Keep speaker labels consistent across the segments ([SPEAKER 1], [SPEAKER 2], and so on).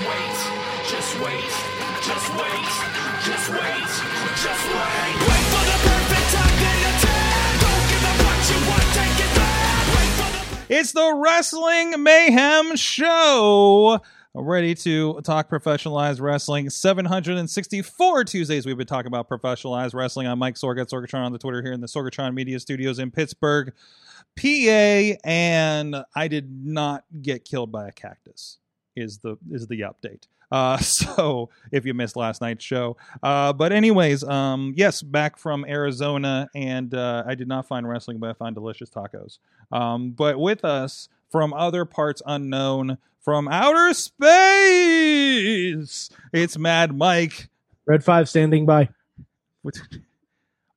[SPEAKER 1] wait, just wait, just wait, just wait, just wait. Wait for the perfect time then attack. Don't give up what you want, take it back. Wait for the
[SPEAKER 2] It's the Wrestling Mayhem Show. Ready to talk professionalized wrestling. 764 Tuesdays we've been talking about professionalized wrestling. I'm Mike Sorg at Sorgatron on the Twitter here in the Sorgatron Media Studios in Pittsburgh, PA. And I did not get killed by a cactus. Is the is the update. Uh, so if you missed last night's show, uh, but anyways, um, yes, back from Arizona, and uh, I did not find wrestling, but I found delicious tacos. Um, but with us from other parts unknown, from outer space, it's Mad Mike.
[SPEAKER 3] Red five standing by.
[SPEAKER 2] What-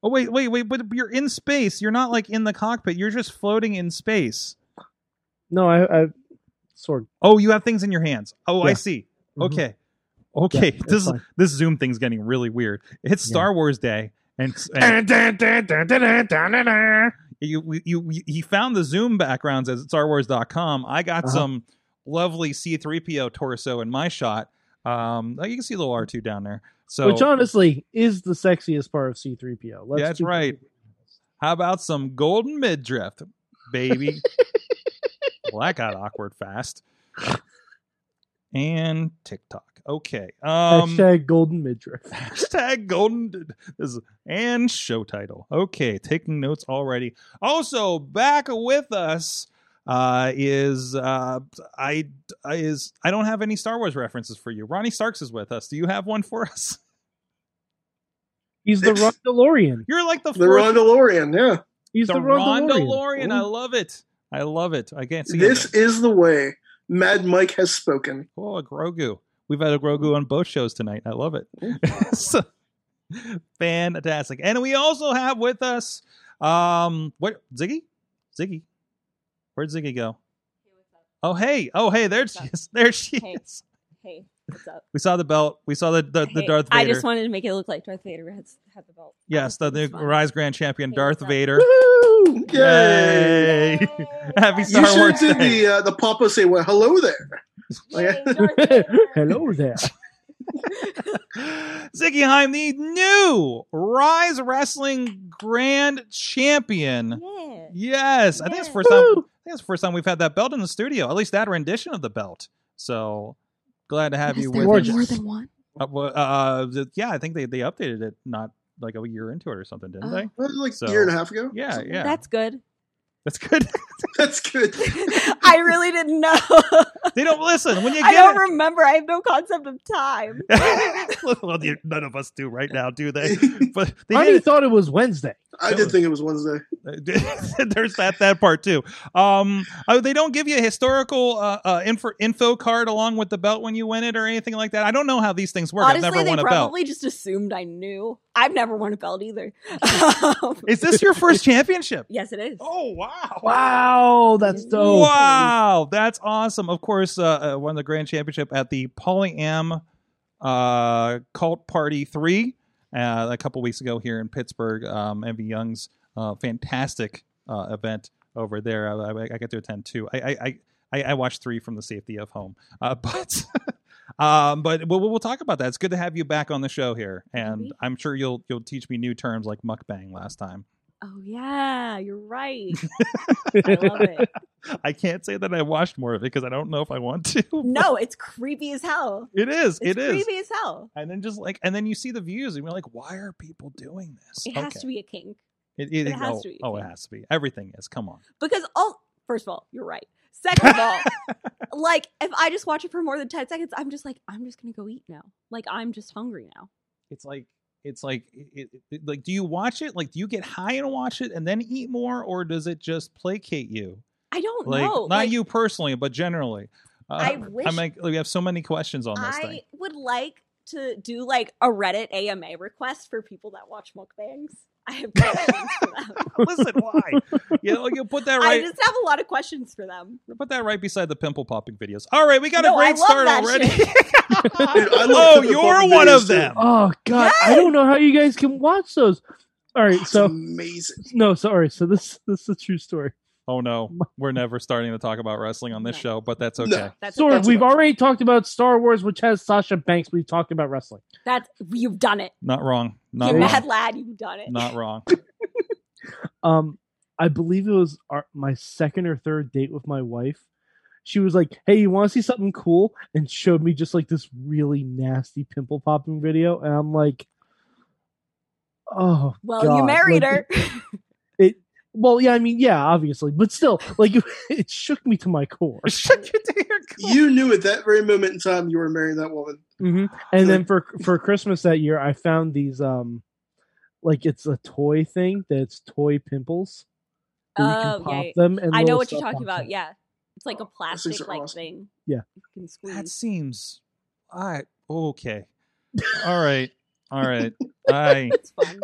[SPEAKER 2] Oh wait, wait, wait! But you're in space. You're not like in the cockpit. You're just floating in space.
[SPEAKER 3] No, I, I sword.
[SPEAKER 2] Oh, you have things in your hands. Oh, I
[SPEAKER 3] Yeah.
[SPEAKER 2] see.
[SPEAKER 3] Mhm.
[SPEAKER 2] Okay, okay.
[SPEAKER 3] that's
[SPEAKER 2] this
[SPEAKER 3] fine.
[SPEAKER 2] this Zoom thing's getting really weird. It's
[SPEAKER 3] Yeah.
[SPEAKER 2] Star Wars Day, and, and
[SPEAKER 1] perfect
[SPEAKER 2] you, we- you, you he found the zoom backgrounds as starwars.com i got
[SPEAKER 3] Uh-huh.
[SPEAKER 2] some lovely c3po torso in my shot um oh, you can see a little r2 down there so
[SPEAKER 3] Which honestly is the sexiest part of C3PO. Let's
[SPEAKER 2] That's
[SPEAKER 3] be-
[SPEAKER 2] right. how about some golden midriff baby well that got awkward fast and tiktok okay um
[SPEAKER 3] Hashtag golden midriff.
[SPEAKER 2] Hashtag golden d- is- and show title. Okay, taking notes already. Also, back with us uh is uh I, I is I don't have any Star Wars references for you. Ronnie Starks is with us. Do you have one for us?
[SPEAKER 3] He's the Ron DeLorean.
[SPEAKER 2] You're like the
[SPEAKER 4] The
[SPEAKER 2] fourth-
[SPEAKER 4] Rondalorian, yeah.
[SPEAKER 3] He's
[SPEAKER 2] the
[SPEAKER 3] the, Ron
[SPEAKER 2] Rondalorian.
[SPEAKER 3] DeLorean.
[SPEAKER 2] I love it. I love it. I can't see
[SPEAKER 4] This
[SPEAKER 2] it.
[SPEAKER 4] is the way Mad Mike has spoken.
[SPEAKER 2] Oh, a Grogu. We've had a Grogu on both shows tonight. I love it. so, fantastic. And we also have with us um what Ziggy? Ziggy. Where'd Ziggy go?
[SPEAKER 5] Hey, what's up?
[SPEAKER 2] Oh hey. Oh hey, there she is. There she
[SPEAKER 5] Hey.
[SPEAKER 2] is.
[SPEAKER 5] Hey, what's up?
[SPEAKER 2] We saw the belt. We saw the the, the
[SPEAKER 5] Hey,
[SPEAKER 2] Darth Vader.
[SPEAKER 5] I just wanted to make it look like Darth Vader has had the belt.
[SPEAKER 2] yes, the new
[SPEAKER 5] It's fine.
[SPEAKER 2] Rise Grand Champion
[SPEAKER 5] Hey,
[SPEAKER 2] Darth
[SPEAKER 5] what's up?
[SPEAKER 2] Vader.
[SPEAKER 4] Woo! Yay!
[SPEAKER 2] Yay. Happy
[SPEAKER 4] You
[SPEAKER 2] Star
[SPEAKER 4] sure
[SPEAKER 2] Wars
[SPEAKER 4] did
[SPEAKER 2] Day.
[SPEAKER 4] the uh, the Papa say, "Well, hello there."
[SPEAKER 5] Yay, Darth Vader.
[SPEAKER 3] Hello there.
[SPEAKER 2] Ziggy Heim, the new Rise Wrestling Grand Champion.
[SPEAKER 5] Yeah.
[SPEAKER 2] Yes, I think it's the
[SPEAKER 5] Yeah.
[SPEAKER 2] first time. I
[SPEAKER 3] Woo!
[SPEAKER 2] think it's the first time we've had that belt in the studio. At least that rendition of the belt. So glad to have you
[SPEAKER 3] there
[SPEAKER 2] with
[SPEAKER 3] Gorgeous.
[SPEAKER 2] us.
[SPEAKER 3] more
[SPEAKER 5] than one?
[SPEAKER 2] Uh, well, uh, th- yeah, I think they they updated it not like a year into it or something, didn't
[SPEAKER 5] Oh.
[SPEAKER 2] they?
[SPEAKER 4] That was like
[SPEAKER 2] So-
[SPEAKER 4] a year and a half ago.
[SPEAKER 2] Yeah, yeah, that's,
[SPEAKER 5] That's good.
[SPEAKER 2] good.
[SPEAKER 4] good.
[SPEAKER 5] I really didn't know.
[SPEAKER 2] they don't listen when you
[SPEAKER 5] I
[SPEAKER 2] get
[SPEAKER 5] don't remember. I have no concept of time.
[SPEAKER 2] it. well, you- none of us do right now, do they? But they
[SPEAKER 3] Ronnie
[SPEAKER 2] did.
[SPEAKER 3] thought it was Wednesday.
[SPEAKER 4] I did think it was Wednesday.
[SPEAKER 2] There's that that part too. Um, oh, they don't give you a historical uh, uh info, info card along with the belt when you win it or anything like that. I don't know how these things work. I've
[SPEAKER 5] Honestly,
[SPEAKER 2] never
[SPEAKER 5] they
[SPEAKER 2] won a belt.
[SPEAKER 5] probably just assumed I knew. I've never won a belt either. Um,
[SPEAKER 2] Is this your first championship?
[SPEAKER 5] yes, it is.
[SPEAKER 2] Oh wow!
[SPEAKER 3] Wow, that's dope.
[SPEAKER 2] Wow, that's awesome. Of course, uh, uh, won the grand championship at the Polyam uh, Cult Party Three uh, a couple weeks ago here in Pittsburgh. Um, Envy Young's uh, fantastic uh, event over there. I, I, I get to attend too. I, I, I- I, I watched three from the safety of home, uh, but. Um, but we'll, we'll talk about that. It's good to have you back on the show here, and
[SPEAKER 5] Mhm.
[SPEAKER 2] I'm sure you'll you'll teach me new terms like mukbang last time.
[SPEAKER 5] Oh yeah, you're right. I love it.
[SPEAKER 2] I can't say that I watched more of it because I don't know if I want to.
[SPEAKER 5] No, it's creepy as hell.
[SPEAKER 2] It is.
[SPEAKER 5] It's
[SPEAKER 2] It is.
[SPEAKER 5] creepy as hell.
[SPEAKER 2] And then just like, and then you see the views, and you're like, why are people doing this?
[SPEAKER 5] It has to be a kink.
[SPEAKER 2] It, it,
[SPEAKER 5] it has
[SPEAKER 2] oh,
[SPEAKER 5] to be.
[SPEAKER 2] Oh, it has to be. Everything is. Come on.
[SPEAKER 5] Because all first of all, you're right. Second of all, like if I just watch it for more than ten seconds, I'm just like, I'm just gonna go eat now. Like I'm just hungry now.
[SPEAKER 2] It's like, it's like, it, it- it- like, do you watch it? Like, do you get high and watch it and then eat more, or does it just placate you?
[SPEAKER 5] I don't
[SPEAKER 2] Like,
[SPEAKER 5] know.
[SPEAKER 2] not
[SPEAKER 5] Like,
[SPEAKER 2] you personally, but generally. Uh,
[SPEAKER 5] I wish-
[SPEAKER 2] I'm like, we have so many questions on this
[SPEAKER 5] I
[SPEAKER 2] thing.
[SPEAKER 5] would like to do like a Reddit AMA request for people that watch mukbangs. I have questions for them.
[SPEAKER 2] Listen, why? You know, you put that
[SPEAKER 5] I
[SPEAKER 2] right.
[SPEAKER 5] just have a lot of questions for them.
[SPEAKER 2] Put that right beside the pimple popping videos. All right, we got
[SPEAKER 5] No,
[SPEAKER 2] a
[SPEAKER 5] I
[SPEAKER 2] great
[SPEAKER 5] love
[SPEAKER 2] start
[SPEAKER 5] that
[SPEAKER 2] already.
[SPEAKER 4] Dude, I love
[SPEAKER 2] oh,
[SPEAKER 4] pimple
[SPEAKER 2] you're
[SPEAKER 4] popping
[SPEAKER 2] one
[SPEAKER 4] videos,
[SPEAKER 2] of
[SPEAKER 4] too.
[SPEAKER 2] them.
[SPEAKER 3] Oh god, I don't know how you guys can watch those. All right,
[SPEAKER 4] It's
[SPEAKER 3] so
[SPEAKER 4] amazing.
[SPEAKER 3] no, sorry. So this this is a true story.
[SPEAKER 2] Oh no, we're never starting to talk about wrestling on this
[SPEAKER 5] No.
[SPEAKER 2] show, but that's
[SPEAKER 4] No.
[SPEAKER 2] okay.
[SPEAKER 5] That's
[SPEAKER 3] Sorg,
[SPEAKER 5] that's-
[SPEAKER 3] we've already talked about Star Wars, which has Sasha Banks. We've talked about wrestling.
[SPEAKER 5] That's you've done it.
[SPEAKER 2] Not wrong. Not
[SPEAKER 5] you
[SPEAKER 2] wrong.
[SPEAKER 5] mad lad, you've done it.
[SPEAKER 2] Not wrong.
[SPEAKER 3] Um, I believe it was our, my second or third date with my wife. She was like, "Hey, you want to see something cool?" and showed me just like this really nasty pimple popping video, and I'm like, "Oh,
[SPEAKER 5] Well, you
[SPEAKER 3] God,
[SPEAKER 5] married
[SPEAKER 3] like,
[SPEAKER 5] her.
[SPEAKER 3] Well, yeah, I mean, yeah, obviously, but still, like, it shook me to my core.
[SPEAKER 2] Shut your damn cool.
[SPEAKER 4] You knew at that very moment in time you were marrying that woman.
[SPEAKER 3] Mm-hmm. And then for for Christmas that year, I found these um, like it's a toy thing that's toy pimples. where you can
[SPEAKER 5] Oh, yeah,
[SPEAKER 3] pop
[SPEAKER 5] yeah.
[SPEAKER 3] them and
[SPEAKER 5] I know
[SPEAKER 3] little
[SPEAKER 5] what you're
[SPEAKER 3] stuff
[SPEAKER 5] talking
[SPEAKER 3] pops
[SPEAKER 5] about.
[SPEAKER 3] out.
[SPEAKER 5] Yeah. It's like a plastic
[SPEAKER 4] things are
[SPEAKER 5] like
[SPEAKER 4] awesome.
[SPEAKER 5] thing.
[SPEAKER 3] Yeah.
[SPEAKER 5] You can squeeze.
[SPEAKER 2] That seems. I okay. All right. All right. I
[SPEAKER 5] It's fun.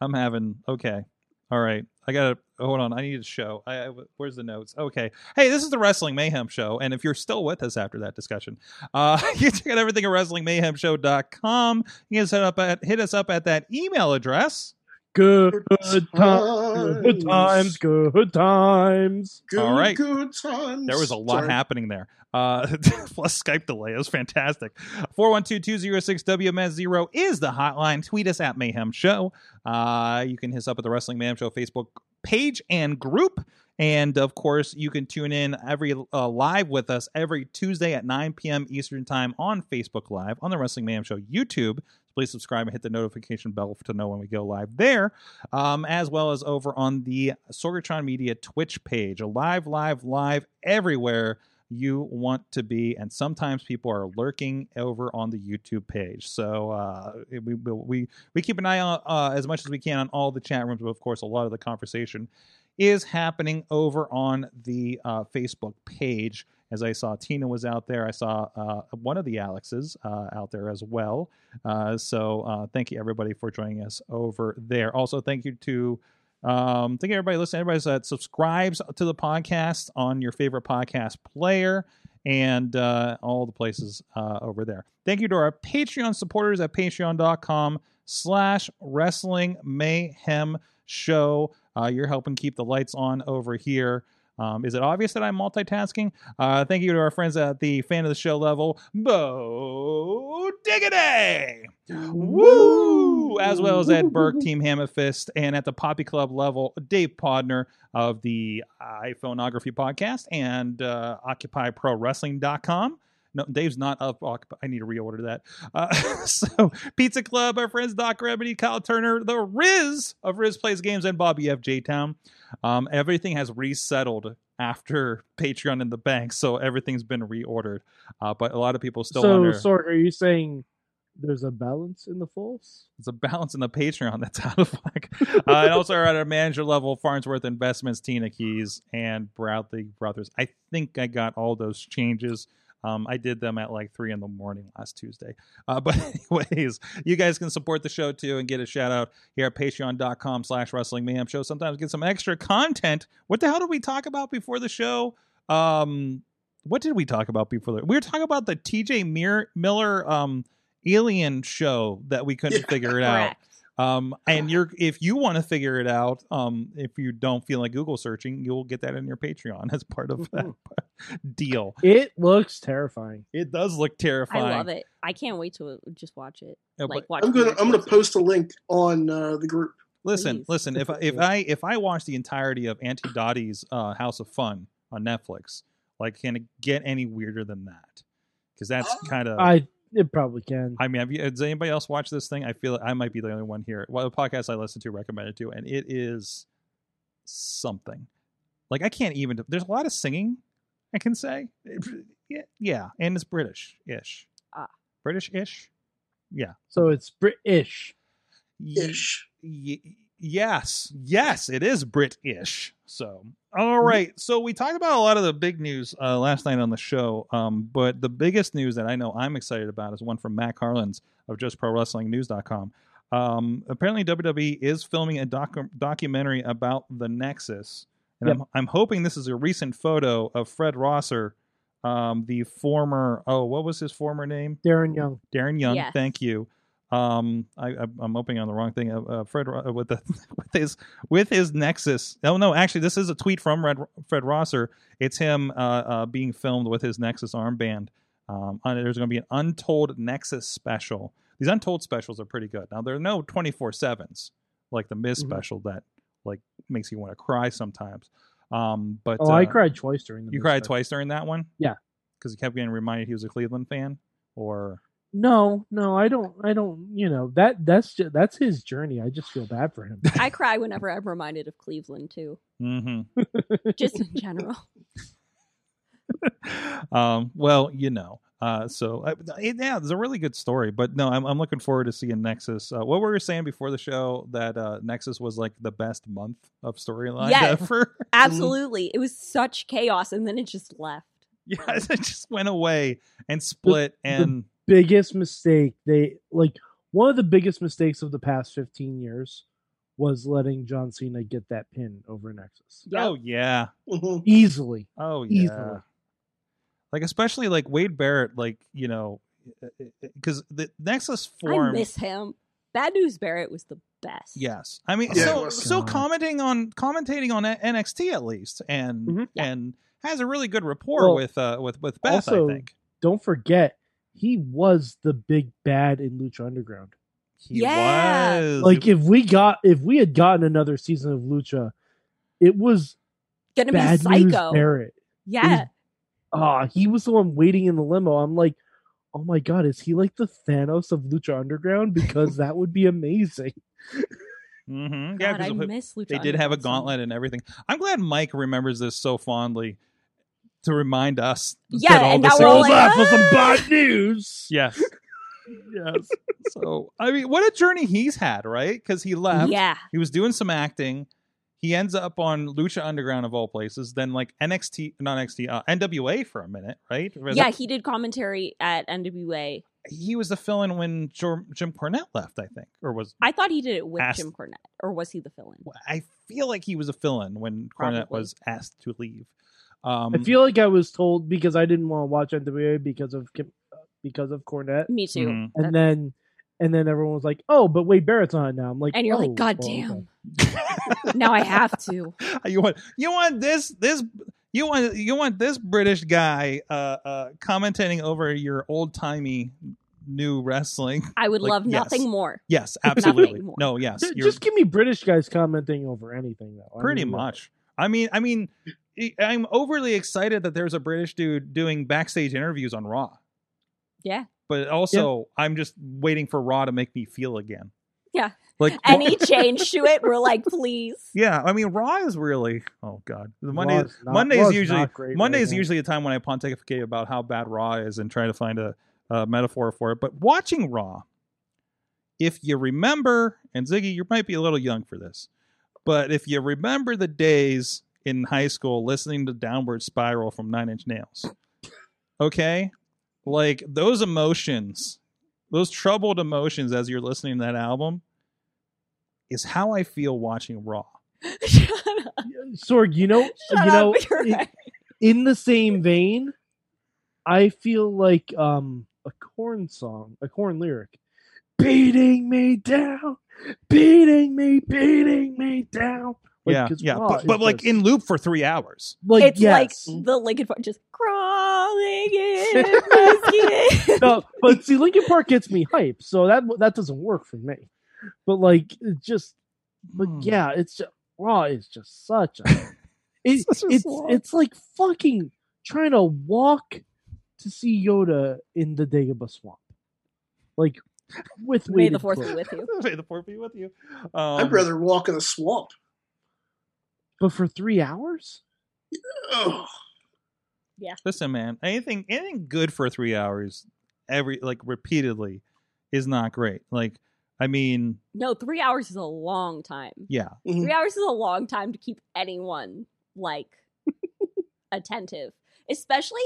[SPEAKER 2] I'm having okay. All right. I gotta hold on. I need to show. I, I where's the notes? Okay. Hey, this is the Wrestling Mayhem Show, and if you're still with us after that discussion, uh, you can check out everything at WrestlingMayhemShow.com. You can set up at hit us up at that email address.
[SPEAKER 3] Good, times, good times,
[SPEAKER 4] times.
[SPEAKER 3] good times.
[SPEAKER 4] Good,
[SPEAKER 2] All right.
[SPEAKER 4] good times.
[SPEAKER 2] There was a lot
[SPEAKER 4] Sorry.
[SPEAKER 2] happening there. Uh, plus Skype delay. It was fantastic. 412-206-WMS0 is the hotline. Tweet us at Mayhem Show. Uh, you can hit us up at the Wrestling Mayhem Show Facebook page and group. And of course, you can tune in every uh, live with us every Tuesday at 9 p.m. Eastern Time on Facebook Live on the Wrestling Mayhem Show YouTube. Please subscribe and hit the notification bell to know when we go live there um, as well as over on the Sorgatron Media Twitch page. Live, live, live everywhere you want to be, and sometimes people are lurking over on the YouTube page. So uh, we we we keep an eye on uh, as much as we can on all the chat rooms, but of course, a lot of the conversation is happening over on the uh, Facebook page. As I saw, Tina was out there. I saw uh, one of the Alexes uh, out there as well. Uh, so uh, thank you everybody for joining us over there. Also, thank you to um, thank you everybody listening. Everybody that subscribes to the podcast on your favorite podcast player and uh, all the places uh, over there. Thank you to our Patreon supporters at patreon.com slash wrestling mayhem show. Uh, you're helping keep the lights on over here. Um, is it obvious that I'm multitasking? Uh, thank you to our friends at the fan of the show level, Bo Diggity! Woo! As well as at Burke, Team Hammer Fist, and at the Poppy Club level, Dave Podner of the iPhoneography podcast and uh, OccupyProWrestling.com. No, Dave's not up. Occupy. I need to reorder that. Uh, so, Pizza Club, our friends Doc Remedy, Kyle Turner, the Riz of Riz Plays Games, and Bobby F. J Town. Um, everything has resettled after Patreon and the bank, so everything's been reordered. Uh, but a lot of people still
[SPEAKER 3] so,
[SPEAKER 2] under.
[SPEAKER 3] Sorg, are you saying there's a balance in the false?
[SPEAKER 2] It's a balance in the Patreon that's out of whack. Uh, and also are at a manager level, Farnsworth Investments, Tina Keys, and Bradley Brothers. I think I got all those changes. Um, I did them at like three in the morning last Tuesday. Uh, but anyways, you guys can support the show too and get a shout out here at patreon.com slash wrestling mayhem show. Sometimes get some extra content. What the hell did we talk about before the show? Um, what did we talk about before the we were talking about the TJ Mir- Miller um alien show that we couldn't
[SPEAKER 4] Yeah.
[SPEAKER 2] figure it out.
[SPEAKER 5] Correct.
[SPEAKER 2] Um, and you're if you want to figure it out, um, if you don't feel like Google searching, you'll get that in your Patreon as part of that deal.
[SPEAKER 3] It looks terrifying.
[SPEAKER 2] It does look
[SPEAKER 5] I
[SPEAKER 2] terrifying.
[SPEAKER 5] love it. I can't wait to uh, just watch it.
[SPEAKER 2] Yeah,
[SPEAKER 5] like
[SPEAKER 2] but
[SPEAKER 5] watch.
[SPEAKER 4] I'm gonna
[SPEAKER 5] the
[SPEAKER 4] I'm gonna
[SPEAKER 5] videos.
[SPEAKER 4] post a link on uh, the group.
[SPEAKER 2] listen,
[SPEAKER 5] please.
[SPEAKER 2] listen. If I if I if I watch the entirety of Auntie Dottie's uh, House of Fun on Netflix, like, can it get any weirder than that? Because that's kind of
[SPEAKER 3] I it probably can.
[SPEAKER 2] I mean, have you, has anybody else watched this thing? I feel I might be the only one here. Well, the podcast I listen to recommended to, and it is something. Like I can't even. There's a lot of singing. I can say, yeah, yeah, and it's British ish.
[SPEAKER 5] Ah.
[SPEAKER 2] British ish. Yeah.
[SPEAKER 3] so it's British.
[SPEAKER 2] Ye-
[SPEAKER 4] Ish.
[SPEAKER 2] ye- yes, yes, it is British. So All right. So we talked about a lot of the big news uh, last night on the show, um, but the biggest news that I know I'm excited about is one from Matt Harlan's of Just Pro Wrestling News.com. Um, apparently, WWE is filming a docu- documentary about the Nexus, and I'm, I'm hoping this is a recent photo of Fred Rosser, um, the former. Oh, what was his former name?
[SPEAKER 3] Darren Young.
[SPEAKER 2] Darren Young,
[SPEAKER 5] Yes.
[SPEAKER 2] thank you. Um, I, I, I'm opening on the wrong thing. Uh, uh, Fred Ro- uh, with the with his with his Nexus. Oh no, actually, this is a tweet from Red, Fred Rosser. It's him uh, uh, being filmed with his Nexus armband. Um, and there's going to be an Untold Nexus special. These Untold specials are pretty good. Now there are no 24 sevens like the Miz
[SPEAKER 3] Mhm.
[SPEAKER 2] special that like makes you want to cry sometimes. Um, but
[SPEAKER 3] Oh, I
[SPEAKER 2] uh,
[SPEAKER 3] cried twice during the.
[SPEAKER 2] You
[SPEAKER 3] Miz
[SPEAKER 2] cried
[SPEAKER 3] fight.
[SPEAKER 2] twice during that one.
[SPEAKER 3] Yeah.
[SPEAKER 2] because he kept getting reminded he was a Cleveland fan. Or
[SPEAKER 3] No, no, I don't. I don't. You know that that's just, that's his journey. I just feel bad for him.
[SPEAKER 5] I cry whenever I'm reminded of Cleveland too,
[SPEAKER 2] hmm
[SPEAKER 5] just in general.
[SPEAKER 2] Mm-hmm. um, well, you know. Uh, so uh, it, yeah, it's a really good story, but no, I'm, I'm looking forward to seeing Nexus. Uh, what were you saying before the show that uh, Nexus was like the best month of storyline
[SPEAKER 5] Yes.
[SPEAKER 2] ever?
[SPEAKER 5] Absolutely, it was such chaos, and then it just left.
[SPEAKER 2] yes, it just went away and split, and
[SPEAKER 3] biggest mistake they like one of the biggest mistakes of the past 15 years was letting John Cena get that pin over Nexus
[SPEAKER 2] oh yeah, Um,
[SPEAKER 4] Mhm.
[SPEAKER 3] easily.
[SPEAKER 2] oh yeah,
[SPEAKER 3] Easily.
[SPEAKER 2] like especially like Wade Barrett, like you know, because the Nexus
[SPEAKER 5] I
[SPEAKER 2] formed.
[SPEAKER 5] miss him. Bad News Barrett was the best.
[SPEAKER 2] Yes, I mean,
[SPEAKER 4] Yeah,
[SPEAKER 5] Oh,
[SPEAKER 4] it
[SPEAKER 2] so
[SPEAKER 4] was.
[SPEAKER 2] so
[SPEAKER 3] God.
[SPEAKER 2] commenting on commentating on NXT at least, and
[SPEAKER 3] Mhm.
[SPEAKER 5] Yeah.
[SPEAKER 2] and has a really good rapport
[SPEAKER 3] Well,
[SPEAKER 2] with uh with with Beth.
[SPEAKER 3] also-
[SPEAKER 2] I think
[SPEAKER 3] Don't forget, he was the big bad in Lucha Underground.
[SPEAKER 2] he
[SPEAKER 5] Yeah.
[SPEAKER 2] was
[SPEAKER 3] Like if we got if we had gotten another season of Lucha, it was
[SPEAKER 5] Gonna
[SPEAKER 3] bad
[SPEAKER 5] be
[SPEAKER 3] news
[SPEAKER 5] psycho.
[SPEAKER 3] Barrett.
[SPEAKER 5] yeah,
[SPEAKER 3] Ah, he was the one waiting in the limo. I'm like, oh my god, is he like the Thanos of Lucha Underground? Because that would be amazing.
[SPEAKER 2] Mhm. yeah,
[SPEAKER 5] God, I
[SPEAKER 2] 'cause of-
[SPEAKER 5] miss Lucha.
[SPEAKER 2] they did have a
[SPEAKER 5] Underground so much.
[SPEAKER 2] gauntlet and everything. I'm glad Mike remembers this so fondly to remind us.
[SPEAKER 5] Yeah,
[SPEAKER 2] that all
[SPEAKER 5] and
[SPEAKER 2] this
[SPEAKER 5] now we're all
[SPEAKER 2] exists.
[SPEAKER 5] like,
[SPEAKER 3] That was some
[SPEAKER 5] "Ah!"
[SPEAKER 3] bad news.
[SPEAKER 2] yes, yes. So I mean, what a journey he's had, right? Because he left.
[SPEAKER 5] Yeah,
[SPEAKER 2] He was doing some acting. He ends up on Lucha Underground of all places, then like NXT, not NXT, uh, NWA for a minute, right?
[SPEAKER 5] yeah. He did commentary at NWA.
[SPEAKER 2] He was the fill-in when Jor- Jim Cornette left, I think, or was
[SPEAKER 5] I thought he did it with
[SPEAKER 2] Asked-
[SPEAKER 5] Jim Cornette, or was he the fill-in?
[SPEAKER 2] I feel like he was a fill-in when Cornette
[SPEAKER 5] Probably.
[SPEAKER 2] was asked to leave. Um,
[SPEAKER 3] I feel like I was told because I didn't want to watch NWA because of Kim- because of Cornette,
[SPEAKER 5] Me too.
[SPEAKER 2] Mhm.
[SPEAKER 3] and then and then everyone was like, "Oh, but Wade Barrett's on it now." I'm like,
[SPEAKER 5] And you're like,
[SPEAKER 3] "Oh,
[SPEAKER 5] God
[SPEAKER 3] well, okay."
[SPEAKER 5] damn. now I have to.
[SPEAKER 2] you want you want this this you want you want this British guy uh, uh, commentating over your old-timey new wrestling.
[SPEAKER 5] I would
[SPEAKER 2] Like,
[SPEAKER 5] love
[SPEAKER 2] yes.
[SPEAKER 5] nothing more.
[SPEAKER 2] Yes, absolutely.
[SPEAKER 5] more.
[SPEAKER 2] no, yes,
[SPEAKER 3] Ju-
[SPEAKER 2] you're-
[SPEAKER 3] Just give me British guys commenting over anything though. I
[SPEAKER 2] pretty
[SPEAKER 3] mean,
[SPEAKER 2] much i mean i mean I- i'm overly excited that there's a british dude doing backstage interviews on raw
[SPEAKER 5] Yeah.
[SPEAKER 2] but also i'm just waiting for raw to make me feel again
[SPEAKER 5] Yeah. e
[SPEAKER 2] like
[SPEAKER 5] Any change to it, we're like, please.
[SPEAKER 2] yeah i mean raw is really oh god the monday
[SPEAKER 3] Raw's not-
[SPEAKER 2] Monday's
[SPEAKER 3] Raw's
[SPEAKER 2] usually-
[SPEAKER 3] not great right
[SPEAKER 2] Monday's
[SPEAKER 3] now.
[SPEAKER 2] usually a time when I pontificate about how bad Raw is and try to find a, a metaphor for it. But watching Raw, if you remember, and Ziggy, you might be a little young for this, but if you remember the days in high school listening to Downward Spiral from Nine Inch Nails, okay? Like those emotions, those troubled emotions as you're listening to that album is how I feel watching Raw.
[SPEAKER 5] Shut up.
[SPEAKER 3] Sorg, you know,
[SPEAKER 5] Shut
[SPEAKER 3] you
[SPEAKER 5] up.
[SPEAKER 3] know,
[SPEAKER 5] You're
[SPEAKER 3] in,
[SPEAKER 5] right.
[SPEAKER 3] in the same vein, I feel like um a corn song, a corn lyric. Beating me down, beating me, beating me down. Like,
[SPEAKER 2] yeah,
[SPEAKER 3] 'cause
[SPEAKER 2] yeah.
[SPEAKER 3] Raw
[SPEAKER 2] But,
[SPEAKER 3] is
[SPEAKER 2] but like
[SPEAKER 3] just-
[SPEAKER 2] in loop for three hours.
[SPEAKER 3] like
[SPEAKER 5] it's
[SPEAKER 3] yes.
[SPEAKER 5] like the Lincoln Park just crawling in my skin.
[SPEAKER 3] no, but see, Lincoln Park gets me hype, so that that doesn't work for me. But like, it just, but
[SPEAKER 2] Hmm.
[SPEAKER 3] yeah, it's just, raw is just such a. It,
[SPEAKER 2] Such a
[SPEAKER 3] it's
[SPEAKER 2] slog.
[SPEAKER 3] it's like fucking trying to walk to see Yoda in the Dagobah swamp, like with
[SPEAKER 5] May the
[SPEAKER 3] weighted
[SPEAKER 5] fourth be
[SPEAKER 3] clothes.
[SPEAKER 5] with you.
[SPEAKER 2] May the fourth be with you. Um,
[SPEAKER 4] I'd rather walk in a swamp.
[SPEAKER 3] but for three hours.
[SPEAKER 4] Ugh.
[SPEAKER 2] Listen, man. Anything, anything good for three hours, every like repeatedly, is not great. Like, I mean,
[SPEAKER 5] No, three hours is a long time.
[SPEAKER 3] Mm.
[SPEAKER 2] yeah,
[SPEAKER 4] Mhm.
[SPEAKER 5] Three hours is a long time to keep anyone like attentive, especially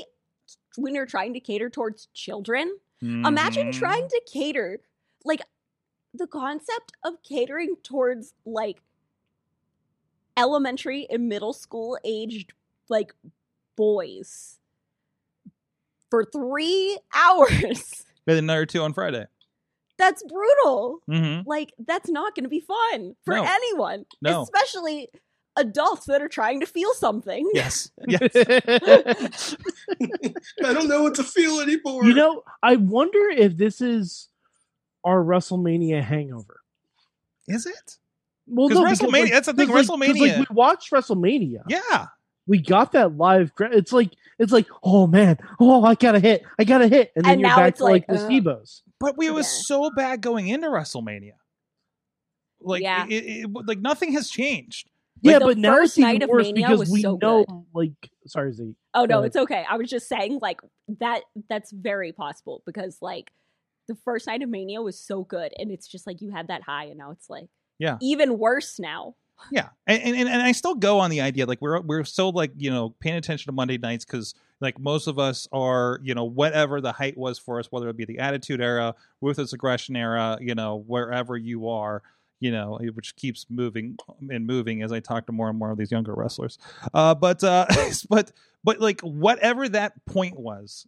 [SPEAKER 5] when you're trying to cater towards children. Imagine
[SPEAKER 2] Mhm.
[SPEAKER 5] trying to cater like the concept of catering towards like elementary and middle school aged like boys for 3 hours.
[SPEAKER 2] We had another two on Friday.
[SPEAKER 5] That's brutal.
[SPEAKER 2] Mm-hmm.
[SPEAKER 5] Like that's not going to be fun for
[SPEAKER 2] No.
[SPEAKER 5] anyone,
[SPEAKER 2] No.
[SPEAKER 5] especially adults that are trying to feel something.
[SPEAKER 2] Yes. Yeah.
[SPEAKER 4] I don't know what to feel anymore.
[SPEAKER 3] you know, I wonder if this is our WrestleMania hangover.
[SPEAKER 2] Is it?
[SPEAKER 3] Well,
[SPEAKER 2] 'Cause
[SPEAKER 3] no,
[SPEAKER 2] WrestleMania-
[SPEAKER 3] like-
[SPEAKER 2] that's the thing,
[SPEAKER 3] 'cause, like- 'cause, like,
[SPEAKER 2] WrestleMania-
[SPEAKER 3] we watched WrestleMania.
[SPEAKER 2] Yeah.
[SPEAKER 3] we got that live. Gra- it's like it's like oh man, oh I got to hit, I got to hit, and then
[SPEAKER 5] And
[SPEAKER 3] you're
[SPEAKER 5] now
[SPEAKER 3] back
[SPEAKER 5] it's
[SPEAKER 3] to like,
[SPEAKER 5] like,
[SPEAKER 3] the
[SPEAKER 5] ugh.
[SPEAKER 3] Stevos.
[SPEAKER 2] But we was
[SPEAKER 5] Yeah.
[SPEAKER 2] so bad going into WrestleMania. Like,
[SPEAKER 5] Yeah.
[SPEAKER 2] it, it, it- like nothing has changed.
[SPEAKER 3] yeah,
[SPEAKER 5] the
[SPEAKER 3] but now it's
[SPEAKER 5] first night
[SPEAKER 3] even
[SPEAKER 5] of
[SPEAKER 3] worse
[SPEAKER 5] Mania
[SPEAKER 3] because
[SPEAKER 5] was
[SPEAKER 3] we
[SPEAKER 5] so
[SPEAKER 3] know like sorry Z.
[SPEAKER 5] Oh no,
[SPEAKER 3] Uh,
[SPEAKER 5] it's okay. I was just saying like that that's very possible because like the first night of Mania was so good and it's just like you had that high and now it's like
[SPEAKER 2] Yeah.
[SPEAKER 5] even worse now.
[SPEAKER 2] Yeah, and, and and- and I still go on the idea like we're we're still like you know paying attention to Monday nights because like most of us are you know whatever the height was for us, whether it be the Attitude Era, Ruthless Aggression Era, you know wherever you are, you know which keeps moving and moving as I talk to more and more of these younger wrestlers. Uh, but uh, but but like whatever that point was,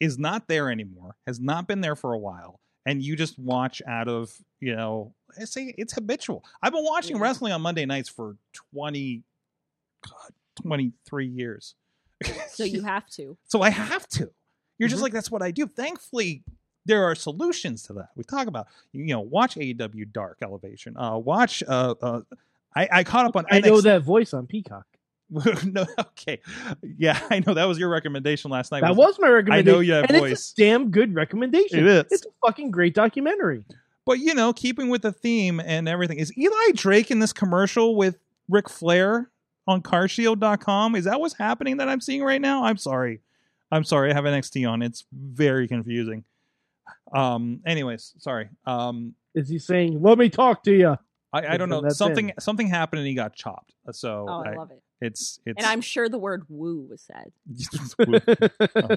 [SPEAKER 2] is not there anymore. Has not been there for a while, and you just watch out of you know I say it's habitual. I've been watching
[SPEAKER 5] Mhm.
[SPEAKER 2] wrestling on Monday nights for 20 God, 23 years.
[SPEAKER 5] So you have to.
[SPEAKER 2] So I have to. You're
[SPEAKER 3] Mm-hmm.
[SPEAKER 2] just like that's what I do. Thankfully there are solutions to that. We talk about you know watch AEW Dark Elevation. Uh watch uh, uh I, I caught up on
[SPEAKER 3] I know
[SPEAKER 2] NXT.
[SPEAKER 3] that voice on Peacock.
[SPEAKER 2] no, okay. Yeah, I know that was your recommendation last night.
[SPEAKER 3] That
[SPEAKER 2] wasn't
[SPEAKER 3] was my recommendation.
[SPEAKER 2] yeah,
[SPEAKER 3] and
[SPEAKER 2] voice.
[SPEAKER 3] It's a damn good recommendation.
[SPEAKER 2] It is.
[SPEAKER 3] It's a fucking great documentary.
[SPEAKER 2] But you know, keeping with the theme and everything, is Eli Drake in this commercial with Ric Flair on carshield.com? Is that what's happening that I'm seeing right now? I'm sorry. I'm sorry. I have NXT on. It's very confusing. Um anyways, sorry. Um
[SPEAKER 3] Is he saying, "Let me talk to you"?
[SPEAKER 2] I, I
[SPEAKER 3] Yes,
[SPEAKER 2] don't
[SPEAKER 3] and
[SPEAKER 2] know.
[SPEAKER 3] that's
[SPEAKER 2] Something
[SPEAKER 3] it.
[SPEAKER 2] something happened and he got chopped. So
[SPEAKER 5] Oh, I
[SPEAKER 2] I-
[SPEAKER 5] love it.
[SPEAKER 2] it's it's
[SPEAKER 5] And I'm sure the word woo was said.
[SPEAKER 2] Oh.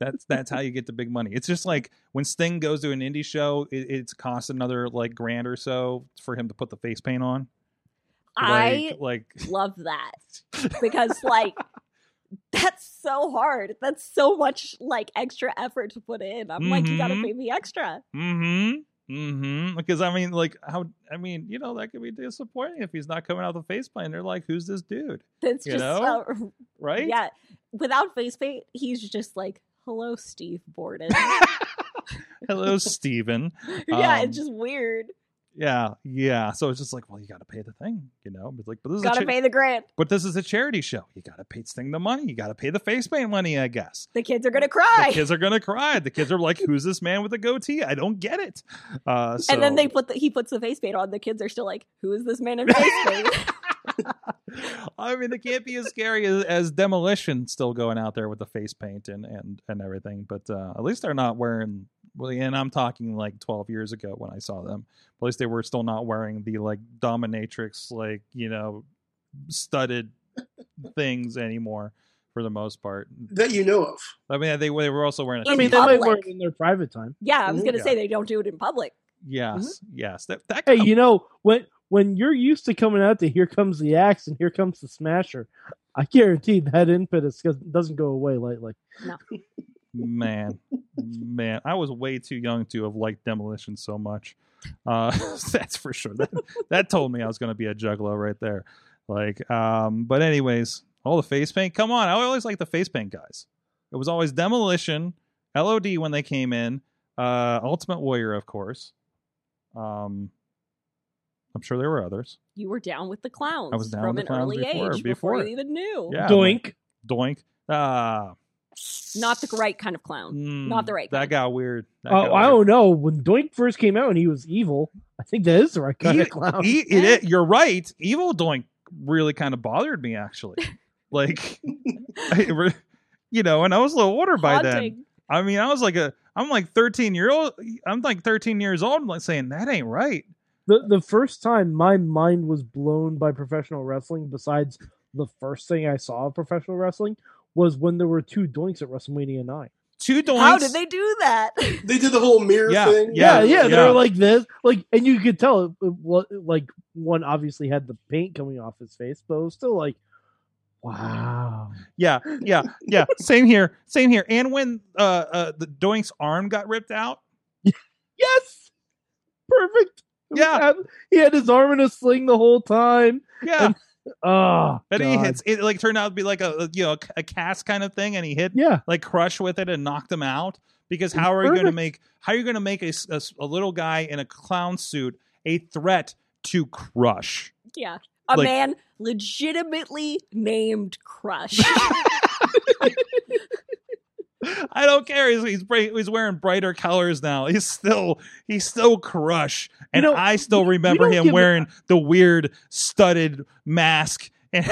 [SPEAKER 2] that's that's how you get the big money. It's just like when Sting goes to an indie show, it, it's cost another like grand or so for him to put the face paint on.
[SPEAKER 5] I
[SPEAKER 2] like,
[SPEAKER 5] love that
[SPEAKER 2] like
[SPEAKER 5] because like that's so hard. That's so much like extra effort to put in. I'm like you got to
[SPEAKER 2] Mhm.
[SPEAKER 5] pay me extra.
[SPEAKER 2] Mm-hmm. Mm-hmm. Because I mean, like, how? I mean, you know, that could be disappointing if he's not coming out the face plane. They're like, "Who's this dude?"
[SPEAKER 5] That's
[SPEAKER 2] You
[SPEAKER 5] just
[SPEAKER 2] know?
[SPEAKER 5] uh,
[SPEAKER 2] Right?
[SPEAKER 5] Yeah. Without face paint, he's just like, hello, Steve Borden.
[SPEAKER 2] Hello, Steven.
[SPEAKER 5] yeah,
[SPEAKER 2] Um,
[SPEAKER 5] it's just weird.
[SPEAKER 2] Yeah, yeah. So it's just like, well, you got to pay the thing, you know. It's like, but this is a
[SPEAKER 5] Gotta
[SPEAKER 2] cha-
[SPEAKER 5] pay the grant.
[SPEAKER 2] but this is a charity show. You got to pay Sting the money. You got to pay the face paint money, I guess.
[SPEAKER 5] The kids are gonna
[SPEAKER 2] The
[SPEAKER 5] cry.
[SPEAKER 2] kids are gonna cry. The kids are like, "Who's this man with a goatee?" I don't get it. Uh, so,
[SPEAKER 5] And then they put the, he puts the face paint on. The kids are still like, who is this man in face paint?
[SPEAKER 2] I mean, it can't be as scary as, as demolition still going out there with the face paint and and and everything. But uh, at least they're not wearing. Well, and I'm talking like 12 years ago when I saw them. At least they were still not wearing the like dominatrix, like you know, studded things anymore for the most part.
[SPEAKER 4] that you know of.
[SPEAKER 2] I mean, they, they were also wearing. A
[SPEAKER 3] I mean,
[SPEAKER 5] In
[SPEAKER 3] they might
[SPEAKER 5] public.
[SPEAKER 3] work in their private time.
[SPEAKER 5] yeah, I was gonna
[SPEAKER 2] Yeah.
[SPEAKER 5] say they don't do it in public.
[SPEAKER 2] yes, yes. That, that
[SPEAKER 3] Mhm. Hey, you know when when you're used to coming out to "Here Comes the Axe" and "Here Comes the Smasher," I guarantee that impetus goes- doesn't go away lightly.
[SPEAKER 2] man man i was way too young to have liked demolition so much uh that's for sure that that told me i was going to be a juggalo right there like um but anyways all the face paint come on i always like the face paint guys it was always demolition lod when they came in uh ultimate warrior of course um i'm sure there were others
[SPEAKER 5] You were down with the clowns
[SPEAKER 2] I was down
[SPEAKER 5] from
[SPEAKER 2] with the
[SPEAKER 5] an
[SPEAKER 2] clowns
[SPEAKER 5] early
[SPEAKER 2] before-
[SPEAKER 5] age
[SPEAKER 2] before
[SPEAKER 5] you
[SPEAKER 2] it.
[SPEAKER 5] even knew.
[SPEAKER 2] yeah
[SPEAKER 3] Doink.
[SPEAKER 2] doink ah
[SPEAKER 5] Not the right kind of clown. Not the
[SPEAKER 2] mm,
[SPEAKER 5] right
[SPEAKER 2] that
[SPEAKER 5] kind.
[SPEAKER 2] got weird That
[SPEAKER 3] Oh,
[SPEAKER 2] got
[SPEAKER 3] I
[SPEAKER 2] weird.
[SPEAKER 3] don't know. When Doink first came out and he was evil, I think that is the right kind
[SPEAKER 2] E-
[SPEAKER 3] of clown.
[SPEAKER 2] e- it is- you're right. Evil Doink really kind of bothered me actually. Like, I re- you know, and I was a little older by then.
[SPEAKER 5] Haunting.
[SPEAKER 2] I mean, I was like a, I'm like 13 year old. I'm like 13 years old. and like saying that ain't right.
[SPEAKER 3] the the first time my mind was blown by professional wrestling, besides the first thing I saw of professional wrestling was when there were two doinks at WrestleMania 9.
[SPEAKER 2] Two doinks.
[SPEAKER 5] How did they do that?
[SPEAKER 4] They did the whole mirror
[SPEAKER 2] Yeah,
[SPEAKER 4] thing.
[SPEAKER 2] Yeah,
[SPEAKER 3] Yeah, yeah, they
[SPEAKER 2] yeah.
[SPEAKER 3] were like this, like, and you could tell it, it wa- like one obviously had the paint coming off his face, but it was still like, wow.
[SPEAKER 2] Yeah, yeah, yeah. Same here. Same here. And when uh, uh the Doink's arm got ripped out.
[SPEAKER 3] Yes, perfect. It was
[SPEAKER 2] Yeah.
[SPEAKER 3] ab- he had his arm in a sling the whole time.
[SPEAKER 2] Yeah,
[SPEAKER 3] Oh,
[SPEAKER 2] and he
[SPEAKER 3] God.
[SPEAKER 2] hits. It like turned out to be like a a, you know a cast kind of thing, and he hit
[SPEAKER 3] Yeah,
[SPEAKER 2] like Crush with it and knocked him out. Because how are you going to
[SPEAKER 3] Perfect.
[SPEAKER 2] make how are you going to make a, s- a s- a little guy in a clown suit a threat to Crush?
[SPEAKER 5] yeah. A
[SPEAKER 2] Like-
[SPEAKER 5] man legitimately named Crush.
[SPEAKER 2] I don't care. He's he's, bright, he's wearing brighter colors now. He's still he's still crush, and
[SPEAKER 3] know,
[SPEAKER 2] I still remember
[SPEAKER 3] don't
[SPEAKER 2] him
[SPEAKER 3] give a-
[SPEAKER 2] wearing the weird studded mask. And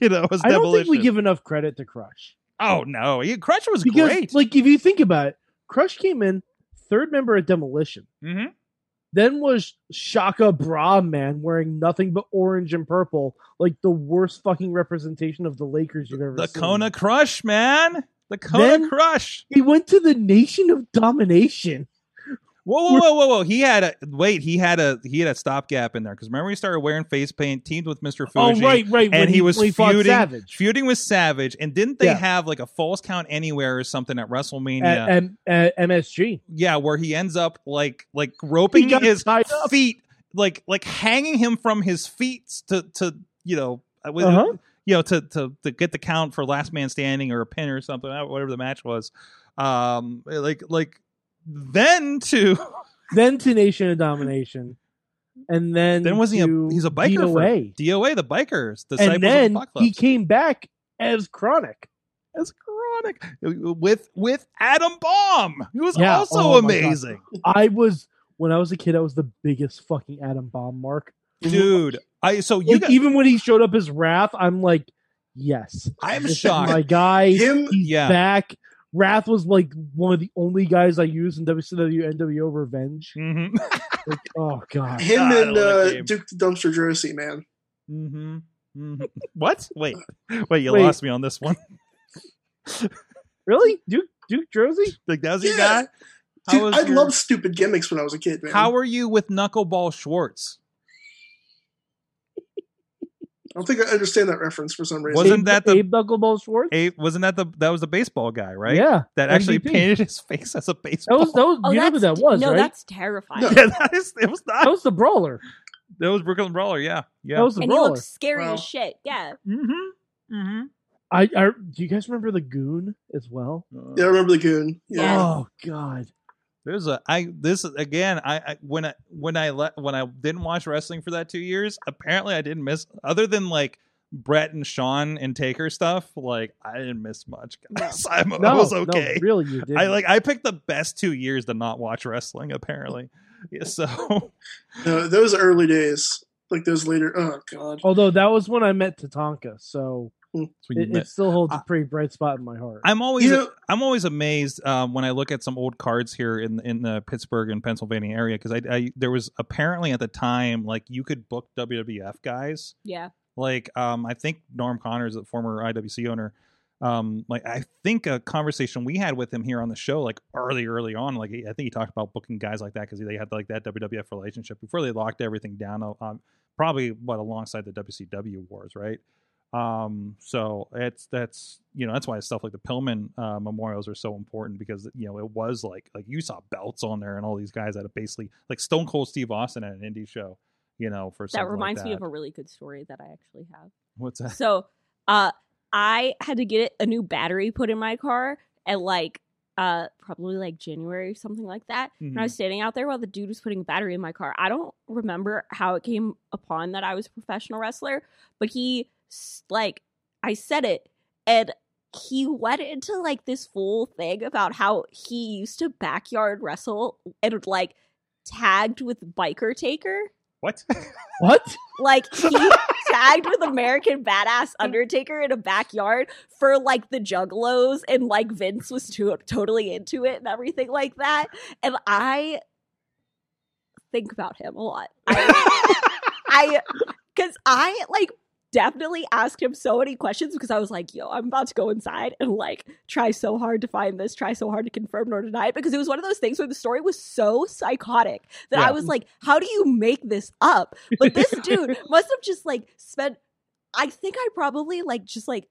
[SPEAKER 2] you know, his
[SPEAKER 3] I don't think we
[SPEAKER 2] demolition.
[SPEAKER 3] give enough credit to Crush
[SPEAKER 2] Oh no, he, Crush was
[SPEAKER 3] because,
[SPEAKER 2] great.
[SPEAKER 3] like, if you think about it, Crush came in third member of Demolition,
[SPEAKER 2] hmm
[SPEAKER 3] then was Shaka Bra Man wearing nothing but orange and purple, like the worst fucking representation of the Lakers you've ever
[SPEAKER 2] The
[SPEAKER 3] seen.
[SPEAKER 2] Kona Crush, man. The Kona
[SPEAKER 3] Then-
[SPEAKER 2] Crush.
[SPEAKER 3] He went to the Nation of Domination.
[SPEAKER 2] Whoa, whoa, whoa, whoa, whoa! He had a wait. He had a he had a stopgap in there because remember he started wearing face paint, teamed with Mister
[SPEAKER 3] Oh,
[SPEAKER 2] Fuji.
[SPEAKER 3] right, right. when
[SPEAKER 2] and he, was
[SPEAKER 3] when fought
[SPEAKER 2] feuding,
[SPEAKER 3] Savage.
[SPEAKER 2] feuding with Savage. And didn't they
[SPEAKER 3] Yeah.
[SPEAKER 2] have like a false count anywhere or something at WrestleMania?
[SPEAKER 3] at, M- at MSG.
[SPEAKER 2] yeah, where he ends up like like groping
[SPEAKER 3] got
[SPEAKER 2] his
[SPEAKER 3] tied up.
[SPEAKER 2] feet, like like hanging him from his feet to to you know. uh, with-
[SPEAKER 3] Uh-huh.
[SPEAKER 2] You know, to, to to get the count for last man standing or a pin or something, uh, whatever the match was. Um, like like then to
[SPEAKER 3] Then to Nation of Domination. And then
[SPEAKER 2] Then wasn't he a-
[SPEAKER 3] to
[SPEAKER 2] he's a biker for-
[SPEAKER 3] DOA.
[SPEAKER 2] DOA the bikers, disciples
[SPEAKER 3] And
[SPEAKER 2] of
[SPEAKER 3] then
[SPEAKER 2] the Buck Club.
[SPEAKER 3] he came back as Chronic.
[SPEAKER 2] as chronic with with Adam Baum, who was
[SPEAKER 3] Yeah,
[SPEAKER 2] also
[SPEAKER 3] oh my God.
[SPEAKER 2] amazing.
[SPEAKER 3] I was when I was a kid, I was the biggest fucking Adam Bomb mark.
[SPEAKER 2] dude i so you
[SPEAKER 3] Like,
[SPEAKER 2] got,
[SPEAKER 3] even when he showed up as Wrath, I'm like, yes,
[SPEAKER 2] i'm
[SPEAKER 3] this is
[SPEAKER 2] shocked
[SPEAKER 3] my guy.
[SPEAKER 4] Him,
[SPEAKER 3] He's
[SPEAKER 2] Yeah.
[SPEAKER 3] back. Wrath was like one of the only guys I used in WCW NWO Revenge.
[SPEAKER 2] mm-hmm.
[SPEAKER 3] Like, oh god,
[SPEAKER 4] him
[SPEAKER 2] God, I
[SPEAKER 4] and
[SPEAKER 2] love that
[SPEAKER 4] uh,
[SPEAKER 2] game.
[SPEAKER 4] Duke the Dumpster Drosy, man.
[SPEAKER 2] Mm-hmm. hmm what wait wait you
[SPEAKER 3] Wait.
[SPEAKER 2] lost me on this one
[SPEAKER 3] really, Duke Duke Drosy?
[SPEAKER 2] like that was your
[SPEAKER 4] Yeah.
[SPEAKER 2] guy How
[SPEAKER 4] Dude,
[SPEAKER 2] was
[SPEAKER 4] I
[SPEAKER 2] your-
[SPEAKER 4] loved stupid gimmicks when I was a kid, man.
[SPEAKER 2] how were you with knuckleball schwartz
[SPEAKER 4] I don't think I understand that reference for some reason.
[SPEAKER 2] Wasn't
[SPEAKER 3] Abe-
[SPEAKER 2] that the-
[SPEAKER 3] Abe Knuckleball Schwartz?
[SPEAKER 2] hey wasn't that the that was the baseball guy right
[SPEAKER 3] Yeah,
[SPEAKER 2] that actually
[SPEAKER 3] MVP.
[SPEAKER 2] painted his face as a baseball
[SPEAKER 3] that was that was
[SPEAKER 5] Oh,
[SPEAKER 3] you know
[SPEAKER 5] that's
[SPEAKER 3] who that was
[SPEAKER 5] no,
[SPEAKER 3] right?
[SPEAKER 5] that's terrifying.
[SPEAKER 4] No.
[SPEAKER 2] yeah that is it was
[SPEAKER 3] That
[SPEAKER 2] not
[SPEAKER 3] was the brawler.
[SPEAKER 2] that was brooklyn brawler yeah yeah
[SPEAKER 3] That was the
[SPEAKER 5] And he
[SPEAKER 3] brawler.
[SPEAKER 5] looks scary
[SPEAKER 4] Wow.
[SPEAKER 5] as shit. Yeah.
[SPEAKER 2] mm-hmm mm-hmm
[SPEAKER 3] I, I do you guys remember the Goon as well?
[SPEAKER 4] yeah, I remember the goon. Yeah.
[SPEAKER 5] Yeah.
[SPEAKER 3] Oh god,
[SPEAKER 2] There's a I this is- again I, I when I when I let when I didn't watch wrestling for that two years apparently I didn't miss other than like Brett and Sean and Taker stuff like I didn't miss much guys I'm, I
[SPEAKER 3] no,
[SPEAKER 2] was okay
[SPEAKER 3] no, really, you did.
[SPEAKER 2] I like I picked the best two years to not watch wrestling apparently yeah, so
[SPEAKER 4] No, those early days, like those later. Oh God.
[SPEAKER 3] Although that was when I met Tatanka, so
[SPEAKER 2] that's when you
[SPEAKER 3] it,
[SPEAKER 2] met.
[SPEAKER 3] it still holds
[SPEAKER 2] I-
[SPEAKER 3] a pretty bright spot in my heart.
[SPEAKER 2] I'm always
[SPEAKER 4] You know-
[SPEAKER 2] I'm always amazed um, when I look at some old cards here in in the Pittsburgh and Pennsylvania area because I, I there was apparently at the time like you could book WWF guys
[SPEAKER 5] Yeah.
[SPEAKER 2] like um i think norm connors the former iwc owner um like i think a conversation we had with him here on the show like early early on like he- i think he talked about booking guys like that because they had like that wwf relationship before they locked everything down uh, um probably what alongside the wcw wars right um so it's that's you know that's why stuff like the pillman uh, memorials are so important because you know it was like like you saw belts on there and all these guys that have basically like stone cold steve austin at an indie show you know for something
[SPEAKER 5] That
[SPEAKER 2] like
[SPEAKER 5] reminds me
[SPEAKER 2] that.
[SPEAKER 5] of a really good story that I actually have.
[SPEAKER 2] what's that
[SPEAKER 5] So, uh, I had to get a new battery put in my car at like uh probably like January or something like that. And
[SPEAKER 2] Mm-hmm.
[SPEAKER 5] I was standing out there while the dude was putting a battery in my car. I don't remember how it came upon that I was a professional wrestler, but he s- like I said it and he went into like this full thing about how he used to backyard wrestle and like tagged with biker taker
[SPEAKER 2] What?
[SPEAKER 3] what?
[SPEAKER 5] like he tagged with American Badass Undertaker in a backyard for like the Juggalos, and like Vince was to- totally into it and everything like that. And I think about him a lot. I, I, because I like definitely asked him so many questions because I was like, yo, I'm about to go inside and like try so hard to find this, try so hard to confirm nor deny it. Because it was one of those things where the story was so psychotic that
[SPEAKER 2] Yeah.
[SPEAKER 5] I was like, how do you make this up? But this dude must have just like spent, I think I probably like just like,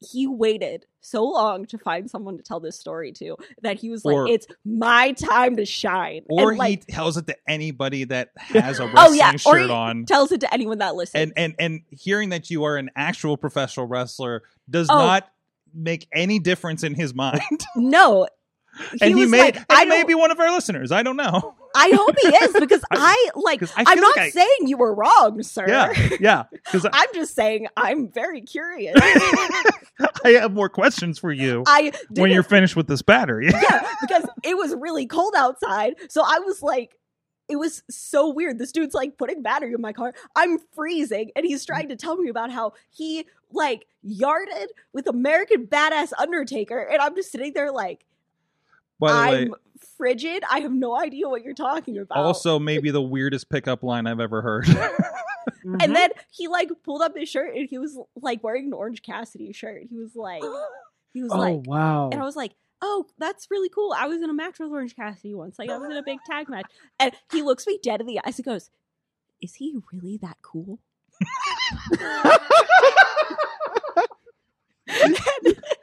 [SPEAKER 5] he waited so long to find someone to tell this story to that he was like,
[SPEAKER 2] Or-
[SPEAKER 5] it's my time to shine.
[SPEAKER 2] Or
[SPEAKER 5] and, like,
[SPEAKER 2] he tells it to anybody that has a wrestling
[SPEAKER 5] Oh, yeah, or
[SPEAKER 2] shirt
[SPEAKER 5] he-
[SPEAKER 2] on.
[SPEAKER 5] tells it to anyone that
[SPEAKER 2] and
[SPEAKER 5] listens.
[SPEAKER 2] and and hearing that you are an actual professional wrestler does
[SPEAKER 5] Oh.
[SPEAKER 2] not make any difference in his mind.
[SPEAKER 5] no.
[SPEAKER 2] and he
[SPEAKER 5] was
[SPEAKER 2] may
[SPEAKER 5] like,
[SPEAKER 2] and
[SPEAKER 5] I
[SPEAKER 2] he may
[SPEAKER 5] don't-
[SPEAKER 2] be one of our listeners. I don't know.
[SPEAKER 5] I hope he is because I like.
[SPEAKER 2] 'Cause I
[SPEAKER 5] I'm
[SPEAKER 2] feel
[SPEAKER 5] not
[SPEAKER 2] like I-
[SPEAKER 5] saying you were wrong, sir.
[SPEAKER 2] Yeah, yeah. Because I,
[SPEAKER 5] I'm just saying I'm very curious.
[SPEAKER 2] I have more questions for you
[SPEAKER 5] I did
[SPEAKER 2] when you're finished with this battery.
[SPEAKER 5] yeah because it was really cold outside, so I was like. It was so weird. This dude's like putting battery in my car. I'm freezing, and he's trying to tell me about how he like yarded with American Badass Undertaker, and I'm just sitting there like
[SPEAKER 2] By the way,
[SPEAKER 5] I'm frigid. I have no idea what you're talking about.
[SPEAKER 2] also maybe the weirdest pickup line I've ever heard.
[SPEAKER 5] And then he like pulled up his shirt and he was like wearing an Orange Cassidy shirt. He was like, he was
[SPEAKER 3] oh
[SPEAKER 5] like,
[SPEAKER 3] wow.
[SPEAKER 5] and I was like, oh, that's really cool. I was in a match with Orange Cassidy once. Like I was in a big tag match, and he looks me dead in the eyes and goes, "Is he really that cool?"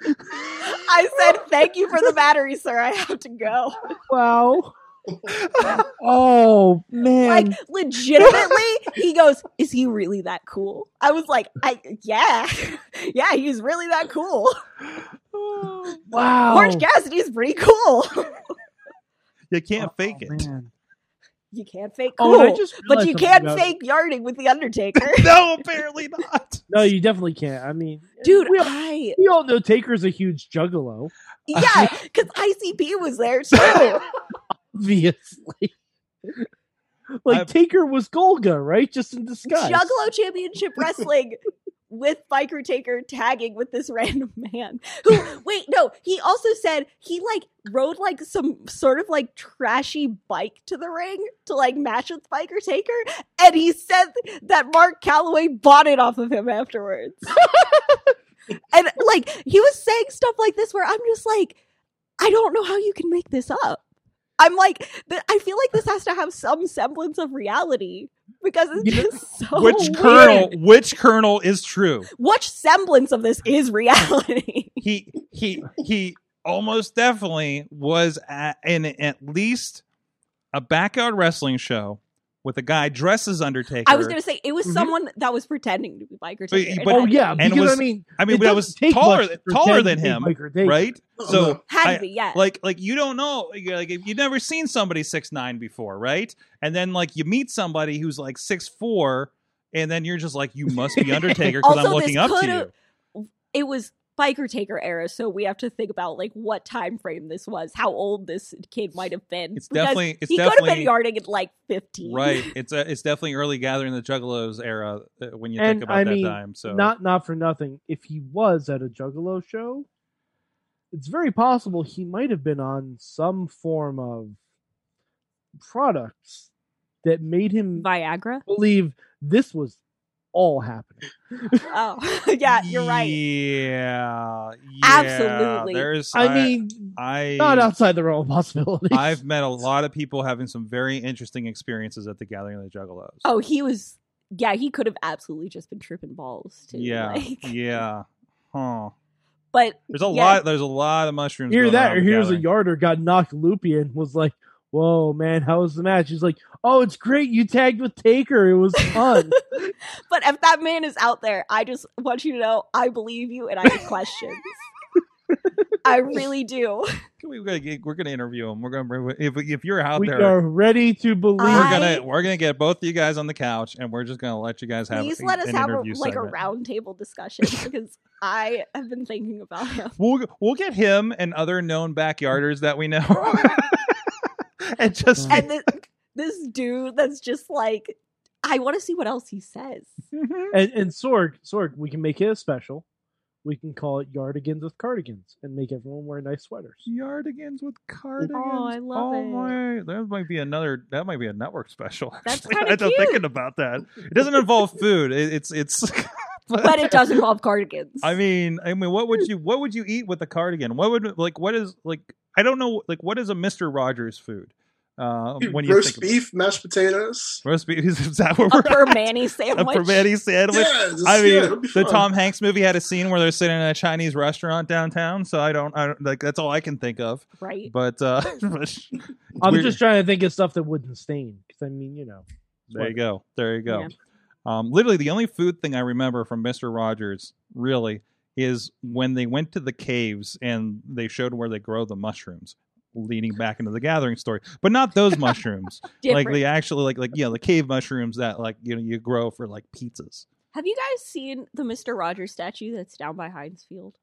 [SPEAKER 5] I said, "Thank you for the battery, sir. I have to go."
[SPEAKER 3] wow. oh man.
[SPEAKER 5] Like legitimately, he goes, "Is he really that cool?" I was like, "I yeah, yeah, he's really that cool."
[SPEAKER 3] Oh, wow.
[SPEAKER 5] Orange Cassidy's pretty cool.
[SPEAKER 2] you can't
[SPEAKER 5] Oh,
[SPEAKER 2] fake it.
[SPEAKER 3] Oh, Man.
[SPEAKER 5] You can't fake
[SPEAKER 3] Oh,
[SPEAKER 5] cool,
[SPEAKER 3] and I just
[SPEAKER 5] but
[SPEAKER 3] realized
[SPEAKER 5] you
[SPEAKER 3] something
[SPEAKER 5] can
[SPEAKER 3] about-
[SPEAKER 5] fake yarding with the Undertaker,
[SPEAKER 2] No, apparently not.
[SPEAKER 3] No, you definitely can't. I mean,
[SPEAKER 5] dude.
[SPEAKER 3] We all,
[SPEAKER 5] I
[SPEAKER 3] we all know Taker's a huge juggalo.
[SPEAKER 5] yeah, because ICP was there too.
[SPEAKER 3] Obviously. like
[SPEAKER 2] I've-
[SPEAKER 3] Taker was Golga, right? Just in disguise.
[SPEAKER 5] Juggalo Championship Wrestling with Biker Taker tagging with this random man. Who wait, no, he also said he like rode like some sort of like trashy bike to the ring to like match with Biker Taker, and he said that Mark Calloway bought it off of him afterwards. and like he was saying stuff like this where I'm just like, I don't know how you can make this up. I'm like, th- I feel like this has to have some semblance of reality because it's
[SPEAKER 3] You know-
[SPEAKER 5] just so
[SPEAKER 2] which
[SPEAKER 5] Oh, weird
[SPEAKER 2] colonel? Which colonel is true?
[SPEAKER 5] what semblance of this is reality?
[SPEAKER 2] he he he almost definitely was at, in at least a backyard wrestling show with a guy dressed as Undertaker.
[SPEAKER 5] I was gonna say it was
[SPEAKER 3] Mhm.
[SPEAKER 5] someone that was pretending to be biker
[SPEAKER 2] But-
[SPEAKER 5] taker.
[SPEAKER 2] but-
[SPEAKER 5] and
[SPEAKER 3] oh
[SPEAKER 5] I
[SPEAKER 3] yeah,
[SPEAKER 5] think
[SPEAKER 2] And
[SPEAKER 3] because
[SPEAKER 2] was-
[SPEAKER 3] I mean,
[SPEAKER 2] I mean,
[SPEAKER 3] it
[SPEAKER 2] but I
[SPEAKER 3] doesn't
[SPEAKER 2] was
[SPEAKER 3] take
[SPEAKER 2] taller
[SPEAKER 3] much
[SPEAKER 2] than,
[SPEAKER 3] to
[SPEAKER 2] taller
[SPEAKER 3] pretend
[SPEAKER 2] than
[SPEAKER 3] to be
[SPEAKER 2] him,
[SPEAKER 3] Biker Taker.
[SPEAKER 2] right?
[SPEAKER 4] Oh,
[SPEAKER 2] So
[SPEAKER 4] no.
[SPEAKER 5] had
[SPEAKER 2] I-
[SPEAKER 5] to be yeah.
[SPEAKER 2] like like you don't know you're like if you've never seen somebody six nine before, right? And then like you meet somebody who's like six four, and then you're just like you must be Undertaker because I'm
[SPEAKER 5] Also,
[SPEAKER 2] looking
[SPEAKER 5] this
[SPEAKER 2] up to
[SPEAKER 5] coulda-
[SPEAKER 2] you.
[SPEAKER 5] it was biker taker era, so we have to think about like what time frame this was, how old this kid might have been.
[SPEAKER 2] It's
[SPEAKER 5] because
[SPEAKER 2] definitely it's
[SPEAKER 5] he could have
[SPEAKER 2] definitely
[SPEAKER 5] been yarding at like fifteen.
[SPEAKER 2] right. It's a, it's definitely early gathering the Juggalos era uh, when you
[SPEAKER 3] And
[SPEAKER 2] think about
[SPEAKER 3] I
[SPEAKER 2] that
[SPEAKER 3] mean,
[SPEAKER 2] time. So
[SPEAKER 3] Not not for nothing. If he was at a Juggalo show, it's very possible he might have been on some form of products that made him
[SPEAKER 5] Viagra.
[SPEAKER 3] believe this was all happening.
[SPEAKER 5] Oh yeah, you're right.
[SPEAKER 2] Yeah, yeah.
[SPEAKER 5] Absolutely.
[SPEAKER 2] There's.
[SPEAKER 3] I, mean,
[SPEAKER 2] I,
[SPEAKER 3] not outside the realm of possibilities.
[SPEAKER 2] I've met a lot of people having some very interesting experiences at the Gathering of the Juggalos.
[SPEAKER 5] Oh, he was. Yeah, he could have absolutely just been tripping balls too.
[SPEAKER 2] yeah,
[SPEAKER 5] like-
[SPEAKER 2] yeah. Huh.
[SPEAKER 5] but
[SPEAKER 2] There's a
[SPEAKER 5] Yeah.
[SPEAKER 2] lot. There's a lot of mushrooms.
[SPEAKER 3] Hear
[SPEAKER 2] going
[SPEAKER 3] that?
[SPEAKER 2] around
[SPEAKER 3] Or
[SPEAKER 2] the
[SPEAKER 3] here's a
[SPEAKER 2] gathering.
[SPEAKER 3] yarder got knocked loopy and was like, "Whoa, man, how was the match?" He's like, "Oh, it's great. You tagged with Taker. It was fun."
[SPEAKER 5] but if that man is out there, I just want you to know I believe you and I have questions. I really do.
[SPEAKER 2] We're gonna, get- we're gonna interview him. We're gonna bring. If, if you're out
[SPEAKER 3] we
[SPEAKER 2] there,
[SPEAKER 3] are ready to believe.
[SPEAKER 2] we're
[SPEAKER 5] I-
[SPEAKER 2] gonna we're gonna get both of you guys on the couch, and we're just gonna let you guys have.
[SPEAKER 5] Please let us
[SPEAKER 2] an
[SPEAKER 5] have a,
[SPEAKER 2] interview
[SPEAKER 5] like a
[SPEAKER 2] segment.
[SPEAKER 5] roundtable discussion because I have been thinking about him.
[SPEAKER 2] We'll we'll get him and other known backyarders that we know, and just
[SPEAKER 5] And this, this dude that's just like, I want to see what else he says.
[SPEAKER 3] and and Sorg, Sorg, we can make it a special. We can call it Yardigans with Cardigans and make everyone wear nice sweaters.
[SPEAKER 2] Yardigans with cardigans.
[SPEAKER 5] Oh, I love
[SPEAKER 2] oh
[SPEAKER 5] it.
[SPEAKER 2] My, that might be another. That might be a network special.
[SPEAKER 5] That's
[SPEAKER 2] Actually,
[SPEAKER 5] kinda
[SPEAKER 2] I'm
[SPEAKER 5] cute.
[SPEAKER 2] thinking about that. It doesn't involve food. It, it's it's
[SPEAKER 5] but it does involve cardigans.
[SPEAKER 2] I mean, I mean, what would you what would you eat with a cardigan? What would like what is like I don't know like what is a Mister Rogers food? Uh,
[SPEAKER 4] Dude,
[SPEAKER 2] when you
[SPEAKER 4] roast
[SPEAKER 2] think about-
[SPEAKER 4] beef, mashed potatoes.
[SPEAKER 2] roast beef is that where
[SPEAKER 5] a
[SPEAKER 2] we're
[SPEAKER 5] per
[SPEAKER 2] at?
[SPEAKER 5] manny
[SPEAKER 2] a
[SPEAKER 5] sandwich.
[SPEAKER 2] permani sandwich.
[SPEAKER 4] Yeah, just-
[SPEAKER 2] I
[SPEAKER 4] yeah,
[SPEAKER 2] mean,
[SPEAKER 4] it'll be
[SPEAKER 2] the
[SPEAKER 4] fun.
[SPEAKER 2] Tom Hanks movie had a scene where they're sitting in a Chinese restaurant downtown. So I don't, I don't like that's all I can think of.
[SPEAKER 5] right?
[SPEAKER 2] But uh, but
[SPEAKER 3] I'm
[SPEAKER 2] we're-
[SPEAKER 3] just trying to think of stuff that wouldn't stain. Because I mean, you know,
[SPEAKER 2] there you go, there you go.
[SPEAKER 5] Yeah.
[SPEAKER 2] Um, literally, the only food thing I remember from Mister Rogers really is when they went to the caves and they showed where they grow the mushrooms, leading back into the Gathering story. But not those mushrooms,
[SPEAKER 5] Different.
[SPEAKER 2] like the actually like like yeah, the cave mushrooms that like you know you grow for like pizzas.
[SPEAKER 5] Have you guys seen the Mister Rogers statue that's down by Heinz Field?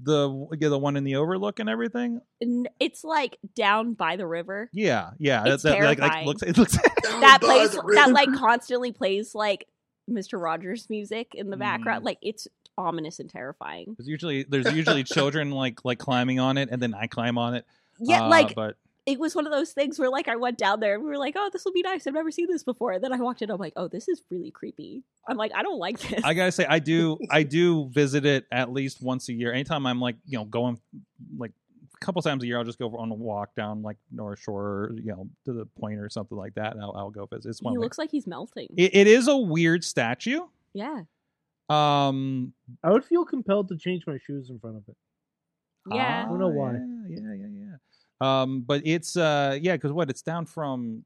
[SPEAKER 2] The yeah, the one in the Overlook and everything.
[SPEAKER 5] N- It's like down by the river.
[SPEAKER 2] Yeah, yeah.
[SPEAKER 5] It's
[SPEAKER 2] that, that, like, like
[SPEAKER 5] terrifying.
[SPEAKER 2] looks it looks
[SPEAKER 4] Down
[SPEAKER 5] that
[SPEAKER 4] by
[SPEAKER 5] plays
[SPEAKER 4] the
[SPEAKER 5] that
[SPEAKER 4] river.
[SPEAKER 5] like constantly plays like Mr. Rogers music in the
[SPEAKER 2] Mm.
[SPEAKER 5] background. Like it's ominous and terrifying.
[SPEAKER 2] There's usually there's usually children like like climbing on it, and then I climb on it.
[SPEAKER 5] Yet
[SPEAKER 2] Uh,
[SPEAKER 5] like
[SPEAKER 2] but
[SPEAKER 5] it was one of those things where like I went down there and we were like, oh, this will be nice. I've never seen this before. And then I walked in. I'm like, oh, this is really creepy. I'm like, I don't like this.
[SPEAKER 2] I gotta say, I do I do visit it at least once a year. Anytime I'm like you know going like a couple times a year, I'll just go on a walk down like North Shore, you know, to the point or something like that, and I'll, I'll go visit. It's one.
[SPEAKER 5] he
[SPEAKER 2] of my-
[SPEAKER 5] looks like he's melting.
[SPEAKER 2] it, it is a weird statue.
[SPEAKER 5] yeah,
[SPEAKER 2] Um,
[SPEAKER 3] I would feel compelled to change my shoes in front of it.
[SPEAKER 5] yeah.
[SPEAKER 3] don't know
[SPEAKER 2] Ah,
[SPEAKER 3] why.
[SPEAKER 2] Yeah, yeah, yeah, yeah. Um, but it's uh, yeah, because what? It's down from,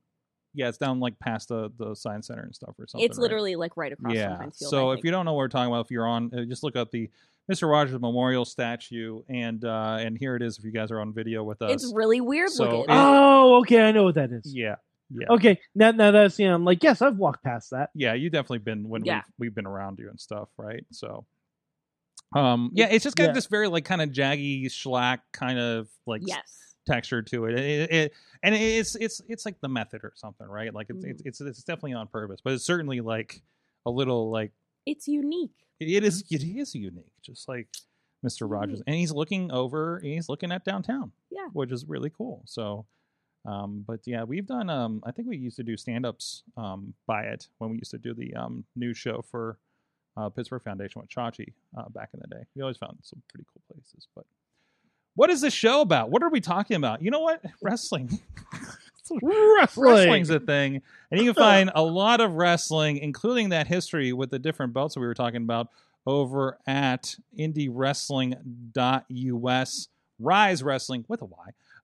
[SPEAKER 2] yeah, it's down like past the the science center and stuff or something.
[SPEAKER 5] it's
[SPEAKER 2] right?
[SPEAKER 5] literally like right across from
[SPEAKER 2] yeah.
[SPEAKER 5] Heinz Field.
[SPEAKER 2] So
[SPEAKER 5] I
[SPEAKER 2] if
[SPEAKER 5] think.
[SPEAKER 2] you don't know what we're talking about, if you're on, uh, just look up the Mr. Rogers Memorial statue, and uh, and here it is. If you guys are on video with us,
[SPEAKER 5] it's really weird
[SPEAKER 2] So
[SPEAKER 5] looking.
[SPEAKER 2] it-
[SPEAKER 3] Oh, okay, I know what that is.
[SPEAKER 2] yeah, yeah,
[SPEAKER 3] Okay, now now that's yeah, I'm like, yes, I've walked past that.
[SPEAKER 2] yeah. You definitely been when
[SPEAKER 5] Yeah.
[SPEAKER 2] we've, we've been around you and stuff, right? So. Um. Yeah, it's just got
[SPEAKER 3] Yeah.
[SPEAKER 2] this very like kind of jaggy schlack kind of like
[SPEAKER 5] yes,
[SPEAKER 2] texture to it. It, it- and it's it's it's like the method or something, right? Like it's
[SPEAKER 5] Mhm.
[SPEAKER 2] it's it's, it's definitely on purpose, but it's certainly like a little like
[SPEAKER 5] it's unique.
[SPEAKER 2] it is it is unique, just like Mr. Rogers, and he's looking over, and he's looking at downtown,
[SPEAKER 5] Yeah.
[SPEAKER 2] which is really cool. So. Um, but yeah, we've done. Um, I think we used to do stand-ups um, by it when we used to do the um, news show for uh, Pittsburgh Foundation with Chachi uh, back in the day. We always found some pretty cool places. But what is this show about? What are we talking about? You know what? Wrestling.
[SPEAKER 3] Wrestling.
[SPEAKER 2] Wrestling's a thing, and you can find a lot of wrestling, including that history with the different belts that we were talking about, over at indiewrestling.us. Rise Wrestling with a Y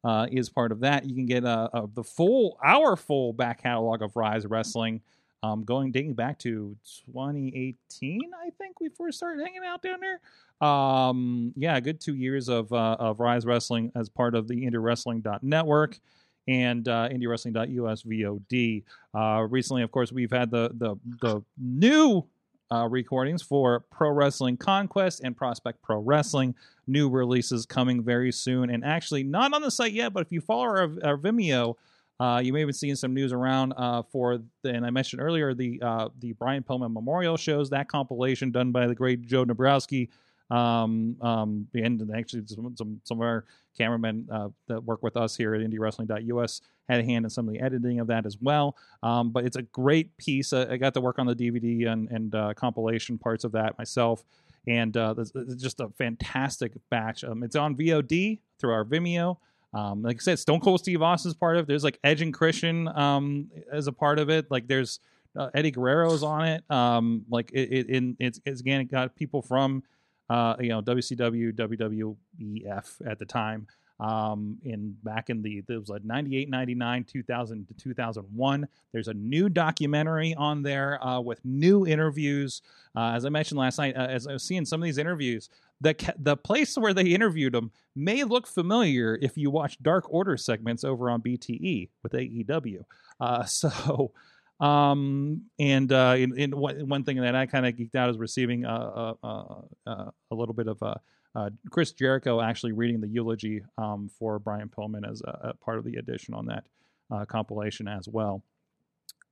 [SPEAKER 2] uh, is part of that. You can get uh, uh, the full our full back catalog of Rise Wrestling, um, going dating back to 2018. I think we first started hanging out down there. Um, yeah, a good two years of uh, of Rise Wrestling as part of the IndieWrestling.network and uh, IndieWrestling.us VOD. Uh, recently, of course, we've had the the the new uh, recordings for Pro Wrestling Conquest and Prospect Pro Wrestling. New releases coming very soon, and actually not on the site yet. But if you follow our, our Vimeo, uh, you may have been seeing some news around uh, for. The, and I mentioned earlier the uh, the Brian Pillman Memorial shows that compilation done by the great Joe Nabrowski. Um, um, and actually some some, some of our cameramen uh, that work with us here at IndieWrestling.us had a hand in some of the editing of that as well. Um, but it's a great piece. I, I got to work on the DVD and, and uh, compilation parts of that myself, and uh, this- this is just a fantastic batch. Um, it's on VOD through our Vimeo. Um, like I said, Stone Cold Steve Austin's part of it. There's like Edge and Christian um, as a part of it. Like there's uh, Eddie Guerrero's on it. Um, like it, it, in it's, it's again it got people from uh, you know WCW, WWEF E at the time um in back in the there was a 98 99 2000 to 2001 there's a new documentary on there uh with new interviews uh as i mentioned last night uh, as i was seeing some of these interviews the ca- the place where they interviewed them may look familiar if you watch dark order segments over on bte with aew uh so um and uh in, in one, one thing that i kind of geeked out is receiving uh, uh, uh uh a little bit of uh uh, Chris Jericho actually reading the eulogy um, for Brian Pillman as a, a part of the edition on that uh, compilation as well.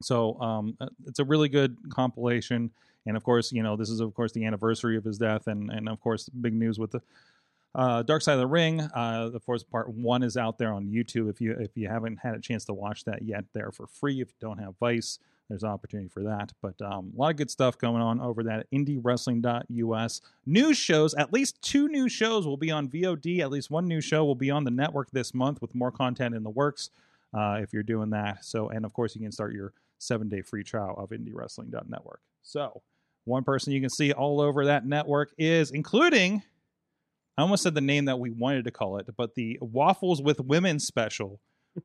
[SPEAKER 2] So um, uh, it's a really good compilation, and of course, you know this is of course the anniversary of his death, and and of course big news with the uh, Dark Side of the Ring. Uh, of course, part one is out there on YouTube if you if you haven't had a chance to watch that yet. There for free if you don't have Vice. there's opportunity for that. But um, a lot of good stuff going on over that at indiewrestling.us. News shows, at least two new shows will be on VOD. At least one new show will be on the network this month with more content in the works uh, if you're doing that. So, and of course, you can start your seven day free trial of indiewrestling.network. So, one person you can see all over that network is, including, I almost said the name that we wanted to call it, but the Waffles with Women special.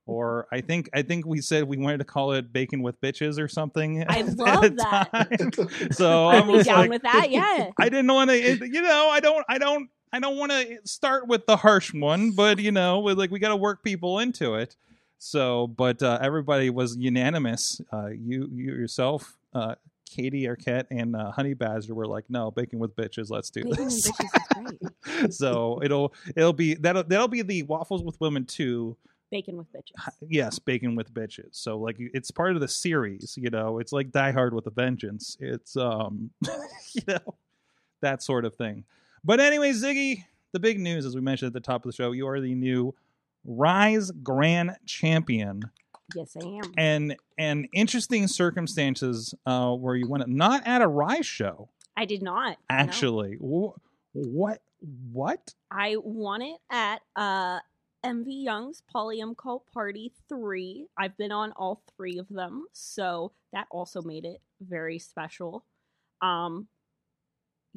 [SPEAKER 2] Or I think I think we said we wanted to call it bacon with bitches or something.
[SPEAKER 5] I
[SPEAKER 2] at
[SPEAKER 5] love
[SPEAKER 2] the
[SPEAKER 5] that.
[SPEAKER 2] time. So
[SPEAKER 5] I'd
[SPEAKER 2] I'm
[SPEAKER 5] be
[SPEAKER 2] just
[SPEAKER 5] down
[SPEAKER 2] like,
[SPEAKER 5] with that. Yeah.
[SPEAKER 2] I didn't want to, you know, I don't, I don't, I don't want to start with the harsh one, but you know, we're like we got to work people into it. So, but uh, everybody was unanimous. Uh, you, you yourself, uh, Katie Arquette, and uh, Honey Badger were like, "No, baking with bitches. Let's do
[SPEAKER 5] Bacon and
[SPEAKER 2] this."
[SPEAKER 5] bitches is great.
[SPEAKER 2] so it'll it'll be that'll that'll be the waffles with women too.
[SPEAKER 5] Bacon with bitches.
[SPEAKER 2] Yes, baking with bitches. So like it's part of the series, you know. It's like Die Hard with a Vengeance. It's um, you know, that sort of thing. But anyway, Ziggy, the big news as we mentioned at the top of the show, you are the new Rise Grand Champion,
[SPEAKER 5] Yes, I am.
[SPEAKER 2] and and interesting circumstances uh, where you went not at a Rise show
[SPEAKER 5] I did not. no.
[SPEAKER 2] actually. Wh- What what?
[SPEAKER 5] I won it at uh MV Young's Polyum Cult Party 3. I've been on all three of them, so that also made it very special. Um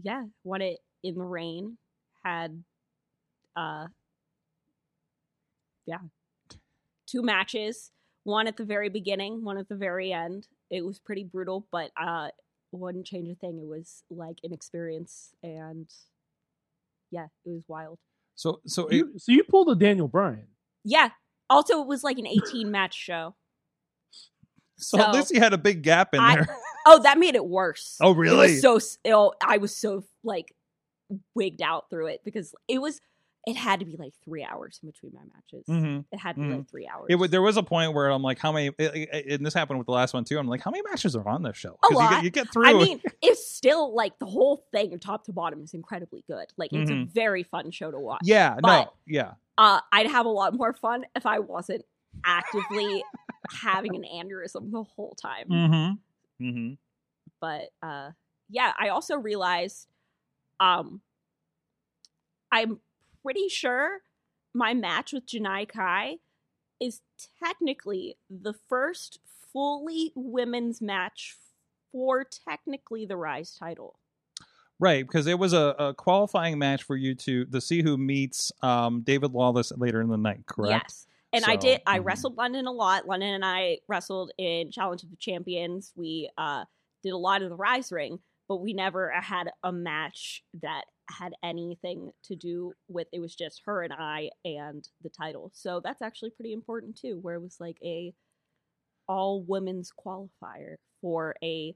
[SPEAKER 5] yeah, won it in the rain, had uh yeah. Two matches, one at the very beginning, one at the very end. It was pretty brutal, but uh wouldn't change a thing. It was like an experience and yeah, it was wild.
[SPEAKER 2] So so it,
[SPEAKER 3] You, so you pulled a Daniel Bryan.
[SPEAKER 5] Yeah. Also, it was like an 18 match show.
[SPEAKER 2] so at least you had a big gap in
[SPEAKER 5] I-
[SPEAKER 2] there.
[SPEAKER 5] Oh, that made it worse.
[SPEAKER 2] Oh
[SPEAKER 5] It
[SPEAKER 2] really?
[SPEAKER 5] was so s- ill. I was so like wigged out through it because it was. It had to be like three hours in between my matches.
[SPEAKER 2] hmm
[SPEAKER 5] It had to be like three hours.
[SPEAKER 2] It, wa- there was a point where I'm like, how many? It, it, and this happened with the last one too. I'm like, how many matches are on this show?
[SPEAKER 5] A
[SPEAKER 2] 'Cause You
[SPEAKER 5] lot.
[SPEAKER 2] get, you get through.
[SPEAKER 5] I mean, it's still like the whole thing, top to bottom, is incredibly good. Like it's a
[SPEAKER 2] Mhm.
[SPEAKER 5] very fun show to watch.
[SPEAKER 2] yeah, no,
[SPEAKER 5] but-
[SPEAKER 2] yeah,
[SPEAKER 5] Uh, I'd have a lot more fun if I wasn't actively having an aneurysm the whole time.
[SPEAKER 2] mm-hmm. Mm-hmm.
[SPEAKER 5] but uh yeah i also realized um i'm pretty sure my match with janai kai is technically the first fully women's match for technically the rise title
[SPEAKER 2] Right, because it was a, a qualifying match for you to the see who meets um, David Lawless later in the night, correct?
[SPEAKER 5] yes and i
[SPEAKER 2] So,
[SPEAKER 5] did i
[SPEAKER 2] mhm.
[SPEAKER 5] wrestled london a lot london and i wrestled in challenge of the champions we uh did a lot of the rise ring but we never uh, had a match that had anything to do with it was just her and i and the title so that's actually pretty important too where it was like a all women's qualifier for a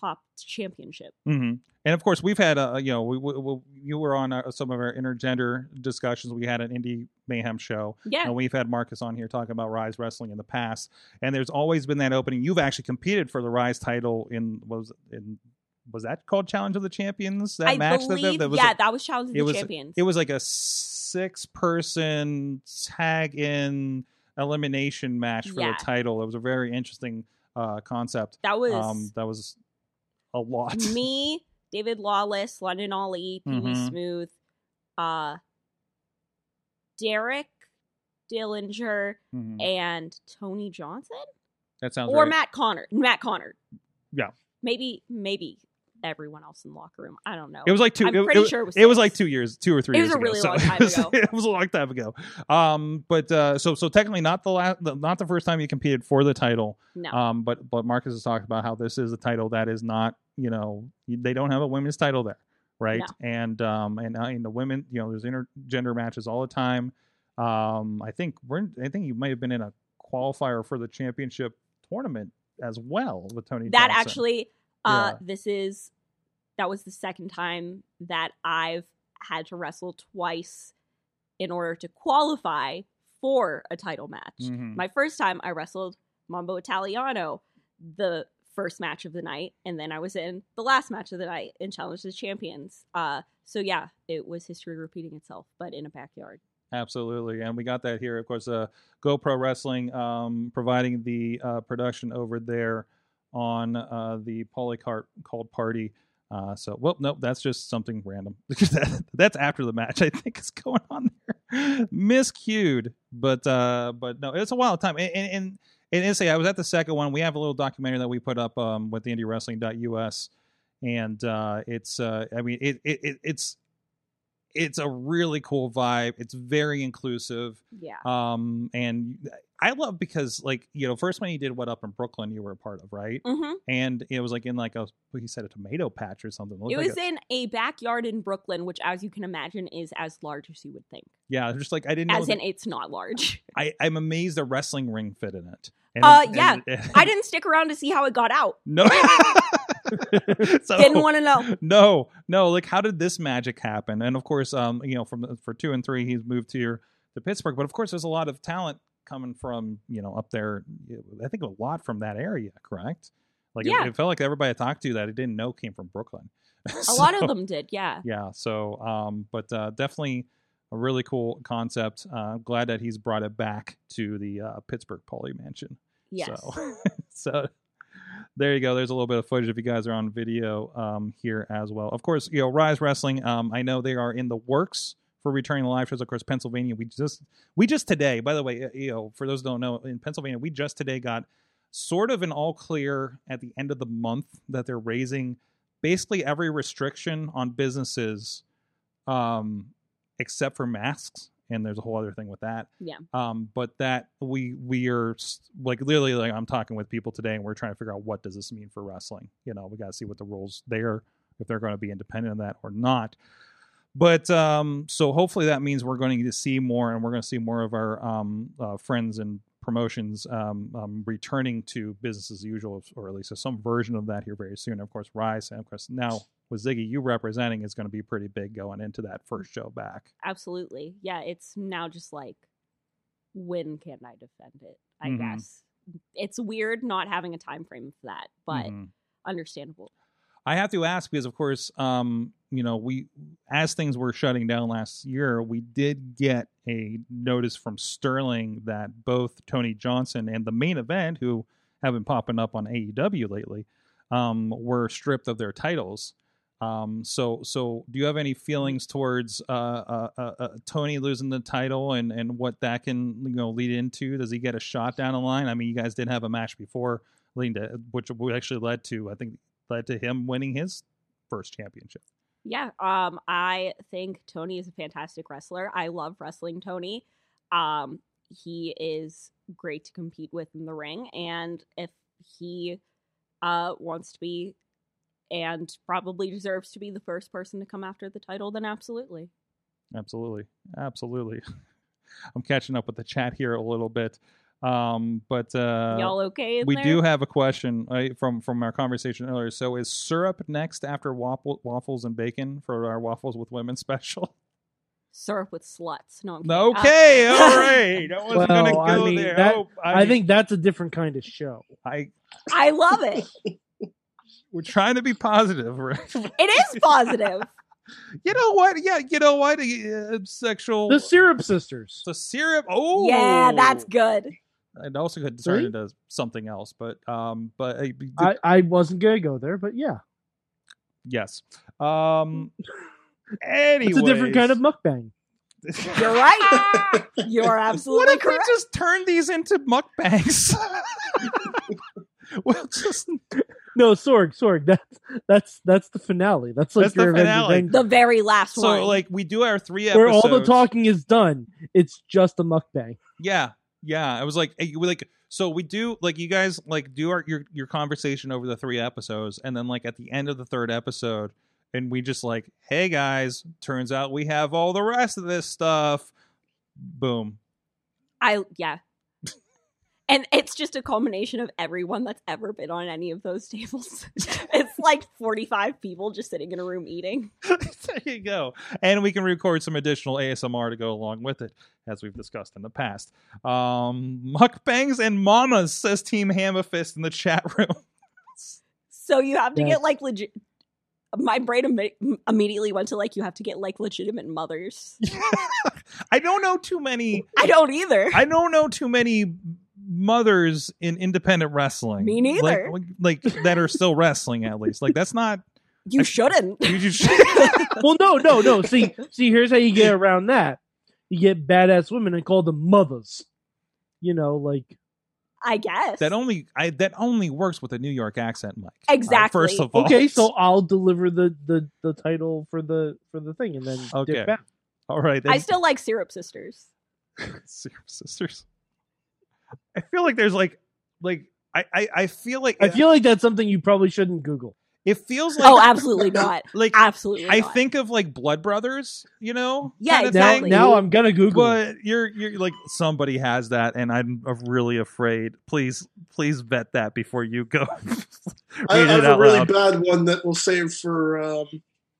[SPEAKER 5] top championship
[SPEAKER 2] hmm And of course, we've had a you know we, we, we you were on uh some of our intergender discussions we had an indie mayhem show.
[SPEAKER 5] yeah
[SPEAKER 2] And we've had Marcus on here talking about Rise Wrestling in the past, and there's always been that opening. You've actually competed for the Rise title in what was it, in was that called Challenge of the Champions? That
[SPEAKER 5] i
[SPEAKER 2] match that-
[SPEAKER 5] believe
[SPEAKER 2] that, that was
[SPEAKER 5] yeah
[SPEAKER 2] a-
[SPEAKER 5] that was challenge of
[SPEAKER 2] it
[SPEAKER 5] the
[SPEAKER 2] was-
[SPEAKER 5] champions
[SPEAKER 2] it was like a six person tag in elimination match for
[SPEAKER 5] Yeah.
[SPEAKER 2] the title. It was a very interesting uh, concept.
[SPEAKER 5] that was
[SPEAKER 2] Um, that was a lot.
[SPEAKER 5] me, David Lawless, London Ollie, Pee Wee
[SPEAKER 2] Mhm.
[SPEAKER 5] Smooth, uh, Derek Dillinger,
[SPEAKER 2] Mhm.
[SPEAKER 5] and Tony Johnson
[SPEAKER 2] That sounds
[SPEAKER 5] or
[SPEAKER 2] right.
[SPEAKER 5] Matt Connor. Matt Connor.
[SPEAKER 2] Yeah.
[SPEAKER 5] Maybe, maybe everyone else in the locker room. I don't know.
[SPEAKER 2] It was like 2
[SPEAKER 5] I'm
[SPEAKER 2] it-
[SPEAKER 5] pretty
[SPEAKER 2] it-
[SPEAKER 5] sure it was.
[SPEAKER 2] it was
[SPEAKER 5] six.
[SPEAKER 2] like two years, two or three.
[SPEAKER 5] It was
[SPEAKER 2] years
[SPEAKER 5] a really
[SPEAKER 2] ago,
[SPEAKER 5] long
[SPEAKER 2] so
[SPEAKER 5] time ago.
[SPEAKER 2] it was a long time ago. Um, but uh, so so technically not the last, not the first time you competed for the title.
[SPEAKER 5] No.
[SPEAKER 2] Um, but but Marcus has talked about how this is a title that is not you know they don't have a women's title there, right? And um and uh, and the women you know there's intergender matches all the time. Um, I think we're in- I think you might have been in a qualifier for the championship tournament as well with Tony.
[SPEAKER 5] that
[SPEAKER 2] Johnson.
[SPEAKER 5] actually uh
[SPEAKER 2] Yeah.
[SPEAKER 5] this is that was the second time that i've had to wrestle twice in order to qualify for a title match
[SPEAKER 2] Mhm.
[SPEAKER 5] my first time i wrestled mambo italiano the first match of the night and then i was in the last match of the night in challenge of the champions uh so yeah it was history repeating itself but in a backyard
[SPEAKER 2] Absolutely, and we got that here. Of course, uh, GoPro Wrestling um, providing the uh, production over there on uh, the Polycart called party. Uh, so, well, nope, that's just something random. That- that's after the match, I think, is going on there. Miscued, but uh, but no, it's a wild time. And and, and, and say I was at the second one. We have a little documentary that we put up um, with IndieWrestling.us, and uh, it's uh, I mean it, it, it it's it's a really cool vibe. It's very inclusive.
[SPEAKER 5] Yeah.
[SPEAKER 2] Um, and I love because like you know, first when you did what up in Brooklyn, you were a part of, right?
[SPEAKER 5] Mm-hmm.
[SPEAKER 2] And it was like in like a he said a tomato patch or something.
[SPEAKER 5] It
[SPEAKER 2] looked like
[SPEAKER 5] was
[SPEAKER 2] a-
[SPEAKER 5] in a backyard in Brooklyn, which, as you can imagine, is as large as you would think.
[SPEAKER 2] yeah, just like I didn't know.
[SPEAKER 5] as in,
[SPEAKER 2] that-
[SPEAKER 5] it's not large.
[SPEAKER 2] I I'm amazed a wrestling ring fit in it. And-
[SPEAKER 5] Uh, yeah.
[SPEAKER 2] and-
[SPEAKER 5] I didn't stick around to see how it got out.
[SPEAKER 2] no. So-
[SPEAKER 5] Didn't want to know.
[SPEAKER 2] no, no. Like, how did this magic happen? And of course, um, you know, from for two and three, he's moved here to Pittsburgh. But of course, there's a lot of talent coming from you know up there. I think a lot from that area, correct? Like, it-
[SPEAKER 5] Yeah.
[SPEAKER 2] it, felt like everybody I talked to that I didn't know came from Brooklyn.
[SPEAKER 5] A lot of them did, yeah.
[SPEAKER 2] Yeah. So, um, but uh, definitely a really cool concept. Uh, I'm glad that he's brought it back to the uh, Pittsburgh Poly Mansion.
[SPEAKER 5] Yes.
[SPEAKER 2] So, so there you go. There's a little bit of footage if you guys are on video um, here as well. Of course, you know Rise Wrestling. Um, I know they are in the works for returning to live shows. Of course, Pennsylvania. We just we just today. By the way, uh, you know for those who don't know, in Pennsylvania, we just today got sort of an all clear at the end of the month that they're raising basically every restriction on businesses um except for masks and there's a whole other thing with that
[SPEAKER 5] Yeah.
[SPEAKER 2] um but that we we are s- like literally like i'm talking with people today and we're trying to figure out what does this mean for wrestling you know we got to see what the rules there if they're going to be independent of that or not but um so hopefully that means we're going to see more and we're going to see more of our um uh, friends and promotions um, um returning to business as usual or at least some version of that here very soon of course rise and of course now with Ziggy you representing is going to be pretty big going into that first show back.
[SPEAKER 5] Absolutely. Yeah, it's now just like, when can I defend it? I
[SPEAKER 2] Mhm.
[SPEAKER 5] guess. It's weird not having a time frame for that, but
[SPEAKER 2] Mhm.
[SPEAKER 5] understandable.
[SPEAKER 2] I have to ask because, of course, um, you know, we as things were shutting down last year, we did get a notice from Sterling that both Tony Johnson and the main event, who have been popping up on AEW lately, um, were stripped of their titles. Um, so, so do you have any feelings towards uh, uh, uh, uh, Tony losing the title and and what that can you know lead into? Does he get a shot down the line? I mean, you guys did have a match before, leading to which actually led to I think led to him winning his first championship.
[SPEAKER 5] Yeah, um, I think Tony is a fantastic wrestler. I love wrestling Tony. Um, he is great to compete with in the ring, and if he uh, wants to be and probably deserves to be the first person to come after the title, then absolutely.
[SPEAKER 2] Absolutely, absolutely. I'm catching up with the chat here a little bit, um, but uh,
[SPEAKER 5] Y'all okay? In
[SPEAKER 2] we
[SPEAKER 5] there?
[SPEAKER 2] do have a question uh, from from our conversation earlier. So, is syrup next after waffle, waffles and bacon for our waffles with women special?
[SPEAKER 5] syrup with sluts. No, I'm kidding. Uh,
[SPEAKER 2] Okay, all right. I wasn't
[SPEAKER 3] Well,
[SPEAKER 2] gonna
[SPEAKER 3] I
[SPEAKER 2] go
[SPEAKER 3] mean,
[SPEAKER 2] there.
[SPEAKER 3] that-
[SPEAKER 2] Oh,
[SPEAKER 3] I
[SPEAKER 2] mean,
[SPEAKER 3] think that's a different kind of show.
[SPEAKER 2] I
[SPEAKER 5] Um, I love it.
[SPEAKER 2] we're trying to be positive, right?
[SPEAKER 5] It is positive.
[SPEAKER 2] you know what? Yeah, you know what? Uh, sexual.
[SPEAKER 3] The Syrup Sisters.
[SPEAKER 2] the syrup. Oh,
[SPEAKER 5] Yeah, that's good.
[SPEAKER 2] It also could turn
[SPEAKER 3] See?
[SPEAKER 2] into something else, but um, but uh, b-
[SPEAKER 3] I, I wasn't gonna go there, but yeah,
[SPEAKER 2] yes. Um,
[SPEAKER 3] it's
[SPEAKER 2] anyways,
[SPEAKER 3] a different kind of mukbang.
[SPEAKER 5] You're right. You're
[SPEAKER 2] What
[SPEAKER 5] absolutely
[SPEAKER 2] if
[SPEAKER 5] correct.
[SPEAKER 2] we just turn these into mukbangs? well, just
[SPEAKER 3] No, Sorg, Sorg. That's that's that's the finale. That's like
[SPEAKER 2] That's the
[SPEAKER 3] your revenge
[SPEAKER 2] finale.
[SPEAKER 3] revenge-
[SPEAKER 5] The very last
[SPEAKER 2] so
[SPEAKER 5] one.
[SPEAKER 2] like we do our three
[SPEAKER 3] where
[SPEAKER 2] episodes.
[SPEAKER 3] all the talking is done. It's just a mukbang.
[SPEAKER 2] Yeah, yeah. I was like, eh, we like, so we do like you guys like do our your your conversation over the three episodes, and then like at the end of the third episode, and we just like, hey guys, turns out we have all the rest of this stuff. Boom.
[SPEAKER 5] I yeah. And it's just a culmination of everyone that's ever been on any of those tables. it's like 45 people just sitting in a room eating.
[SPEAKER 2] there you go. And we can record some additional ASMR to go along with it, as we've discussed in the past. Um, mukbangs and mamas says Team Hammerfist in the chat room.
[SPEAKER 5] So you have to
[SPEAKER 3] Yes.
[SPEAKER 5] get like legit. My brain imme- immediately went to like, you have to get like legitimate mothers.
[SPEAKER 2] I don't know too many.
[SPEAKER 5] I don't either.
[SPEAKER 2] I don't know too many mothers in independent wrestling.
[SPEAKER 5] Me neither.
[SPEAKER 2] Like, like that are still wrestling at least. Like that's not.
[SPEAKER 5] You
[SPEAKER 2] I-
[SPEAKER 5] shouldn't.
[SPEAKER 2] You just,
[SPEAKER 3] well, no, no, no. See, see, here's how you get around that. You get badass women and call them mothers. You know, like
[SPEAKER 5] I guess.
[SPEAKER 2] that only I that only works with a New York accent, Mike. All right,
[SPEAKER 5] Exactly.
[SPEAKER 2] first of all,
[SPEAKER 3] okay, so I'll deliver the the the title for the for the thing, and then
[SPEAKER 2] Okay.
[SPEAKER 3] Dick Bat-
[SPEAKER 2] all right.
[SPEAKER 5] I
[SPEAKER 2] Then,
[SPEAKER 5] still like Syrup Sisters.
[SPEAKER 2] Serum sisters. I feel like there's like like I I, I feel like
[SPEAKER 3] I feel like that's something you probably shouldn't Google.
[SPEAKER 2] it feels like
[SPEAKER 5] Oh, absolutely not.
[SPEAKER 2] like
[SPEAKER 5] Absolutely.
[SPEAKER 2] I
[SPEAKER 5] not.
[SPEAKER 2] think of like Blood Brothers, you know?
[SPEAKER 5] Yeah,
[SPEAKER 2] kinda
[SPEAKER 3] Now,
[SPEAKER 5] Exactly.
[SPEAKER 3] now I'm gonna Google. it.
[SPEAKER 2] But you're you're like somebody has that, and I'm uh, really afraid. Please, please vet that before you go read
[SPEAKER 4] I, I
[SPEAKER 2] it
[SPEAKER 4] have a
[SPEAKER 2] out
[SPEAKER 4] really
[SPEAKER 2] loud.
[SPEAKER 4] bad one that we'll save for um,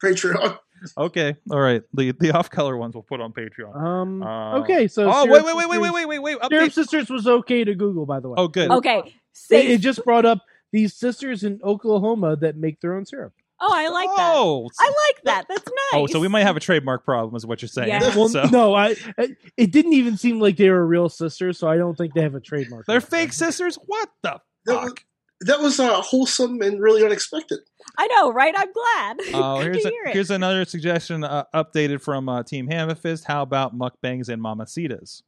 [SPEAKER 4] Patreon.
[SPEAKER 2] Okay, all right. The the off color ones we'll put on Patreon.
[SPEAKER 3] Um.
[SPEAKER 2] Uh,
[SPEAKER 3] okay. So.
[SPEAKER 2] oh wait wait
[SPEAKER 3] Syrup
[SPEAKER 2] wait wait
[SPEAKER 3] Sisters-
[SPEAKER 2] wait wait wait wait.
[SPEAKER 3] Syrup
[SPEAKER 2] Update.
[SPEAKER 3] Sisters was okay to Google, by the way.
[SPEAKER 2] Oh good.
[SPEAKER 5] Okay.
[SPEAKER 3] It,
[SPEAKER 5] Safe.
[SPEAKER 3] it just brought up these sisters in Oklahoma that make their own syrup.
[SPEAKER 5] oh, I like that.
[SPEAKER 2] oh,
[SPEAKER 5] I like that. That's nice.
[SPEAKER 2] oh, so we might have a trademark problem, is what you're saying.
[SPEAKER 5] Yeah.
[SPEAKER 3] Well,
[SPEAKER 2] So-
[SPEAKER 3] no, I, I. It didn't even seem like they were real sisters, so I don't think they have a trademark.
[SPEAKER 2] They're fake sisters. What the
[SPEAKER 4] That
[SPEAKER 2] fuck?
[SPEAKER 4] was- That was uh, wholesome and really unexpected.
[SPEAKER 5] I know, right? I'm glad.
[SPEAKER 2] Oh,
[SPEAKER 5] Good
[SPEAKER 2] here's
[SPEAKER 5] to
[SPEAKER 2] a,
[SPEAKER 5] hear it.
[SPEAKER 2] here's another suggestion uh, updated from uh, Team Hammerfist. How about mukbangs and mamacitas?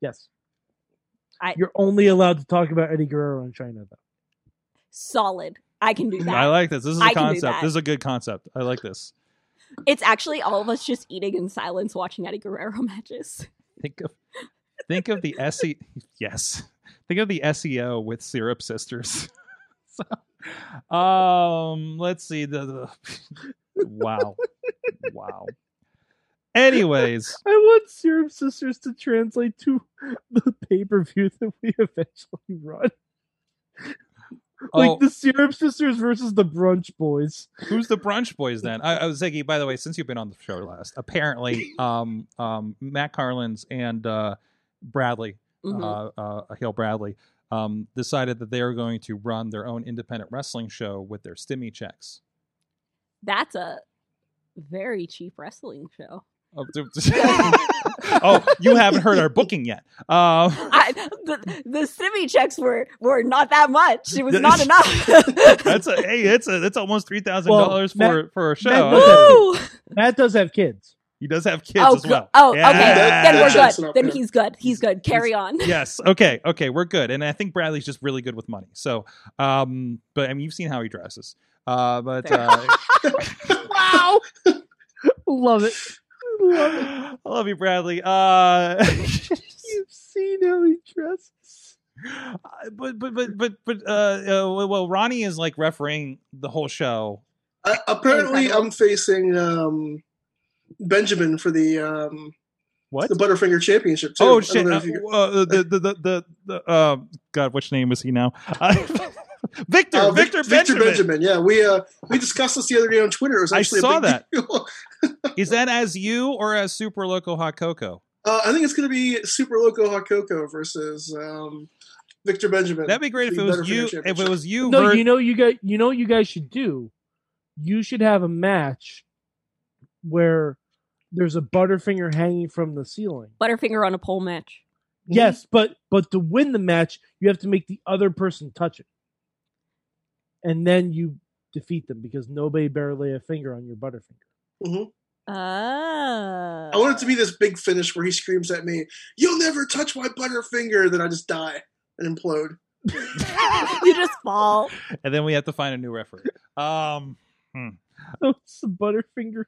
[SPEAKER 3] Yes.
[SPEAKER 5] I-
[SPEAKER 3] You're only allowed to talk about Eddie Guerrero in China, though.
[SPEAKER 5] Solid. I can do
[SPEAKER 2] Mm, I
[SPEAKER 5] that.
[SPEAKER 2] like this. This is a
[SPEAKER 5] I can do
[SPEAKER 2] concept.
[SPEAKER 5] that.
[SPEAKER 2] This is a good concept. I like this.
[SPEAKER 5] It's actually all of us just eating in silence watching Eddie Guerrero matches.
[SPEAKER 2] Think of think of the SE yes. Think of the SEO with syrup sisters. so, um let's see the, the wow. wow. Anyways,
[SPEAKER 3] I want Syrup Sisters to translate to the pay per view that we eventually run. Like
[SPEAKER 2] oh,
[SPEAKER 3] the Syrup Sisters versus the Brunch Boys.
[SPEAKER 2] who's the brunch boys then? I, I was Ziggy, by the way, since you've been on the show last, apparently um um Matt Carlins and uh Bradley
[SPEAKER 5] Mhm.
[SPEAKER 2] uh, uh, Hale Bradley, um, decided that they are going to run their own independent wrestling show with their stimmy checks.
[SPEAKER 5] That's a very cheap wrestling show.
[SPEAKER 2] Oh, d- d- oh, you haven't heard our booking yet. Um,
[SPEAKER 5] I, the, the stimmy checks were, were not that much. It was
[SPEAKER 2] That
[SPEAKER 5] not
[SPEAKER 2] is-
[SPEAKER 5] enough.
[SPEAKER 2] that's a hey, that's a that's almost three thousand dollars
[SPEAKER 3] Well,
[SPEAKER 2] for for a show. Uh,
[SPEAKER 3] Matt-
[SPEAKER 5] Woo!
[SPEAKER 3] Matt does have kids.
[SPEAKER 2] he does have kids
[SPEAKER 5] Oh,
[SPEAKER 2] as well.
[SPEAKER 5] go- oh, okay.
[SPEAKER 2] Yeah.
[SPEAKER 5] Then we're
[SPEAKER 4] That's
[SPEAKER 5] good.
[SPEAKER 4] not
[SPEAKER 5] Then
[SPEAKER 4] bad.
[SPEAKER 5] he's good. He's good. Carry on.
[SPEAKER 2] Yes. Okay. Okay. We're good. And I think Bradley's just really good with money. So, um, but I mean, you've seen how he dresses. Uh, but
[SPEAKER 5] Fair.
[SPEAKER 2] uh,
[SPEAKER 3] Wow. Love it. Love it.
[SPEAKER 2] I love you, Bradley. Uh,
[SPEAKER 3] You've seen how he dresses.
[SPEAKER 2] Uh, but but but but but uh, uh well Ronnie is like refereeing the whole show.
[SPEAKER 4] Uh, apparently,
[SPEAKER 5] Incredible.
[SPEAKER 4] I'm facing um, Benjamin for the um,
[SPEAKER 2] What?
[SPEAKER 4] the Butterfinger Championship too. I
[SPEAKER 2] Oh
[SPEAKER 4] don't
[SPEAKER 2] shit!
[SPEAKER 4] know
[SPEAKER 2] Uh,
[SPEAKER 4] if you-
[SPEAKER 2] uh, the the the the, the uh, God, which name is he now? Uh, Victor,
[SPEAKER 4] Uh, Vic-
[SPEAKER 2] Victor, Benjamin.
[SPEAKER 4] Yeah, we uh, we discussed this the other day on Twitter. It was
[SPEAKER 2] I
[SPEAKER 4] actually a
[SPEAKER 2] saw
[SPEAKER 4] big
[SPEAKER 2] that.
[SPEAKER 4] deal.
[SPEAKER 2] Is that as you or as Super Loco Hot Cocoa?
[SPEAKER 4] Uh, I think it's going to be Super Loco Hakoko versus um, Victor Benjamin.
[SPEAKER 2] That'd be great if
[SPEAKER 4] The
[SPEAKER 2] it was
[SPEAKER 4] Butterfinger
[SPEAKER 2] you. If it
[SPEAKER 4] Championship.
[SPEAKER 2] was you,
[SPEAKER 3] No,
[SPEAKER 2] ver-
[SPEAKER 3] you know you guys. You know what you guys should do. You should have a match where there's a butterfinger hanging from the ceiling.
[SPEAKER 5] Butterfinger on a pole match.
[SPEAKER 3] Yes, but but to win the match, you have to make the other person touch it, and then you defeat them because nobody better lay a finger on your butterfinger.
[SPEAKER 4] Mhm.
[SPEAKER 5] Oh.
[SPEAKER 4] I want it to be this big finish where he screams at me, "You'll never touch my Butterfinger!" Then I just die and implode.
[SPEAKER 5] you just fall.
[SPEAKER 2] and then we have to find a new referee. Um,
[SPEAKER 3] So it's the butterfinger,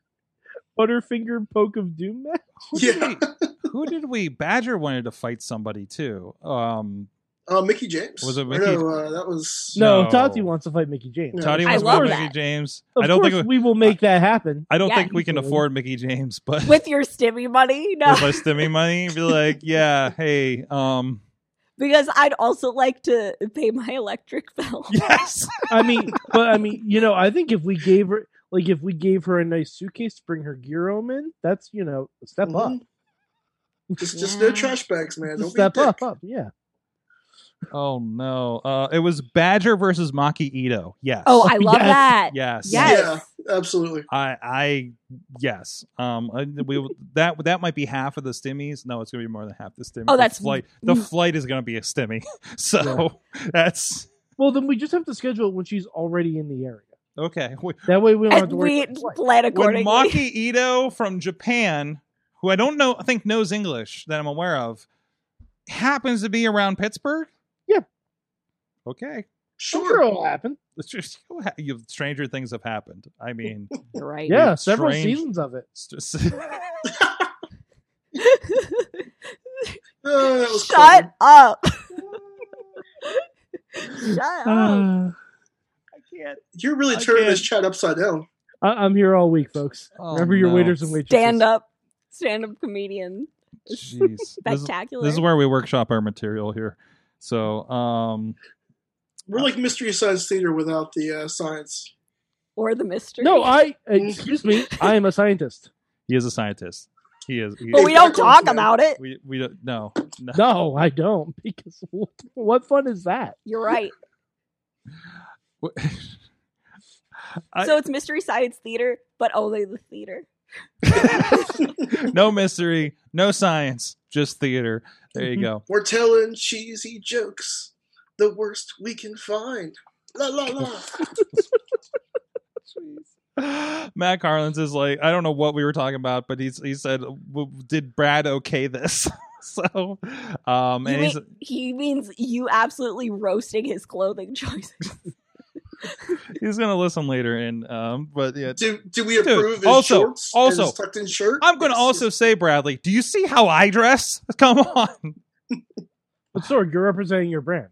[SPEAKER 3] butterfinger poke of doom match.
[SPEAKER 2] who
[SPEAKER 4] Yeah.
[SPEAKER 2] did we? Who did we? Badger wanted to fight somebody too. Um,
[SPEAKER 4] Uh, Mickey James
[SPEAKER 2] Was it
[SPEAKER 4] Or
[SPEAKER 2] Mickey-
[SPEAKER 4] No, uh, that was
[SPEAKER 3] No,
[SPEAKER 2] No.
[SPEAKER 3] Tati wants to fight Mickey James.
[SPEAKER 4] No.
[SPEAKER 2] Toddy
[SPEAKER 4] I
[SPEAKER 2] was
[SPEAKER 5] love
[SPEAKER 2] with Mickey
[SPEAKER 5] that.
[SPEAKER 2] James.
[SPEAKER 3] Of
[SPEAKER 2] I don't
[SPEAKER 3] course,
[SPEAKER 2] think.
[SPEAKER 3] we will make that happen.
[SPEAKER 2] I don't
[SPEAKER 5] Yeah.
[SPEAKER 2] think we can afford Mickey James, but
[SPEAKER 5] With your stimmy money? No.
[SPEAKER 2] with my stimmy money, be like, yeah, hey, um,
[SPEAKER 5] because I'd also like to pay my electric bill.
[SPEAKER 2] yes,
[SPEAKER 3] I mean, but I mean, you know, I think if we gave her, like, if we gave her a nice suitcase to bring her gear home in, that's you know, a step up,
[SPEAKER 4] just just no trash bags, man. Mm-hmm. Don't
[SPEAKER 3] step
[SPEAKER 4] be a dick.
[SPEAKER 3] up, up, yeah.
[SPEAKER 2] Oh no, uh, it was Badger versus Maki Ito. Yes.
[SPEAKER 5] Oh, I love
[SPEAKER 3] Yes.
[SPEAKER 5] that.
[SPEAKER 2] yes.
[SPEAKER 5] Yes.
[SPEAKER 4] Absolutely.
[SPEAKER 2] I, I, yes. Um, I- we that that might be half of the stimmies. No, it's gonna be more than half the stimmy.
[SPEAKER 5] Oh,
[SPEAKER 2] The
[SPEAKER 5] that's-
[SPEAKER 2] flight. The flight is gonna be a stimmy. So that's
[SPEAKER 3] Well, then we just have to schedule it when she's already in the area.
[SPEAKER 2] okay. We-
[SPEAKER 3] That way we don't have
[SPEAKER 5] And
[SPEAKER 3] to worry.
[SPEAKER 5] we
[SPEAKER 3] about the flight.
[SPEAKER 5] plan
[SPEAKER 2] When
[SPEAKER 5] accordingly.
[SPEAKER 2] Maki Ito from Japan, who I don't know, I think knows English that I'm aware of, happens to be around Pittsburgh.
[SPEAKER 3] Yeah.
[SPEAKER 2] Okay.
[SPEAKER 3] I'm sure
[SPEAKER 4] Sure.
[SPEAKER 3] it'll happen.
[SPEAKER 2] It's just you, stranger things have happened. I mean,
[SPEAKER 5] You're right.
[SPEAKER 3] Yeah, several
[SPEAKER 2] strange-
[SPEAKER 3] seasons of it.
[SPEAKER 2] it's just.
[SPEAKER 4] Oh, that was
[SPEAKER 5] Shut
[SPEAKER 4] cool.
[SPEAKER 5] up. Shut
[SPEAKER 2] Ah,
[SPEAKER 5] up.
[SPEAKER 4] You're really
[SPEAKER 2] I
[SPEAKER 4] turning this
[SPEAKER 2] can't.
[SPEAKER 4] chat upside down.
[SPEAKER 3] I- I'm here all week, folks.
[SPEAKER 2] Oh,
[SPEAKER 3] Remember your
[SPEAKER 2] no.
[SPEAKER 3] waiters and waitresses.
[SPEAKER 5] Stand up. Stand up comedian.
[SPEAKER 2] Jeez. This is-
[SPEAKER 5] Spectacular.
[SPEAKER 2] this is where we workshop our material here. So, um,
[SPEAKER 4] We're like Mystery Science Theater without the uh, science.
[SPEAKER 5] or the mystery.
[SPEAKER 3] No, I excuse me. I am a scientist.
[SPEAKER 2] he is a scientist. He is. He,
[SPEAKER 5] But we don't talk about it.
[SPEAKER 2] we we don't no. no.
[SPEAKER 3] No, I don't. Because what, what fun is that?
[SPEAKER 5] You're right.
[SPEAKER 2] I-
[SPEAKER 5] so it's mystery science theater, but only the theater.
[SPEAKER 2] no mystery, no science, just theater. There you go.
[SPEAKER 4] We're telling cheesy jokes, the worst we can find. La la la.
[SPEAKER 2] Matt Carlins is like, I don't know what we were talking about, but he's he said, "W- "Did Brad okay this?" so, um,
[SPEAKER 5] You
[SPEAKER 2] and he's
[SPEAKER 5] mean- he means you absolutely roasting his clothing choices.
[SPEAKER 2] he's gonna listen later, and um, but yeah,
[SPEAKER 4] Do, do we approve his
[SPEAKER 2] also-
[SPEAKER 4] shorts
[SPEAKER 2] also,
[SPEAKER 4] and his tucked in shirt?
[SPEAKER 2] I'm gonna
[SPEAKER 4] Yes,
[SPEAKER 2] also say, Bradley, do you see how I dress? Come on,
[SPEAKER 3] But Sorg, you're representing your brand.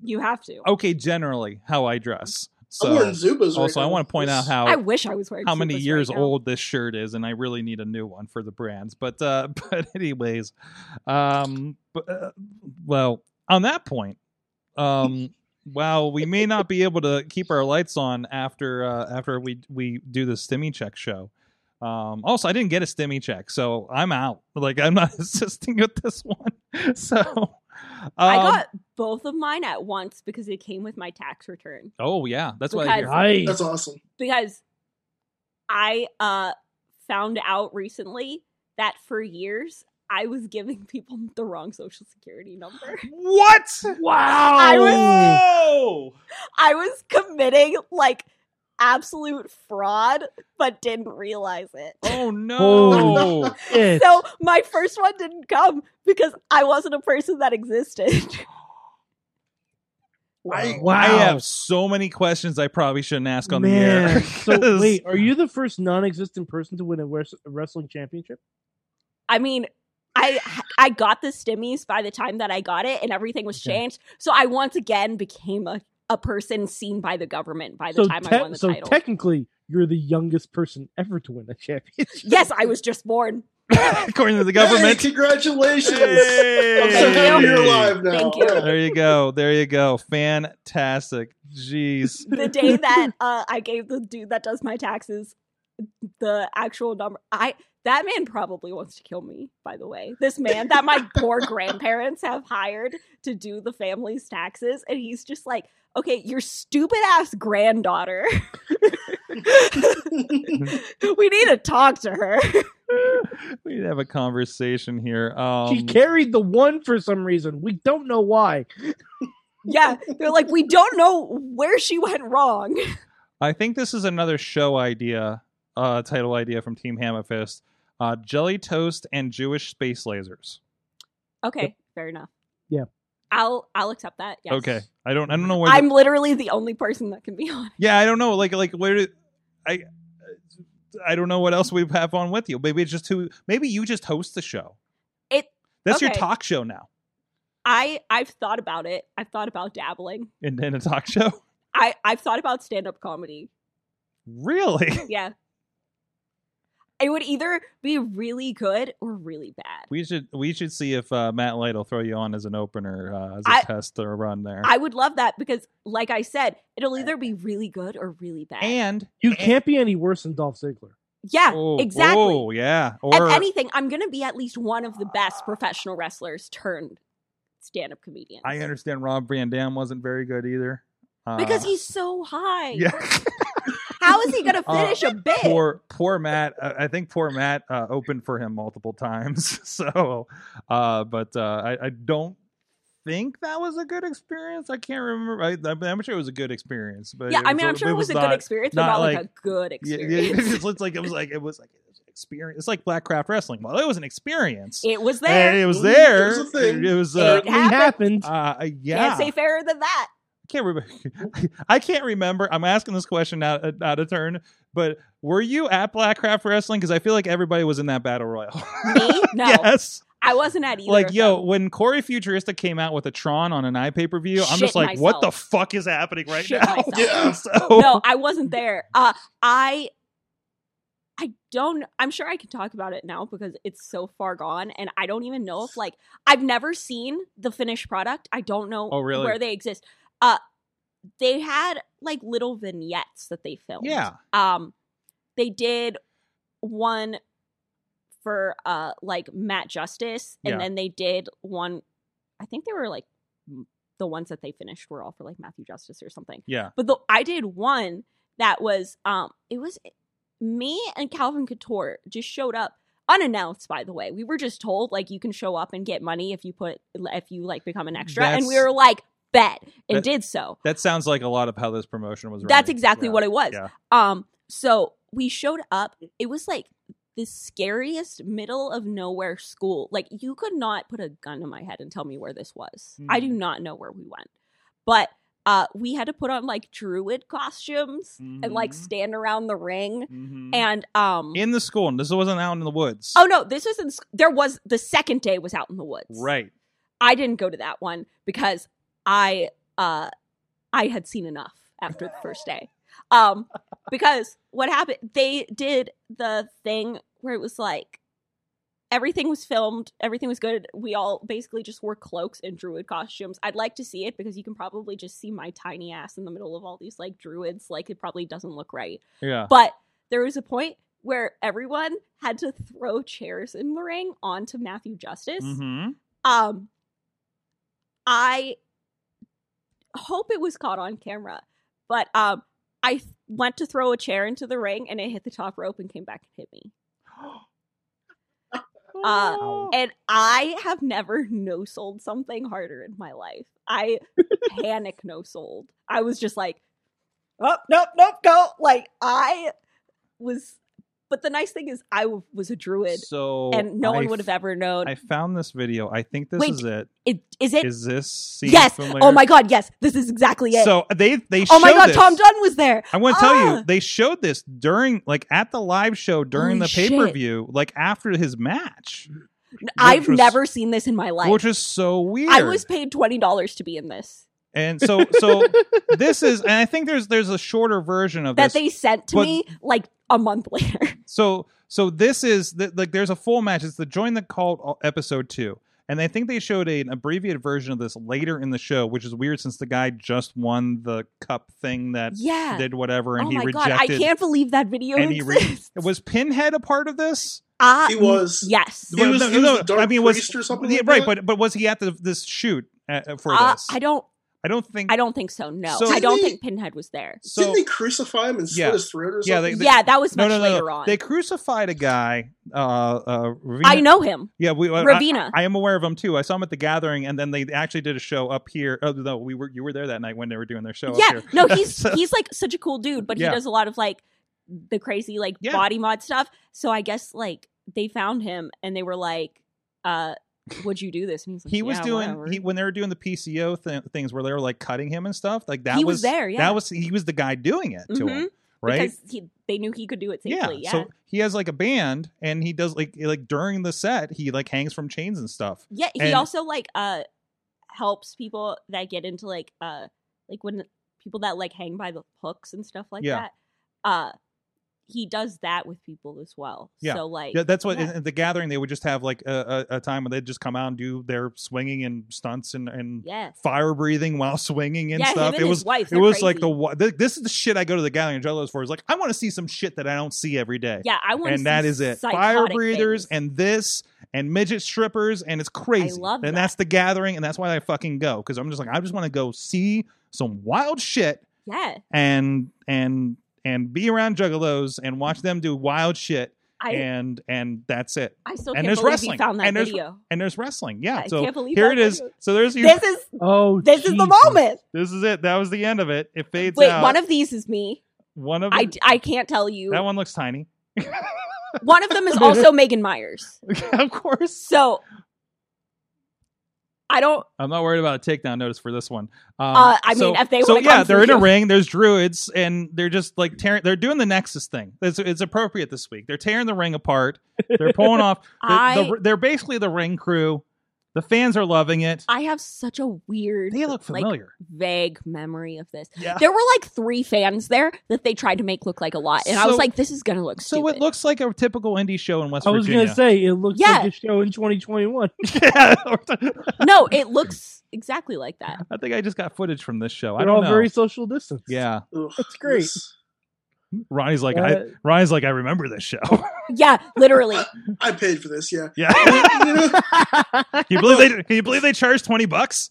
[SPEAKER 5] You have to.
[SPEAKER 2] okay, generally how I dress.
[SPEAKER 4] I'm wearing
[SPEAKER 2] So,
[SPEAKER 4] Zubas right
[SPEAKER 2] also, I
[SPEAKER 4] now.
[SPEAKER 2] want to point out
[SPEAKER 4] Yes.
[SPEAKER 5] I
[SPEAKER 2] how
[SPEAKER 5] wish I was wearing
[SPEAKER 2] how many
[SPEAKER 5] Zubas
[SPEAKER 2] years
[SPEAKER 5] right now.
[SPEAKER 2] old this shirt is, and I really need a new one for the brands. But uh, but anyways, um, but, uh, well, on that point, um, while we may not be able to keep our lights on after uh, after we we do the stimmy check show. Um, also, I didn't get a stimmy check, so I'm out. Like I'm not assisting with this one. So um,
[SPEAKER 5] I got both of mine at once because it came with my tax return.
[SPEAKER 2] Oh yeah, that's what I
[SPEAKER 5] Because-
[SPEAKER 2] hear.
[SPEAKER 3] Nice.
[SPEAKER 4] That's awesome.
[SPEAKER 5] Because I uh found out recently that for years I was giving people the wrong social security number.
[SPEAKER 2] What?
[SPEAKER 3] Wow.
[SPEAKER 5] I was-
[SPEAKER 2] Oh.
[SPEAKER 5] I was committing like absolute fraud, but didn't realize it.
[SPEAKER 2] Oh no.
[SPEAKER 3] Oh. Shit.
[SPEAKER 5] So my first one didn't come because I wasn't a person that existed.
[SPEAKER 2] I,
[SPEAKER 3] Wow.
[SPEAKER 2] I have so many questions I probably shouldn't ask on the air.
[SPEAKER 3] Man, so
[SPEAKER 2] 'Cause-
[SPEAKER 3] wait, are you the first non-existent person to win a wres- a wrestling championship?
[SPEAKER 5] I mean, I I got the stimmies by the time that I got it, and everything was
[SPEAKER 3] Okay.
[SPEAKER 5] changed. So I once again became a, a person seen by the government by the
[SPEAKER 3] so
[SPEAKER 5] time I
[SPEAKER 3] te-
[SPEAKER 5] won the
[SPEAKER 3] so
[SPEAKER 5] title.
[SPEAKER 3] technically, you're the youngest person ever to win a championship.
[SPEAKER 5] yes, I was just born.
[SPEAKER 2] according to the
[SPEAKER 4] Hey,
[SPEAKER 2] government.
[SPEAKER 4] congratulations. I'm so
[SPEAKER 2] Hey!
[SPEAKER 4] happy you're alive now.
[SPEAKER 5] Thank you.
[SPEAKER 2] There you go. There you go. Fantastic. Jeez.
[SPEAKER 5] The day that uh, I gave the dude that does my taxes the actual number, I that man probably wants to kill me. By the way, this man that my poor grandparents have hired to do the family's taxes, and he's just like, "Okay, your stupid ass granddaughter." we need to talk to her.
[SPEAKER 2] we need to have a conversation here. Um,
[SPEAKER 3] she carried the one for some reason. We don't know why.
[SPEAKER 5] yeah, they're like, we don't know where she went wrong.
[SPEAKER 2] I think this is another show idea, uh, title idea from Team Hammerfist. Uh, Jelly toast and Jewish space lasers.
[SPEAKER 5] Okay, fair enough.
[SPEAKER 3] Yeah.
[SPEAKER 5] I'll I'll accept that. Yes.
[SPEAKER 2] Okay, I don't, I don't know where. the-
[SPEAKER 5] I'm literally the only person that can be on.
[SPEAKER 2] Yeah, I don't know. Like, like where did I? I don't know what else we have on with you. Maybe it's just who. Maybe you just host the show.
[SPEAKER 5] It-
[SPEAKER 2] That's your
[SPEAKER 5] okay.
[SPEAKER 2] talk show now,
[SPEAKER 5] I I've thought about it. I've thought about dabbling.
[SPEAKER 2] in, in a talk show.
[SPEAKER 5] I I've thought about stand up comedy.
[SPEAKER 2] Really?
[SPEAKER 5] Yeah. It would either be really good or really bad.
[SPEAKER 2] We should we should see if uh, Matt Light will throw you on as an opener uh, as a
[SPEAKER 5] I-
[SPEAKER 2] test or a run there.
[SPEAKER 5] I would love that because, like I said, it'll either be really good or really bad.
[SPEAKER 2] and
[SPEAKER 5] Eh.
[SPEAKER 3] You can't be any worse than Dolph Ziggler.
[SPEAKER 5] yeah,
[SPEAKER 2] oh,
[SPEAKER 5] exactly.
[SPEAKER 2] Oh yeah.
[SPEAKER 5] If
[SPEAKER 2] Or
[SPEAKER 5] anything, I'm going to be at least one of the best professional wrestlers turned stand up comedians.
[SPEAKER 2] I understand Rob Van Dam wasn't very good either. Uh,
[SPEAKER 5] Because he's so high.
[SPEAKER 2] yeah.
[SPEAKER 5] How is he gonna
[SPEAKER 2] Uh,
[SPEAKER 5] finish a bit?
[SPEAKER 2] poor poor Matt. Uh, I think poor Matt uh, opened for him multiple times. So, uh, but uh, I, I don't think that was a good experience. I can't remember. I, I- I'm sure it was a good experience. But
[SPEAKER 5] yeah, I mean, I'm sure it was, a
[SPEAKER 2] not-
[SPEAKER 5] good experience, but
[SPEAKER 2] not
[SPEAKER 5] not like,
[SPEAKER 2] like-
[SPEAKER 5] a good
[SPEAKER 2] Yeah,
[SPEAKER 5] experience.
[SPEAKER 2] yeah, it's, it's like it was like it was like it was an experience. It's like Blackcraft Wrestling. Well, it was an experience.
[SPEAKER 5] It was
[SPEAKER 2] And
[SPEAKER 5] there.
[SPEAKER 2] it was
[SPEAKER 4] It was
[SPEAKER 2] there.
[SPEAKER 4] a thing.
[SPEAKER 2] It was. Uh,
[SPEAKER 5] It
[SPEAKER 3] It
[SPEAKER 5] happened.
[SPEAKER 3] happened.
[SPEAKER 2] uh, yeah.
[SPEAKER 5] Can't say fairer than that.
[SPEAKER 2] can't remember. I can't remember. I'm asking this question out uh, out of turn, but were you at Blackcraft Wrestling? Because I feel like everybody was in that battle royal.
[SPEAKER 5] Me? No,
[SPEAKER 2] yes.
[SPEAKER 5] I wasn't at either.
[SPEAKER 2] Like,
[SPEAKER 5] of
[SPEAKER 2] yo,
[SPEAKER 5] them.
[SPEAKER 2] when Corey Futurista came out with a Tron on an iPay per view, I'm
[SPEAKER 5] Shit
[SPEAKER 2] just like, what the
[SPEAKER 5] myself.
[SPEAKER 2] fuck is happening right
[SPEAKER 5] Shit
[SPEAKER 2] now?
[SPEAKER 5] myself.
[SPEAKER 4] Yeah.
[SPEAKER 2] so,
[SPEAKER 5] no, I wasn't there. Uh, I, I don't. I'm sure I can talk about it now because it's so far gone, and I don't even know if like I've never seen the finished product. I don't know
[SPEAKER 2] Oh, really?
[SPEAKER 5] where they exist. Uh, they had like little vignettes that they filmed.
[SPEAKER 2] yeah.
[SPEAKER 5] Um, they did one for uh like Matt Justice, and
[SPEAKER 2] Yeah.
[SPEAKER 5] then they did one. I think they were like m- the ones that they finished were all for like Matthew Justice or something.
[SPEAKER 2] Yeah.
[SPEAKER 5] But the, I did one that was um it was me and Calvin Couture just showed up unannounced by the way. We were just told like you can show up and get money if you put if you like become an extra and we
[SPEAKER 2] That's-
[SPEAKER 5] were like bet and
[SPEAKER 2] That-
[SPEAKER 5] did so.
[SPEAKER 2] That sounds like a lot of how this promotion was.
[SPEAKER 5] That's exactly what it was.
[SPEAKER 2] Yeah.
[SPEAKER 5] Um so we showed up. It was like the scariest middle of nowhere school. Like you could not put a gun to my head and tell me where this was. I
[SPEAKER 2] Mm.
[SPEAKER 5] do not know where we went. But uh we had to put on like druid costumes and like stand around the ring and um
[SPEAKER 2] Mm-hmm. in the school, Mm-hmm. and this wasn't out in the woods.
[SPEAKER 5] oh no this was in sc- there was the second day was out in the woods
[SPEAKER 2] right.
[SPEAKER 5] i didn't go to that one because i uh i had seen enough after the first day um because what happened they did the thing where it was like everything was filmed everything was good we all basically just wore cloaks and druid costumes i'd like to see it because you can probably just see my tiny ass in the middle of all these like druids like it probably doesn't look right
[SPEAKER 2] Yeah.
[SPEAKER 5] but there was a point where everyone had to throw chairs in the ring onto Matthew Justice.
[SPEAKER 2] Mhm.
[SPEAKER 5] Um, I hope it was caught on camera, but um, I th- went to throw a chair into the ring and it hit the top rope and came back and hit me. Uh, and I have never no sold something harder in my life. I panic no sold. I was just like, oh, nope, nope, go. Like, I was, but the nice thing is, I w- was a druid
[SPEAKER 2] So
[SPEAKER 5] and no
[SPEAKER 2] I
[SPEAKER 5] one would have
[SPEAKER 2] f-
[SPEAKER 5] ever known.
[SPEAKER 2] I found this video. I think this
[SPEAKER 5] Wait,
[SPEAKER 2] is it.
[SPEAKER 5] It- Is it?
[SPEAKER 2] Is this scene
[SPEAKER 5] yes.
[SPEAKER 2] familiar?
[SPEAKER 5] Oh my God. Yes. This is exactly it.
[SPEAKER 2] So they they
[SPEAKER 5] oh my
[SPEAKER 2] show
[SPEAKER 5] God.
[SPEAKER 2] this.
[SPEAKER 5] Tom Dunn was there.
[SPEAKER 2] I want to tell
[SPEAKER 5] Ah!
[SPEAKER 2] you they showed this during like at the live show during the
[SPEAKER 5] Holy
[SPEAKER 2] pay per view like after his match,
[SPEAKER 5] I've
[SPEAKER 2] was-
[SPEAKER 5] never seen this in my life.
[SPEAKER 2] which is so weird.
[SPEAKER 5] I was paid $20 to be in this
[SPEAKER 2] and so so this is and I think there's there's a shorter version of
[SPEAKER 5] that
[SPEAKER 2] this.
[SPEAKER 5] they sent to
[SPEAKER 2] but-
[SPEAKER 5] me like a month later.
[SPEAKER 2] so so this is the, like there's a full match. It's the Join the Cult uh, episode two. And I think they showed a, an abbreviated version of this later in the show, which is weird since the guy just won the cup thing that
[SPEAKER 5] yeah.
[SPEAKER 2] did whatever and
[SPEAKER 5] oh
[SPEAKER 2] he
[SPEAKER 5] my
[SPEAKER 2] rejected.
[SPEAKER 5] god, I can't believe that video
[SPEAKER 2] and he re-
[SPEAKER 5] exists.
[SPEAKER 2] Was Pinhead a part of this?
[SPEAKER 5] Ah,
[SPEAKER 4] He was.
[SPEAKER 5] Yes.
[SPEAKER 4] He
[SPEAKER 2] Well,
[SPEAKER 4] was-
[SPEAKER 2] no,
[SPEAKER 4] he was
[SPEAKER 2] no,
[SPEAKER 4] the dark
[SPEAKER 2] I mean, was,
[SPEAKER 4] priest or something
[SPEAKER 2] Yeah,
[SPEAKER 4] like
[SPEAKER 2] right, but
[SPEAKER 4] that?
[SPEAKER 2] but was he at the, this shoot uh, for
[SPEAKER 5] Uh,
[SPEAKER 2] this?
[SPEAKER 5] I don't
[SPEAKER 2] I don't think.
[SPEAKER 5] I don't think so. No.
[SPEAKER 2] So-
[SPEAKER 5] I don't
[SPEAKER 4] Didn't
[SPEAKER 5] think Pinhead was there.
[SPEAKER 2] so
[SPEAKER 4] Didn't they crucify him and slit
[SPEAKER 2] Yeah.
[SPEAKER 4] his throat or something?
[SPEAKER 2] Yeah, they-
[SPEAKER 5] yeah, that was
[SPEAKER 2] no,
[SPEAKER 5] much
[SPEAKER 2] no, no,
[SPEAKER 5] later
[SPEAKER 2] no.
[SPEAKER 5] on.
[SPEAKER 2] They crucified a guy. Uh, uh, Ravina,
[SPEAKER 5] I know him.
[SPEAKER 2] Yeah, we. uh, I-
[SPEAKER 5] Ravina.
[SPEAKER 2] I, I am aware of him too. I saw him at the gathering, and then they actually did a show up here. Oh no, we were you were there that night when they were doing their show.
[SPEAKER 5] yeah.
[SPEAKER 2] up here.
[SPEAKER 5] No, he's
[SPEAKER 2] So-
[SPEAKER 5] he's like such a cool dude, but
[SPEAKER 2] Yeah.
[SPEAKER 5] he does a lot of like the crazy like
[SPEAKER 2] Yeah.
[SPEAKER 5] body mod stuff. So I guess like they found him and they were like, uh, would you do this? And he's like,
[SPEAKER 2] he was
[SPEAKER 5] "Yeah,
[SPEAKER 2] doing
[SPEAKER 5] whatever."
[SPEAKER 2] he, when they were doing the PCO th- things where they were like cutting him and stuff. Like that
[SPEAKER 5] He
[SPEAKER 2] was,
[SPEAKER 5] was there, yeah.
[SPEAKER 2] that was he was the guy doing it to him,
[SPEAKER 5] Mhm,
[SPEAKER 2] right?
[SPEAKER 5] Because he, they knew he could do it safely. Yeah.
[SPEAKER 2] So he has like a band, and he does like like during the set, he like hangs from chains and stuff.
[SPEAKER 5] Yeah, he
[SPEAKER 2] And-
[SPEAKER 5] also like uh helps people that get into like uh like when people that like hang by the hooks and stuff like
[SPEAKER 2] Yeah.
[SPEAKER 5] that. Uh he does that with people as well.
[SPEAKER 2] Yeah.
[SPEAKER 5] So like
[SPEAKER 2] Yeah, that's what
[SPEAKER 5] yeah.
[SPEAKER 2] in in the gathering they would just have like a, a, a time where they'd just come out and do their swinging and stunts and and
[SPEAKER 5] Yeah.
[SPEAKER 2] fire breathing while swinging and
[SPEAKER 5] yeah,
[SPEAKER 2] stuff.
[SPEAKER 5] him and
[SPEAKER 2] it
[SPEAKER 5] his
[SPEAKER 2] was.
[SPEAKER 5] wife.
[SPEAKER 2] It
[SPEAKER 5] they're
[SPEAKER 2] was like the
[SPEAKER 5] crazy.
[SPEAKER 2] wa- th- this is the shit I go to the gathering of Jellos for. Is like I want to see some shit that I don't see every day,
[SPEAKER 5] Yeah, I want
[SPEAKER 2] and that is it. Fire breathers and this and midget strippers and it's crazy.
[SPEAKER 5] love
[SPEAKER 2] and
[SPEAKER 5] that.
[SPEAKER 2] that's the gathering, and that's why I fucking go because I'm just like I just want to go see some wild shit
[SPEAKER 5] Yeah.
[SPEAKER 2] and and and be around juggalos and watch them do wild shit
[SPEAKER 5] I
[SPEAKER 2] and and that's it.
[SPEAKER 5] I still
[SPEAKER 2] and
[SPEAKER 5] can't
[SPEAKER 2] there's
[SPEAKER 5] believe
[SPEAKER 2] wrestling,
[SPEAKER 5] you found that
[SPEAKER 2] and there's-
[SPEAKER 5] video.
[SPEAKER 2] And there's wrestling. Yeah.
[SPEAKER 5] I
[SPEAKER 2] so
[SPEAKER 5] can't believe
[SPEAKER 2] here
[SPEAKER 5] that
[SPEAKER 2] it is.
[SPEAKER 5] video.
[SPEAKER 2] So there's your
[SPEAKER 5] This is
[SPEAKER 3] Oh,
[SPEAKER 5] this is the
[SPEAKER 3] Jesus.
[SPEAKER 5] moment.
[SPEAKER 2] this is it. That was the end of it. It fades
[SPEAKER 5] Wait,
[SPEAKER 2] out.
[SPEAKER 5] one of these is me.
[SPEAKER 2] one of
[SPEAKER 5] I,
[SPEAKER 2] them-
[SPEAKER 5] d- I can't tell you.
[SPEAKER 2] that one looks tiny.
[SPEAKER 5] One of them is also Megan Myers.
[SPEAKER 2] of course.
[SPEAKER 5] So I don't.
[SPEAKER 2] I'm not worried about a takedown notice for this one. Um,
[SPEAKER 5] Uh, I
[SPEAKER 2] so-
[SPEAKER 5] mean, if they
[SPEAKER 2] so
[SPEAKER 5] wanna
[SPEAKER 2] yeah,
[SPEAKER 5] come
[SPEAKER 2] they're
[SPEAKER 5] for
[SPEAKER 2] in a
[SPEAKER 5] you.
[SPEAKER 2] ring. There's druids, and they're just like tearing. They're doing the Nexus thing. It's, it's appropriate this week. They're tearing the ring apart. They're pulling off. The,
[SPEAKER 5] I
[SPEAKER 2] the, they're basically the ring crew. The fans are loving it.
[SPEAKER 5] I have such a weird,
[SPEAKER 2] They look
[SPEAKER 5] like,
[SPEAKER 2] familiar. Ah.
[SPEAKER 5] vague memory of this.
[SPEAKER 2] yeah.
[SPEAKER 5] There were like three fans there that they tried to make look like a lot, and I
[SPEAKER 2] So-
[SPEAKER 5] was like, "This is gonna look
[SPEAKER 2] So
[SPEAKER 5] stupid."
[SPEAKER 2] it looks like a typical indie show in West
[SPEAKER 3] I was
[SPEAKER 2] Virginia.
[SPEAKER 3] gonna say it looks
[SPEAKER 5] Yeah.
[SPEAKER 3] like a show in 2021.
[SPEAKER 2] yeah.
[SPEAKER 5] no, it looks exactly like that.
[SPEAKER 2] I think I just got footage from this show. I
[SPEAKER 3] They're
[SPEAKER 2] don't
[SPEAKER 3] all
[SPEAKER 2] know.
[SPEAKER 3] very social distance.
[SPEAKER 2] yeah.
[SPEAKER 4] Ugh,
[SPEAKER 3] That's great.
[SPEAKER 4] this-
[SPEAKER 2] Ronnie's like I.
[SPEAKER 3] Uh,
[SPEAKER 2] Ronnie's like I remember this show.
[SPEAKER 5] Yeah, literally.
[SPEAKER 4] I paid for this. Yeah,
[SPEAKER 2] yeah.
[SPEAKER 4] you know,
[SPEAKER 2] Can you believe they? Can you believe they charged twenty bucks?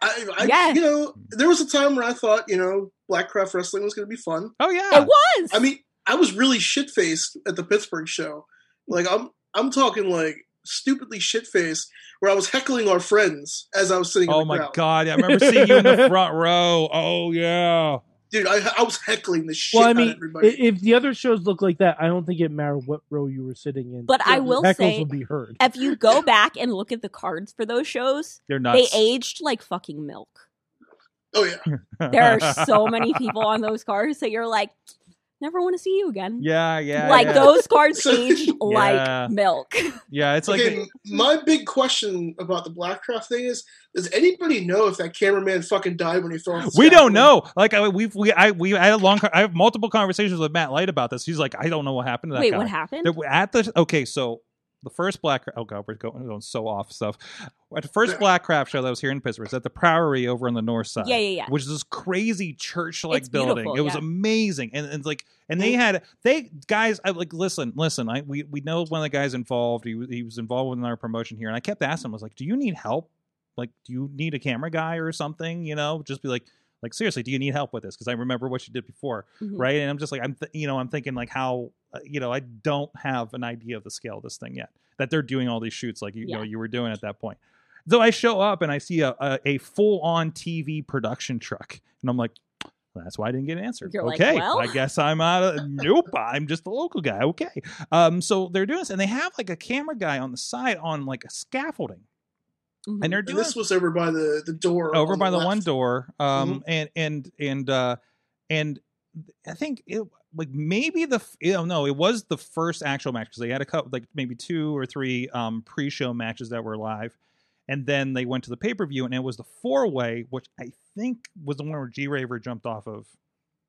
[SPEAKER 4] I, I
[SPEAKER 5] Yeah.
[SPEAKER 4] you know, there was a time where I thought you know Blackcraft wrestling was going to be fun.
[SPEAKER 2] Oh yeah.
[SPEAKER 5] It was.
[SPEAKER 4] I mean, I was really shit faced at the Pittsburgh show. Like I'm, I'm talking like stupidly shit faced, where I was heckling our friends as I was sitting.
[SPEAKER 2] Oh
[SPEAKER 4] in the
[SPEAKER 2] my
[SPEAKER 4] crowd.
[SPEAKER 2] god! I remember seeing you in the front row. Oh yeah.
[SPEAKER 4] dude! I, I was heckling the shit
[SPEAKER 3] well, I
[SPEAKER 4] out
[SPEAKER 3] mean,
[SPEAKER 4] of everybody.
[SPEAKER 3] i- if the other shows look like that, I don't think it mattered what row you were sitting in.
[SPEAKER 5] But I
[SPEAKER 3] the
[SPEAKER 5] will
[SPEAKER 3] heckles
[SPEAKER 5] say-
[SPEAKER 3] will be heard.
[SPEAKER 5] if you go back and look at the cards for those shows,
[SPEAKER 2] They're nuts.
[SPEAKER 5] they aged like fucking milk.
[SPEAKER 4] oh yeah,
[SPEAKER 5] There are so many people on those cards that you're like, never want to see you again.
[SPEAKER 2] Yeah, yeah.
[SPEAKER 5] like
[SPEAKER 2] yeah.
[SPEAKER 5] those cards
[SPEAKER 4] So-
[SPEAKER 5] age
[SPEAKER 2] Yeah.
[SPEAKER 5] like milk.
[SPEAKER 2] Yeah, it's like
[SPEAKER 4] okay. my big question about the Blackcraft thing is: Does anybody know if that cameraman fucking died when he fell? off the
[SPEAKER 2] we don't
[SPEAKER 4] scaffold?
[SPEAKER 2] know. Like I, we've we I we I had a long. con- I have multiple conversations with Matt Light about this. He's like, I don't know what happened to that
[SPEAKER 5] Wait,
[SPEAKER 2] guy.
[SPEAKER 5] what happened?
[SPEAKER 2] There- At the okay, so the first black. Oh god, we're going, going so off stuff. At the first black craft show that was here in Pittsburgh, it's at the Priory over on the north side.
[SPEAKER 5] yeah, yeah, yeah.
[SPEAKER 2] Which is this crazy church like
[SPEAKER 5] It's
[SPEAKER 2] building.
[SPEAKER 5] beautiful,
[SPEAKER 2] It was
[SPEAKER 5] yeah.
[SPEAKER 2] amazing. And, and like and they had they guys I like listen, listen, I we, we know one of the guys involved. He was he was involved in our promotion here. And I kept asking him, I was like, Do you need help? Like, do you need a camera guy or something? You know, just be like like seriously, do you need help with this? Because I remember what you did before
[SPEAKER 5] Mhm.
[SPEAKER 2] right and i'm just like i'm th- you know i'm thinking like how uh, you know i don't have an idea of the scale of this thing yet that they're doing all these shoots like you, you know
[SPEAKER 5] Yeah.
[SPEAKER 2] you were doing at that point so i show up and i see a, a, a full-on tv production truck and i'm like that's why I didn't get an answer.
[SPEAKER 5] You're like,
[SPEAKER 2] okay,
[SPEAKER 5] well?
[SPEAKER 2] I guess I'm out of. Nope, I'm just a local guy. Okay, um, so they're doing this, and they have like a camera guy on the side on like a scaffolding,
[SPEAKER 5] Mhm.
[SPEAKER 2] and they're doing
[SPEAKER 4] And this was over by the the door.
[SPEAKER 2] over
[SPEAKER 4] on
[SPEAKER 2] by the,
[SPEAKER 4] left.
[SPEAKER 2] one door um and and and uh and i think it like maybe the f- you know, no it was the first actual match because they had a couple like maybe two or three um pre-show matches that were live and then they went to the pay-per-view and it was the four-way which i think was the one where g raver jumped off of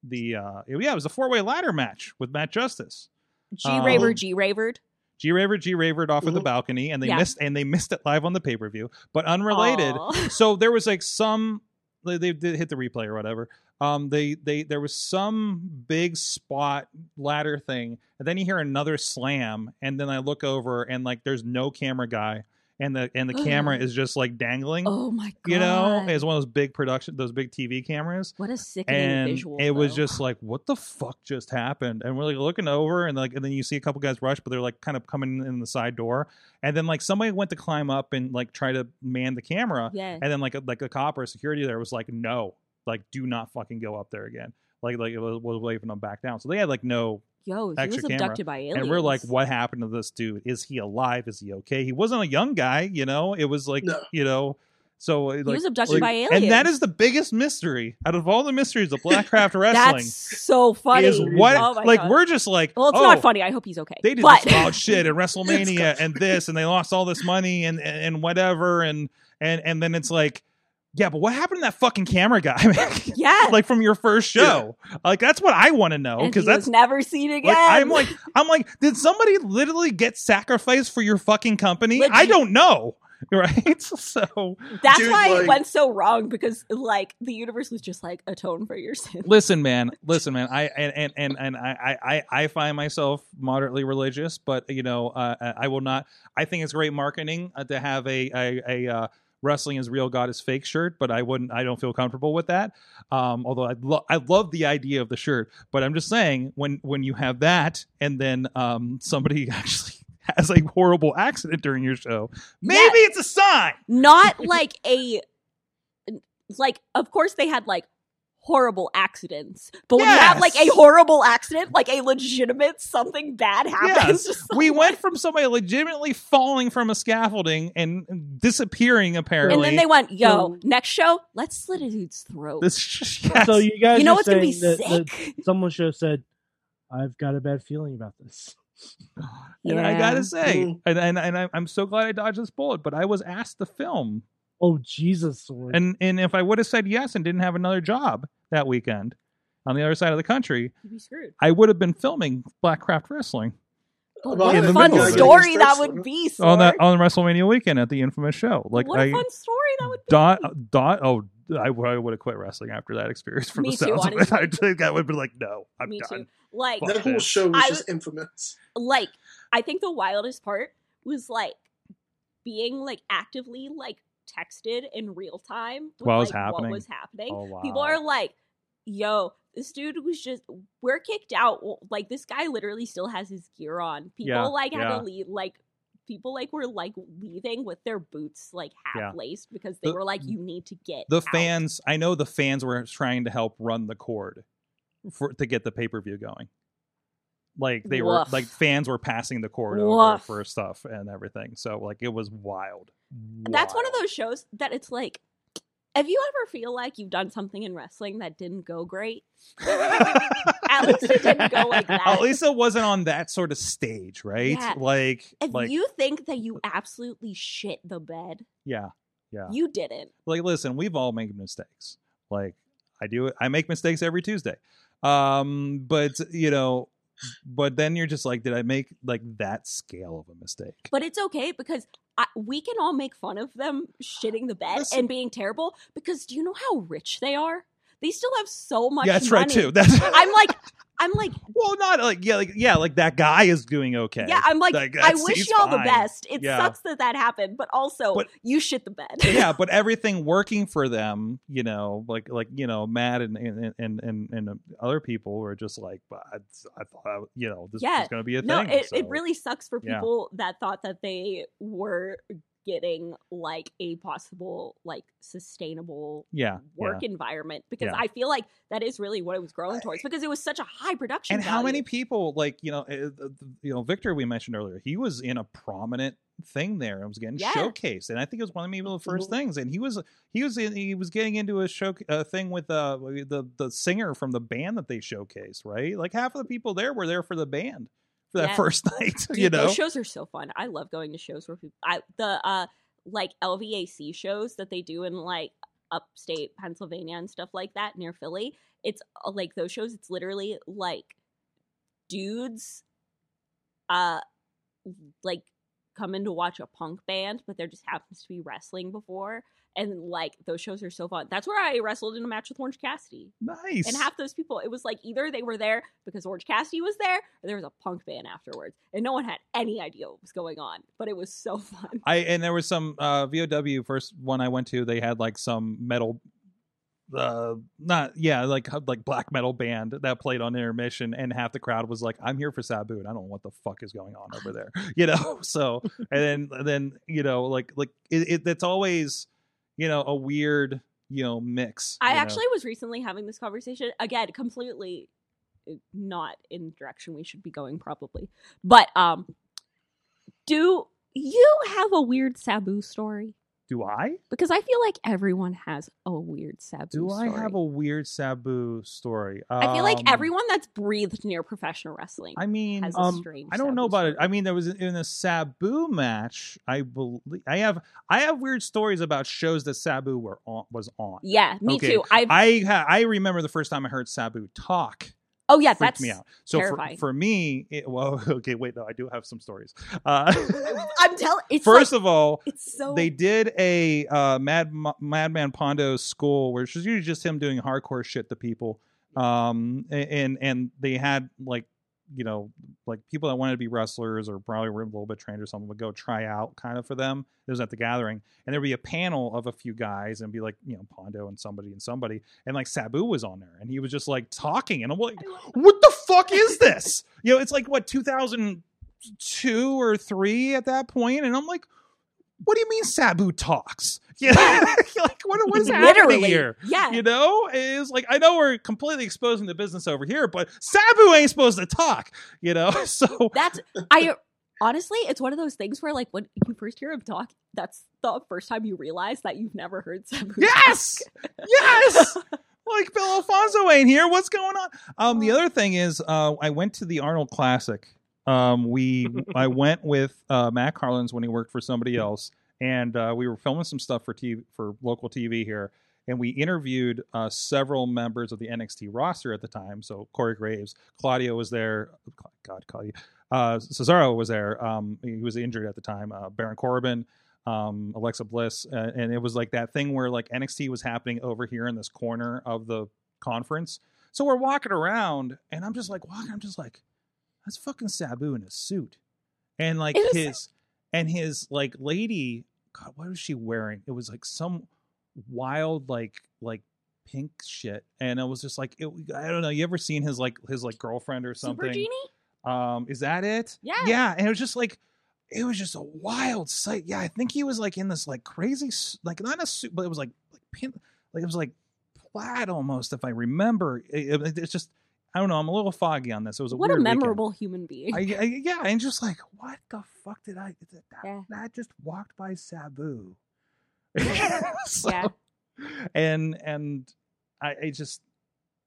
[SPEAKER 2] the uh yeah it was a four-way ladder match with matt justice
[SPEAKER 5] G
[SPEAKER 2] um,
[SPEAKER 5] Raver, G Ravered.
[SPEAKER 2] G Raver G Ravered off of the
[SPEAKER 4] Mhm.
[SPEAKER 2] balcony and they
[SPEAKER 5] Yeah.
[SPEAKER 2] missed and they missed it live on the pay-per-view. But unrelated,
[SPEAKER 5] Aw.
[SPEAKER 2] so there was like some they, they did hit the replay or whatever. Um they they there was some big spot ladder thing, and then you hear another slam, and then I look over and like there's no camera guy and the and the camera is just like dangling.
[SPEAKER 5] Oh my god!
[SPEAKER 2] You know, it's one of those big production, those big TV cameras
[SPEAKER 5] what a sickening
[SPEAKER 2] and
[SPEAKER 5] visual.
[SPEAKER 2] it was
[SPEAKER 5] though.
[SPEAKER 2] just like what the fuck just happened and we're like looking over and like and then you see a couple guys rush but they're like kind of coming in the side door and then like somebody went to climb up and like try to man the camera
[SPEAKER 5] yeah.
[SPEAKER 2] and then like a, like a cop or security there was like no like do not fucking go up there again like like it was, was waving them back down so they had like no
[SPEAKER 5] Yo, he was
[SPEAKER 2] extra camera.
[SPEAKER 5] abducted by aliens.
[SPEAKER 2] and we're like what happened to this dude is he alive is he okay he wasn't a young guy you know it was like
[SPEAKER 4] No.
[SPEAKER 2] you know so uh, like,
[SPEAKER 5] He was abducted by aliens.
[SPEAKER 2] and that is the biggest mystery out of all the mysteries of black craft wrestling
[SPEAKER 5] that's so funny.
[SPEAKER 2] is what
[SPEAKER 5] Oh my
[SPEAKER 2] like
[SPEAKER 5] God.
[SPEAKER 2] we're just like
[SPEAKER 5] Well, it's
[SPEAKER 2] oh,
[SPEAKER 5] not funny. I hope he's okay.
[SPEAKER 2] They did
[SPEAKER 5] but
[SPEAKER 2] this wild shit at WrestleMania and this, and they lost all this money and, and and whatever, and and and then it's like, yeah, but what happened to that fucking camera guy? man?
[SPEAKER 5] yeah,
[SPEAKER 2] like from your first show, like that's what I want to know
[SPEAKER 5] and he
[SPEAKER 2] because
[SPEAKER 5] was
[SPEAKER 2] that's
[SPEAKER 5] never seen again.
[SPEAKER 2] like I'm like I'm like, did somebody literally get sacrificed for your fucking company?
[SPEAKER 5] Legit.
[SPEAKER 2] I don't know, right? So
[SPEAKER 5] that's
[SPEAKER 4] Dude,
[SPEAKER 5] why
[SPEAKER 4] like-
[SPEAKER 5] it went so wrong because like the universe was just like atone for your sins.
[SPEAKER 2] listen man listen man i and and and, and I, I I- i find myself moderately religious but you know uh, i I will not i think it's great marketing uh, to have a a, a uh, wrestling is real, God is fake shirt, but I wouldn't, I don't feel comfortable with that. Um, although I, lo- I love the idea of the shirt, but I'm just saying when when you have that and then um, somebody actually has a horrible accident during your show, maybe it's a sign.
[SPEAKER 5] Not like a like of course they had like horrible accidents. But when you have like
[SPEAKER 2] Yes.
[SPEAKER 5] a horrible accident, like a legitimate something bad happens. just
[SPEAKER 2] We went from somebody legitimately falling from a scaffolding and disappearing apparently.
[SPEAKER 5] and then they went, yo,
[SPEAKER 3] So-
[SPEAKER 5] next show, let's slit a dude's throat.
[SPEAKER 2] this, yes.
[SPEAKER 3] So you guys
[SPEAKER 5] you know
[SPEAKER 3] are
[SPEAKER 5] what's gonna be
[SPEAKER 3] saying that, that
[SPEAKER 5] sick?
[SPEAKER 3] someone should have said, "I've got a bad feeling about this."
[SPEAKER 2] And I
[SPEAKER 5] Yeah.
[SPEAKER 2] gotta say,
[SPEAKER 4] Mm.
[SPEAKER 2] and and, and I, I'm so glad I dodged this bullet. But I was asked to film,
[SPEAKER 3] Oh Jesus! Lord.
[SPEAKER 2] and and if I would have said yes and didn't have another job that weekend on the other side of the country,
[SPEAKER 5] You'd be screwed.
[SPEAKER 2] I would have been filming Blackcraft Wrestling
[SPEAKER 5] But
[SPEAKER 4] Well,
[SPEAKER 5] what
[SPEAKER 2] in
[SPEAKER 5] a
[SPEAKER 2] the
[SPEAKER 5] fun
[SPEAKER 2] middle of it.
[SPEAKER 5] story that
[SPEAKER 4] Starts-
[SPEAKER 5] would be,
[SPEAKER 2] on that
[SPEAKER 5] Sorg.
[SPEAKER 2] on WrestleMania weekend at the infamous show. Like
[SPEAKER 5] what a
[SPEAKER 2] I
[SPEAKER 5] fun story that would be.
[SPEAKER 2] dot dot oh. I, would have quit wrestling after that experience. From
[SPEAKER 5] Me
[SPEAKER 2] the
[SPEAKER 5] too,
[SPEAKER 2] sounds of it,
[SPEAKER 5] honestly.
[SPEAKER 2] I think I would have been like, "No, I'm
[SPEAKER 5] Me
[SPEAKER 2] done."
[SPEAKER 5] too. Like
[SPEAKER 4] That
[SPEAKER 2] Fuck
[SPEAKER 4] whole
[SPEAKER 2] this.
[SPEAKER 4] show was
[SPEAKER 5] I
[SPEAKER 4] just infamous.
[SPEAKER 5] like I think the wildest part was like being like actively like texted in real time with,
[SPEAKER 2] What was
[SPEAKER 5] like,
[SPEAKER 2] happening?
[SPEAKER 5] What was happening?
[SPEAKER 2] Oh, wow.
[SPEAKER 5] People are like, "Yo, this dude was just we're kicked out." Well, Like this guy literally still has his gear on. People
[SPEAKER 2] Yeah,
[SPEAKER 5] like had
[SPEAKER 2] yeah.
[SPEAKER 5] to leave. Like people like were like leaving with their boots like half
[SPEAKER 2] Yeah.
[SPEAKER 5] laced because they
[SPEAKER 2] The-
[SPEAKER 5] were like, "You need to get
[SPEAKER 2] the
[SPEAKER 5] out."
[SPEAKER 2] fans i know the fans were trying to help run the cord for to get the pay-per-view going like they were
[SPEAKER 5] Woof.
[SPEAKER 2] like fans were passing the cord over
[SPEAKER 5] Woof.
[SPEAKER 2] for stuff and everything so like it was wild,
[SPEAKER 5] That's one of
[SPEAKER 2] Wild.
[SPEAKER 5] those shows that it's like. If you ever feel like you've done something in wrestling that didn't go great, At least it didn't go like that.
[SPEAKER 2] At least it wasn't on that sort of stage, right?
[SPEAKER 5] Yeah.
[SPEAKER 2] Like,
[SPEAKER 5] If
[SPEAKER 2] like,
[SPEAKER 5] you think that you absolutely shit the bed,
[SPEAKER 2] yeah, yeah.
[SPEAKER 5] you didn't.
[SPEAKER 2] like listen we've all made mistakes like i do i make mistakes every tuesday um but you know but then you're just like did i make like that scale of a mistake
[SPEAKER 5] But it's okay because I, we can all make fun of them shitting the bed
[SPEAKER 2] Listen.
[SPEAKER 5] and being terrible because do you know how rich they are? They still have so much
[SPEAKER 2] yeah that's right
[SPEAKER 5] money.
[SPEAKER 2] too that's
[SPEAKER 5] I'm like, I'm like,
[SPEAKER 2] well not like yeah like yeah like that guy is doing okay
[SPEAKER 5] yeah, I'm like,
[SPEAKER 2] Like,
[SPEAKER 5] I
[SPEAKER 2] that's-
[SPEAKER 5] wish
[SPEAKER 2] he's
[SPEAKER 5] y'all the
[SPEAKER 2] fine.
[SPEAKER 5] best. It
[SPEAKER 2] Yeah.
[SPEAKER 5] sucks that that happened, but also
[SPEAKER 2] But-
[SPEAKER 5] you shit the bed.
[SPEAKER 2] yeah but everything working for them you know like like you know matt and and and and, and other people were just like but i, I thought I, you know this
[SPEAKER 5] Yeah.
[SPEAKER 2] was gonna be a
[SPEAKER 5] no,
[SPEAKER 2] thing
[SPEAKER 5] it,
[SPEAKER 2] so.
[SPEAKER 5] it really sucks for
[SPEAKER 2] yeah.
[SPEAKER 5] people that thought that they were getting like a possible like sustainable
[SPEAKER 2] yeah yeah.
[SPEAKER 5] work environment because
[SPEAKER 2] Yeah. Uh, eh
[SPEAKER 5] I feel like that is really what it was growing towards because it was such a high production.
[SPEAKER 2] and how
[SPEAKER 5] value.
[SPEAKER 2] many people like you know uh, uh, you know victor we mentioned earlier he was in a prominent thing there and was getting
[SPEAKER 5] Yeah.
[SPEAKER 2] showcased and i think it was one of maybe the first things and he was he was in he was getting into a show uh, thing with uh the the singer from the band that they showcased right like half of the people there were there for the band for that
[SPEAKER 5] Yeah.
[SPEAKER 2] first night
[SPEAKER 5] Dude,
[SPEAKER 2] you know
[SPEAKER 5] those shows are so fun. I love going to shows where people I the uh like LVAC shows that they do in like upstate Pennsylvania and stuff like that near Philly. It's uh, like those shows it's literally like dudes uh like coming to watch a punk band but there just happens to be wrestling before and like those shows are so fun. That's where I wrestled in a match with Orange Cassidy.
[SPEAKER 2] nice
[SPEAKER 5] And half those people, it was like either they were there because Orange Cassidy was there, or there was a punk band afterwards, and no one had any idea what was going on. But it was so fun.
[SPEAKER 2] I and there was some uh VOW first one I went to. They had like some metal, uh, not yeah, like like black metal band that played on intermission, and half the crowd was like, "I'm here for Sabu, and I don't know what the fuck is going on over there," you know. So and then and then you know like like it, it that's always you know a weird you know mix.
[SPEAKER 5] I
[SPEAKER 2] you know?
[SPEAKER 5] actually was recently having this conversation again, completely uh, not in the direction we should be going, probably. But um, do you have a weird Sabu story?
[SPEAKER 2] do I
[SPEAKER 5] Because I feel like everyone has a weird Sabu.
[SPEAKER 2] do I
[SPEAKER 5] story.
[SPEAKER 2] have a weird Sabu story? Um,
[SPEAKER 5] I feel like everyone that's breathed near professional wrestling
[SPEAKER 2] I mean,
[SPEAKER 5] has
[SPEAKER 3] um,
[SPEAKER 5] a strange.
[SPEAKER 2] I don't
[SPEAKER 5] Sabu
[SPEAKER 2] know about it.
[SPEAKER 5] story.
[SPEAKER 2] I mean, there was in the Sabu match. I believe I have I have weird stories about shows that Sabu were on was on.
[SPEAKER 5] yeah, me
[SPEAKER 2] Okay,
[SPEAKER 5] too. I've
[SPEAKER 2] I ha- I remember the first time I heard Sabu talk.
[SPEAKER 5] Oh yeah,
[SPEAKER 2] freaked
[SPEAKER 5] that's
[SPEAKER 2] me out. So for,
[SPEAKER 5] terrifying.
[SPEAKER 2] for me, it, well, okay, wait, no, I do have some stories. Uh,
[SPEAKER 5] I'm telling. It's
[SPEAKER 2] first
[SPEAKER 5] like,
[SPEAKER 2] of all,
[SPEAKER 5] it's so
[SPEAKER 2] they did a uh, Mad Mo- Madman Pondo school, where it's just usually just him doing hardcore shit to people. Um, a- and and they had like you know, like people that wanted to be wrestlers or probably were a little bit trained or something would go try out kind of for them. It was at the gathering, and there'd be a panel of a few guys and be like, you know, Pondo and somebody and somebody, and like Sabu was on there, and he was just like talking, and I'm like, what the fuck is this? You know, it's like what 2002 or three at that point, and I'm like. What do you mean Sabu talks? Yeah, like what, what is happening
[SPEAKER 5] Literally.
[SPEAKER 2] here?
[SPEAKER 5] Yeah.
[SPEAKER 2] You know, is like I know we're completely exposing the business over here, but Sabu ain't supposed to talk. You know, so
[SPEAKER 5] That's I honestly, it's one of those things where like when you first hear him talk, that's the first time you realize that you've never heard Sabu.
[SPEAKER 2] yes, yes. Like Bill Alfonso ain't here. What's going on? Um, the other thing is, uh, I went to the Arnold Classic. Um, we I went with uh, Matt Carlins when he worked for somebody else, and uh, we were filming some stuff for TV for local TV here. and we interviewed uh, several members of the NXT roster at the time. So Corey Graves, Claudio was there. God, Claudio. Uh, Cesaro was there. Um, he was injured at the time. Uh, Baron Corbin, um, Alexa Bliss, uh, and it was like that thing where like NXT was happening over here in this corner of the conference. So we're walking around, and I'm just like walking. I'm just like, that's fucking Sabu in a suit, and like
[SPEAKER 5] It was-
[SPEAKER 2] his and his like lady. God, what was she wearing? It was like some wild like like pink shit and it was just like it, i don't know you ever seen his like his like girlfriend or
[SPEAKER 5] Super
[SPEAKER 2] something
[SPEAKER 5] Genie?
[SPEAKER 2] um is that it
[SPEAKER 5] Yeah.
[SPEAKER 2] yeah and it was just like it was just a wild sight yeah i think he was like in this like crazy s- like not a suit but it was like like pin like it was like plaid almost if i remember It- it- it's just i don't know i'm a little foggy on this it was a
[SPEAKER 5] What a
[SPEAKER 2] weird weekend.
[SPEAKER 5] memorable human being.
[SPEAKER 2] I, I, yeah and just like what the fuck did i that,
[SPEAKER 5] Yeah.
[SPEAKER 2] that just walked by sabu
[SPEAKER 5] yeah.
[SPEAKER 2] So- and and I, I just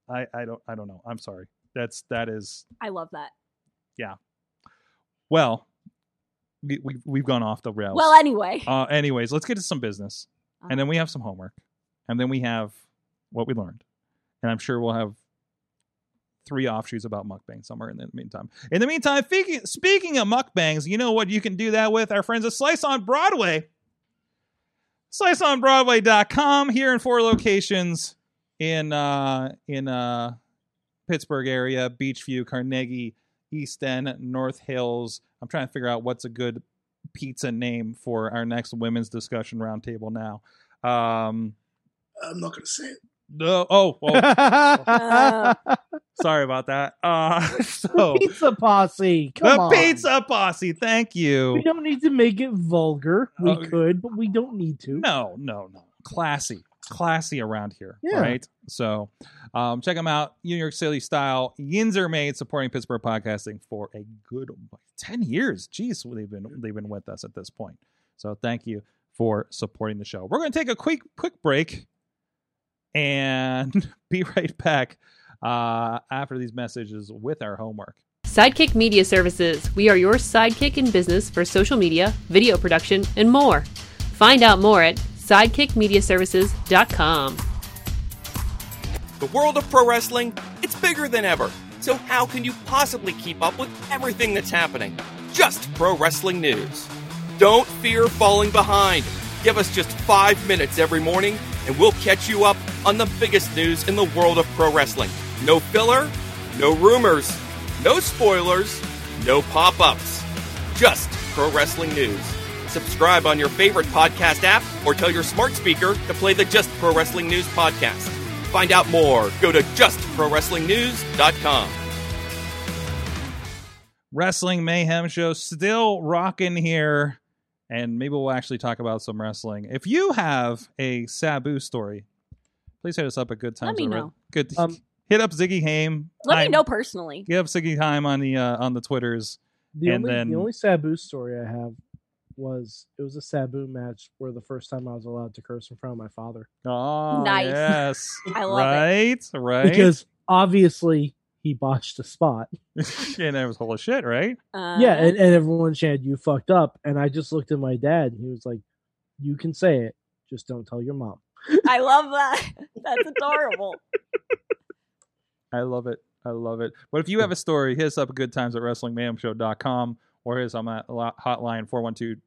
[SPEAKER 2] I I don't I don't know. I'm sorry. That's that is
[SPEAKER 5] I love that.
[SPEAKER 2] well we, we we've gone off the rails.
[SPEAKER 5] Well, anyway. um,
[SPEAKER 2] uh, anyways, let's get to some business,
[SPEAKER 5] Uh-huh.
[SPEAKER 2] and then we have some homework, and then we have what we learned, and I'm sure we'll have three offshoots about mukbang somewhere in the meantime. In the meantime, speaking speaking of mukbangs, you know what you can do that with our friends at Slice on Broadway. SliceOnBroadway.com here in four locations in uh in uh Pittsburgh area, Beachview, Carnegie, East End, North Hills. I'm trying to figure out what's a good pizza name for our next women's discussion roundtable now. Um
[SPEAKER 4] I'm not gonna say it.
[SPEAKER 2] no, oh, oh
[SPEAKER 5] Uh.
[SPEAKER 2] sorry about that. Uh so
[SPEAKER 3] pizza posse. Come
[SPEAKER 2] the
[SPEAKER 3] on.
[SPEAKER 2] pizza posse, thank you.
[SPEAKER 3] We don't need to make it vulgar. We
[SPEAKER 2] Oh.
[SPEAKER 3] could, but we don't need to.
[SPEAKER 2] No, no, no. Classy. Classy around here.
[SPEAKER 3] Yeah.
[SPEAKER 2] Right? So um, check them out. New York City style. Yins are made supporting Pittsburgh podcasting for a good like, 10 years. Jeez, they've been they've been with us at this point. So thank you for supporting the show. We're gonna take a quick quick break and be right back uh, after these messages with our homework.
[SPEAKER 6] Sidekick Media Services. We are your sidekick in business for social media, video production, and more. Find out more at sidekickmediaservices.com.
[SPEAKER 7] The world of pro wrestling, it's bigger than ever. So how can you possibly keep up with everything that's happening? Just pro wrestling news. Don't fear falling behind. Give us just 5 minutes every morning and we'll catch you up on the biggest news in the world of pro wrestling. No filler, no rumors, no spoilers, no pop-ups. Just pro wrestling news. Subscribe on your favorite podcast app or tell your smart speaker to play the Just Pro Wrestling News podcast. Find out more. Go to justprowrestlingnews.com.
[SPEAKER 2] Wrestling Mayhem Show still rocking here. And maybe we'll actually talk about some wrestling. If you have a Sabu story, please hit us up at Good Times.
[SPEAKER 5] Let me
[SPEAKER 2] with Re-
[SPEAKER 5] know.
[SPEAKER 2] Good.
[SPEAKER 3] Um,
[SPEAKER 2] hit up Ziggy Haim.
[SPEAKER 5] Let me
[SPEAKER 2] I'm-
[SPEAKER 5] know personally.
[SPEAKER 2] Hit up Ziggy Haim on the uh, on the Twitters.
[SPEAKER 3] The
[SPEAKER 2] And
[SPEAKER 3] only
[SPEAKER 2] then-
[SPEAKER 3] the only Sabu story I have was it was a Sabu match where the first time I was allowed to curse in front of my father
[SPEAKER 2] Oh,
[SPEAKER 5] Nice.
[SPEAKER 2] yes.
[SPEAKER 5] I love
[SPEAKER 2] right, right.
[SPEAKER 3] because obviously he botched a spot.
[SPEAKER 2] and that was whole shit, right?
[SPEAKER 5] Uh,
[SPEAKER 3] yeah, and, and everyone chanted "You fucked up," and I just looked at my dad and he was like, "You can say it, just don't tell your mom."
[SPEAKER 5] I love that. That's adorable.
[SPEAKER 2] I love it. I love it. But if you have a story, hit us up at goodtimes at wrestlingmayhemshow.com or hit us on that lo- hotline 412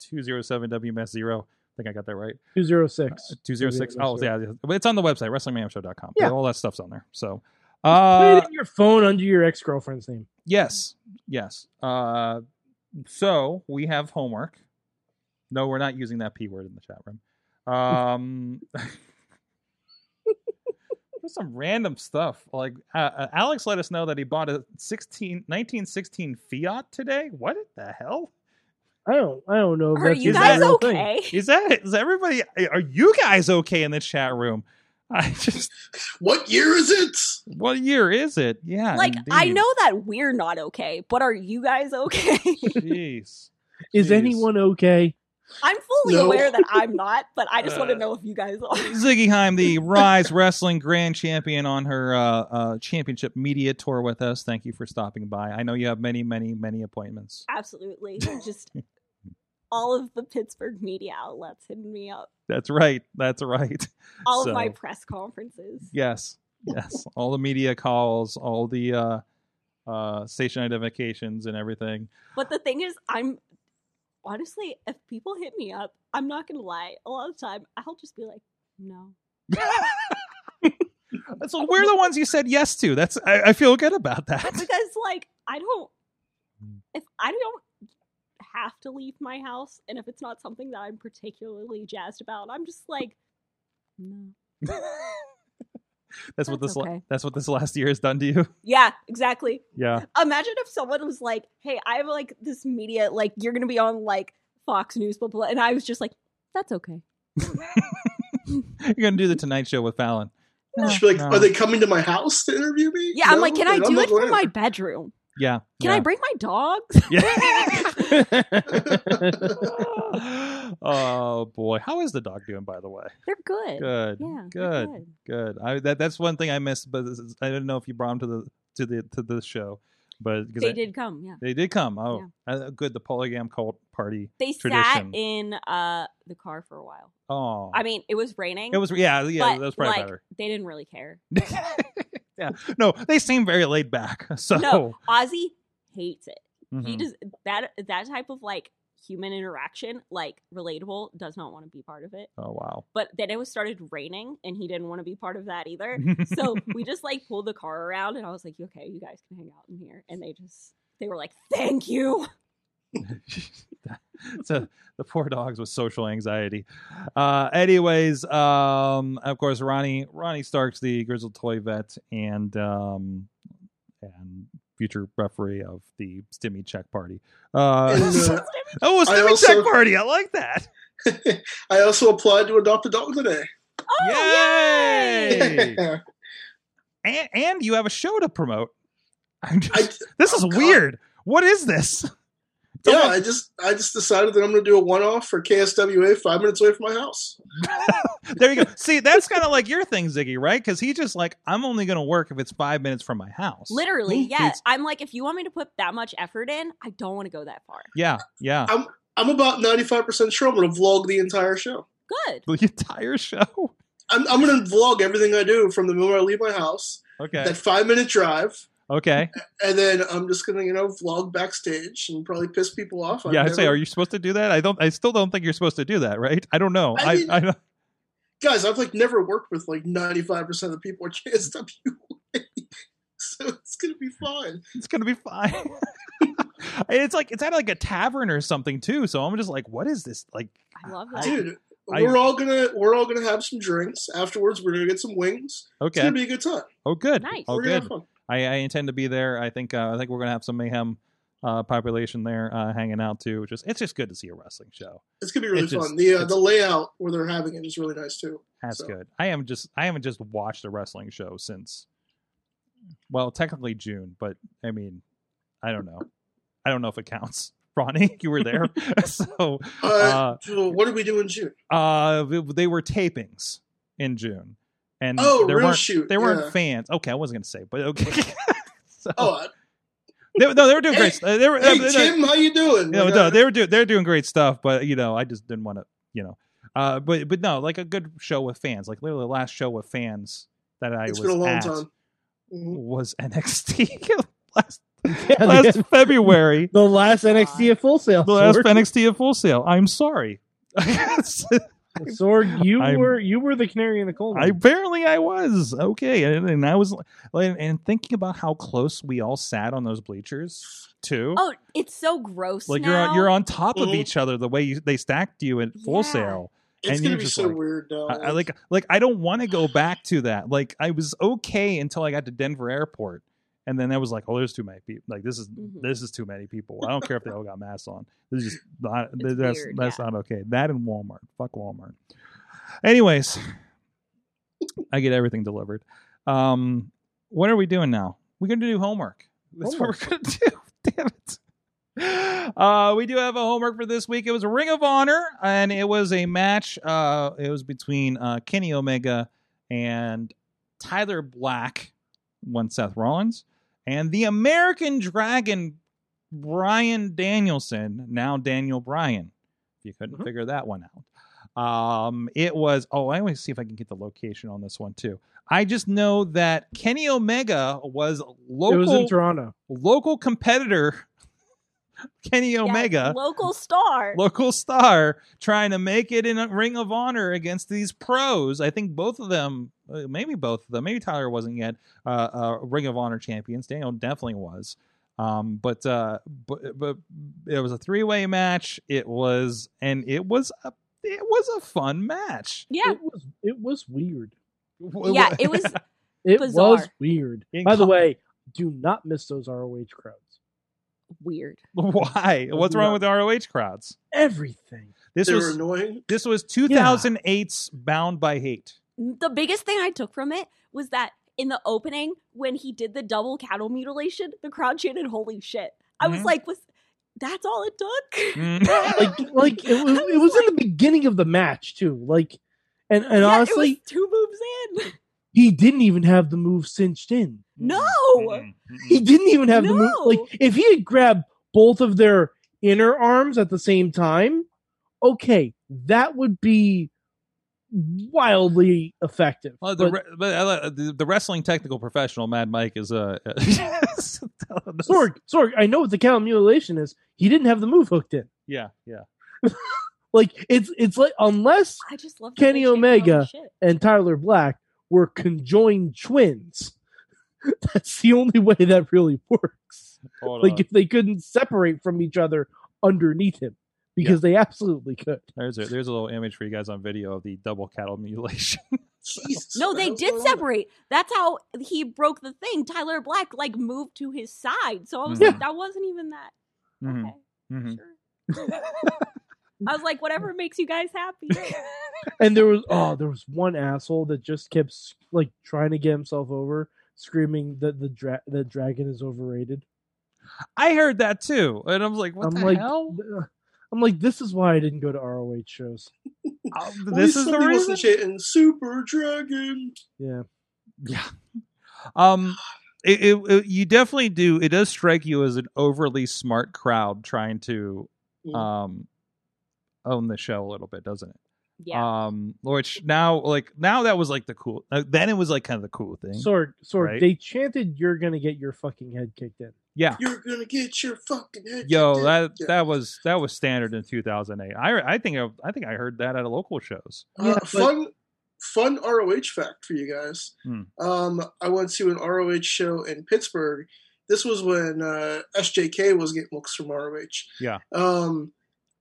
[SPEAKER 2] 207 WMS0. I think I got that right.
[SPEAKER 3] Two zero six.
[SPEAKER 2] 206.
[SPEAKER 3] Maybe
[SPEAKER 2] Oh,
[SPEAKER 3] that's
[SPEAKER 2] yeah. yeah. But it's on the website, wrestlingmayhemshow.com.
[SPEAKER 3] Yeah.
[SPEAKER 2] All that stuff's on there. So, Uh,
[SPEAKER 3] Put it in your phone under your ex girlfriend's name.
[SPEAKER 2] Yes. Yes. Uh, so we have homework. No, we're not using that P word in the chat room. Um, there's some random stuff. Like uh, uh, Alex let us know that he bought a 16, 1916 Fiat today. What the hell?
[SPEAKER 3] I don't. I don't know. If
[SPEAKER 5] Are
[SPEAKER 3] that's
[SPEAKER 5] you
[SPEAKER 3] even
[SPEAKER 5] guys
[SPEAKER 3] a real thing.
[SPEAKER 5] okay?
[SPEAKER 2] Is that is everybody? Are you guys okay in the chat room? I just
[SPEAKER 4] What year is it?
[SPEAKER 2] what year is it? Yeah,
[SPEAKER 5] Like, I
[SPEAKER 2] indeed.
[SPEAKER 5] know that we're not okay, but are you guys okay?
[SPEAKER 2] Jeez.
[SPEAKER 3] Is
[SPEAKER 2] Jeez.
[SPEAKER 3] anyone okay?
[SPEAKER 5] I'm fully
[SPEAKER 4] No.
[SPEAKER 5] aware that I'm not, but I just want
[SPEAKER 2] Uh.
[SPEAKER 5] to know if you guys are.
[SPEAKER 2] Ziggy Heim, the Rise Wrestling Grand Champion, on her uh, uh, championship media tour with us. Thank you for stopping by. I know you have many, many, many appointments.
[SPEAKER 5] Absolutely. Just all of the Pittsburgh media outlets hitting me up.
[SPEAKER 2] That's right. That's right.
[SPEAKER 5] All of my
[SPEAKER 2] So-
[SPEAKER 5] press conferences.
[SPEAKER 2] Yes. Yes. all the media calls, all the uh, uh, station identifications, and everything.
[SPEAKER 5] But the thing is, I'm honestly, if people hit me up, I'm not gonna lie. A lot of time, I'll just be like, no.
[SPEAKER 2] So we're the ones you said yes to. That's I, I feel good about that.
[SPEAKER 5] because like I don't if I don't have to leave my house and if it's not something that I'm particularly jazzed about, I'm just like no.
[SPEAKER 2] That's what
[SPEAKER 5] That's
[SPEAKER 2] this. la-
[SPEAKER 5] okay.
[SPEAKER 2] That's what this last year has done to you.
[SPEAKER 5] Yeah, exactly.
[SPEAKER 2] Yeah.
[SPEAKER 5] Imagine if someone was like, "Hey, I have like this media like you're going to be on like Fox News blah, blah blah," and I was just like, "That's okay."
[SPEAKER 2] You're gonna do the Tonight Show with Fallon.
[SPEAKER 4] She'd be like,
[SPEAKER 2] No.
[SPEAKER 4] are they coming to my house to interview me?
[SPEAKER 5] Yeah, I'm
[SPEAKER 4] No?
[SPEAKER 5] like, "Can I
[SPEAKER 4] I'm
[SPEAKER 5] do
[SPEAKER 4] not
[SPEAKER 5] it from
[SPEAKER 4] going
[SPEAKER 5] my bedroom?
[SPEAKER 2] Yeah.
[SPEAKER 5] Can
[SPEAKER 2] yeah.
[SPEAKER 5] I bring my dogs?"
[SPEAKER 2] Yeah.
[SPEAKER 4] in."
[SPEAKER 2] oh boy, how is the dog doing? By the way,
[SPEAKER 5] They're good.
[SPEAKER 2] good,
[SPEAKER 5] Yeah. they're
[SPEAKER 2] good, good. I, that that's one thing I missed, but this is- I didn't know if you brought him to the to the to the show, but 'cause
[SPEAKER 5] They
[SPEAKER 2] I-
[SPEAKER 5] did come, yeah.
[SPEAKER 2] They did come. Oh, uh, good. The polygam cult party.
[SPEAKER 5] They sat
[SPEAKER 2] Tradition.
[SPEAKER 5] in uh the car for a while.
[SPEAKER 2] Oh,
[SPEAKER 5] I mean, it was raining.
[SPEAKER 2] it was yeah, yeah.
[SPEAKER 5] but,
[SPEAKER 2] that was probably
[SPEAKER 5] like, They didn't really care.
[SPEAKER 2] better. yeah. No, they seem very laid back. So
[SPEAKER 5] No, Ozzy hates it. He
[SPEAKER 2] mhm.
[SPEAKER 5] does that that type of like human interaction, like relatable, does not want to be part of it.
[SPEAKER 2] Oh wow.
[SPEAKER 5] But then it was started raining and he didn't want to be part of that either.
[SPEAKER 2] Mm-hmm.
[SPEAKER 5] So we just like pulled the car around and I was like, okay, you guys can hang out in here. And they just they were like, Thank you.
[SPEAKER 2] so the poor dogs with social anxiety. Uh, anyways, um, of course, Ronnie Ronnie Starks, the grizzled toy vet, and um, and future referee of the Stimmy Check Party. Uh,
[SPEAKER 4] And, uh,
[SPEAKER 2] oh,
[SPEAKER 4] I
[SPEAKER 2] Stimmy
[SPEAKER 4] also-
[SPEAKER 2] Check Party! I like that.
[SPEAKER 4] uh, I also applied to adopt a dog today.
[SPEAKER 5] Oh
[SPEAKER 2] Yay!
[SPEAKER 4] I,
[SPEAKER 2] and, and you have a show to promote. I'm just,
[SPEAKER 4] yeah,
[SPEAKER 2] this is
[SPEAKER 4] oh, God.
[SPEAKER 2] weird. What is this? It's almost-
[SPEAKER 4] I just I just decided that I'm going to do a one-off for KSWA five minutes away from my house.
[SPEAKER 2] there you go. See, that's kind of like your thing, Ziggy, right? Because he's just like, I'm only going to work if it's five minutes from my house.
[SPEAKER 5] Literally, yeah.
[SPEAKER 2] It's-
[SPEAKER 5] I'm like, if you want me to put that much effort in, I don't want to go that far.
[SPEAKER 2] Yeah, yeah.
[SPEAKER 4] I'm about 95% sure I'm going to vlog the entire show.
[SPEAKER 5] Good.
[SPEAKER 2] The entire show.
[SPEAKER 4] I'm, I'm going to vlog everything I do from the moment I leave my house,
[SPEAKER 2] Okay.
[SPEAKER 4] that five-minute drive,
[SPEAKER 2] Okay.
[SPEAKER 4] and then I'm just going to, you know, vlog backstage and probably piss people off. I've
[SPEAKER 2] Yeah, I say, are
[SPEAKER 4] never-
[SPEAKER 2] you supposed to do that? I don't. I still don't think you're supposed to do that, right? I don't know.
[SPEAKER 4] I
[SPEAKER 2] I.
[SPEAKER 4] mean-
[SPEAKER 2] I, don't
[SPEAKER 4] guys, I've like never worked with like 95% of the people at KSWA. so it's going to be fun.
[SPEAKER 2] it's gonna be fine. it's like it's at like a tavern or something too. So I'm just like, what is this? Like,
[SPEAKER 5] I love that.
[SPEAKER 4] Dude,
[SPEAKER 2] I-
[SPEAKER 4] we're all going to we're all going to have some drinks. Afterwards, we're going to get some wings. It's
[SPEAKER 2] okay.
[SPEAKER 4] going to be a good time.
[SPEAKER 2] oh, good.
[SPEAKER 5] Nice.
[SPEAKER 2] Oh,
[SPEAKER 4] we're going to
[SPEAKER 2] good.
[SPEAKER 4] have fun.
[SPEAKER 2] I, I intend to be there. I think. Uh, I think we're gonna have some mayhem uh, population there uh, hanging out too. Just it's just good to see a wrestling show.
[SPEAKER 4] It's going to be really
[SPEAKER 2] It's just-
[SPEAKER 4] fun. The uh,
[SPEAKER 2] it's-
[SPEAKER 4] the layout where they're having it is really nice too.
[SPEAKER 2] That's
[SPEAKER 4] So-
[SPEAKER 2] good. I am just I haven't just watched a wrestling show since well, technically June, but I mean, I don't know. I don't know if it counts. Ronnie, you were there. so
[SPEAKER 4] Uh,
[SPEAKER 2] Uh,
[SPEAKER 4] so what did we do in June?
[SPEAKER 2] uh they were tapings in June. And
[SPEAKER 4] Oh,
[SPEAKER 2] mm, there
[SPEAKER 4] real
[SPEAKER 2] weren't
[SPEAKER 4] shoot.
[SPEAKER 2] there weren't
[SPEAKER 4] yeah.
[SPEAKER 2] fans. Okay, I wasn't gonna say, but okay. so
[SPEAKER 4] Oh, uh,
[SPEAKER 2] they, no, they were doing great
[SPEAKER 4] Hey,
[SPEAKER 2] stuff. They were
[SPEAKER 4] hey
[SPEAKER 2] no, no,
[SPEAKER 4] Tim, how you doing?
[SPEAKER 2] no,
[SPEAKER 4] Like,
[SPEAKER 2] no,
[SPEAKER 4] uh,
[SPEAKER 2] they were doing they're doing great stuff, but you know, I just didn't want to, you know. Uh, but but no, like a good show with fans, like literally the last show with fans that I was
[SPEAKER 4] it's been a long
[SPEAKER 2] at
[SPEAKER 4] time. Mhm.
[SPEAKER 2] was NXT last,
[SPEAKER 3] Yeah,
[SPEAKER 2] last
[SPEAKER 3] the,
[SPEAKER 2] February.
[SPEAKER 3] the last NXT at Full Sail.
[SPEAKER 2] The last
[SPEAKER 3] Sorry.
[SPEAKER 2] NXT at Full Sail. I'm sorry.
[SPEAKER 3] Sorg, you
[SPEAKER 2] I'm-
[SPEAKER 3] were you were the canary in the coal
[SPEAKER 2] I
[SPEAKER 3] mine.
[SPEAKER 2] apparently I was okay, and, and I was like, and thinking about how close we all sat on those bleachers too.
[SPEAKER 5] Oh, it's so gross.
[SPEAKER 2] like you're
[SPEAKER 5] now.
[SPEAKER 2] on, you're on top of
[SPEAKER 4] Mhm.
[SPEAKER 2] each other the way you, they stacked you at full
[SPEAKER 5] Yeah.
[SPEAKER 2] sale.
[SPEAKER 4] It's
[SPEAKER 2] And
[SPEAKER 4] gonna
[SPEAKER 2] you're
[SPEAKER 4] be
[SPEAKER 2] just
[SPEAKER 4] so
[SPEAKER 2] like-
[SPEAKER 4] weird now.
[SPEAKER 2] I, I like like I don't want to go back to that. Like I was okay until I got to Denver Airport, and then I was like, oh, there's too many people. Like this is
[SPEAKER 5] Mhm.
[SPEAKER 2] this is too many people. I don't care if they all got masks on. This is just not
[SPEAKER 5] It's
[SPEAKER 2] th- that's
[SPEAKER 5] weird,
[SPEAKER 2] that's
[SPEAKER 5] yeah.
[SPEAKER 2] not okay. That and Walmart. Fuck Walmart. Anyways, I get everything delivered. Um, what are we doing now? We're gonna do homework. That's what we're gonna do. Damn it. Uh, we do have a homework for this week. It was Ring of Honor, and it was a match. Uh, it was between uh, Kenny Omega and Tyler Black, one Seth Rollins, and the American Dragon, Brian Danielson, now Daniel Bryan. If you couldn't
[SPEAKER 3] Mhm.
[SPEAKER 2] figure that one out. Um, it was. Oh, I always see if I can get the location on this one too. I just know that Kenny Omega was
[SPEAKER 3] It was
[SPEAKER 2] local
[SPEAKER 3] in Toronto.
[SPEAKER 2] local competitor Kenny
[SPEAKER 5] Yeah,
[SPEAKER 2] Omega,
[SPEAKER 5] local star.
[SPEAKER 2] local star, trying to make it in a Ring of Honor against these pros. I think both of them, uh, maybe both of them, maybe Tyler wasn't yet uh, uh, Ring of Honor champions. Daniel definitely was. Um, but uh, but but it was a three way match. It was and it was a it was a fun match.
[SPEAKER 5] yeah,
[SPEAKER 3] It was it was weird.
[SPEAKER 5] yeah. It was
[SPEAKER 3] It
[SPEAKER 5] Bizarre.
[SPEAKER 3] was weird.
[SPEAKER 2] In
[SPEAKER 3] By the
[SPEAKER 2] con-
[SPEAKER 3] way, do not miss those ROH crowds.
[SPEAKER 5] weird.
[SPEAKER 2] why? What's wrong with ROH crowds?
[SPEAKER 3] Everything.
[SPEAKER 2] This
[SPEAKER 4] they were
[SPEAKER 2] was
[SPEAKER 4] annoying.
[SPEAKER 2] this was 2008's Bound by Hate.
[SPEAKER 5] The biggest thing I took from it was that in the opening, when he did the double cattle mutilation, the crowd chanted "Holy shit!" I was
[SPEAKER 2] Mhm.
[SPEAKER 5] like, "Was that's all it took?"
[SPEAKER 2] Mm-hmm.
[SPEAKER 3] Like like it was it was in the beginning of the match too. Like and and
[SPEAKER 5] Yeah,
[SPEAKER 3] honestly,
[SPEAKER 5] it was two moves in.
[SPEAKER 3] he didn't even have the move cinched in.
[SPEAKER 5] No,
[SPEAKER 3] Mm-hmm.
[SPEAKER 2] Mm-hmm.
[SPEAKER 3] He didn't even have the move.
[SPEAKER 5] No.
[SPEAKER 3] Like if he had grabbed both of their inner arms at the same time, okay, that would be wildly effective.
[SPEAKER 2] Well, the,
[SPEAKER 3] But
[SPEAKER 2] re- but, uh, the the wrestling technical professional Mad Mike is uh, yes, telling us-
[SPEAKER 3] Sorg, Sorg, I know what the cow mutilation is. He didn't have the move hooked in.
[SPEAKER 2] Yeah, yeah.
[SPEAKER 3] Like it's it's like unless
[SPEAKER 5] I just love that
[SPEAKER 3] Kenny
[SPEAKER 5] they chanted, "Holy
[SPEAKER 3] Omega.
[SPEAKER 5] shit."
[SPEAKER 3] and Tyler Black were conjoined twins. That's the only way that really works.
[SPEAKER 2] Hold
[SPEAKER 3] Like
[SPEAKER 2] on.
[SPEAKER 3] if they couldn't separate from each other underneath him, because they absolutely could.
[SPEAKER 2] There's a there's a little image for you guys on video of the double cattle mutilation.
[SPEAKER 4] Jesus,
[SPEAKER 5] No,
[SPEAKER 4] what the
[SPEAKER 5] they
[SPEAKER 4] hell's
[SPEAKER 5] did
[SPEAKER 4] going on?
[SPEAKER 5] separate. That's how he broke the thing. Tyler Black like moved to his side, so I was
[SPEAKER 3] Mm-hmm.
[SPEAKER 2] Mhm.
[SPEAKER 5] like, "That wasn't even that."
[SPEAKER 2] Mhm,
[SPEAKER 5] Okay,
[SPEAKER 2] mhm.
[SPEAKER 5] sure. I was like, "Whatever makes you guys happy."
[SPEAKER 3] And there was oh, there was one asshole that just kept s- like trying to get himself over, screaming that the dra- the dragon is overrated.
[SPEAKER 2] I heard that too, and I was like, "What
[SPEAKER 3] I'm
[SPEAKER 2] the
[SPEAKER 3] like,
[SPEAKER 2] hell?
[SPEAKER 3] "Ugh." I'm like, this is why I didn't go to ROH shows.
[SPEAKER 2] Uh,
[SPEAKER 4] At
[SPEAKER 2] this
[SPEAKER 4] least
[SPEAKER 2] is the
[SPEAKER 4] somebody wasn't
[SPEAKER 2] reason."
[SPEAKER 4] chanting Super Dragon.
[SPEAKER 3] Yeah,
[SPEAKER 2] Yeah. Um. It, it, it- you definitely do. It does strike you as an overly smart crowd trying to
[SPEAKER 4] Mm.
[SPEAKER 2] um own the show a little bit, doesn't it?
[SPEAKER 3] Uh,
[SPEAKER 5] yeah,
[SPEAKER 2] um which now like now that was like the cool uh, then it was like kind of the cool thing
[SPEAKER 3] Sorg, Sorg,
[SPEAKER 2] Right.
[SPEAKER 3] they chanted, "You're gonna get your fucking head kicked in."
[SPEAKER 2] yeah
[SPEAKER 4] You're gonna get your fucking head.
[SPEAKER 2] yo
[SPEAKER 4] kicked in.
[SPEAKER 2] that
[SPEAKER 4] Yeah.
[SPEAKER 2] that was that was standard in 2008 i i think I, I think i heard that at a local shows
[SPEAKER 3] Yeah,
[SPEAKER 4] Uh,
[SPEAKER 3] but-
[SPEAKER 4] fun, fun ROH fact for you guys.
[SPEAKER 2] Hmm.
[SPEAKER 4] Um, I went to an ROH show in Pittsburgh. This was when uh, SJK was getting looks from ROH.
[SPEAKER 2] Yeah.
[SPEAKER 4] Um,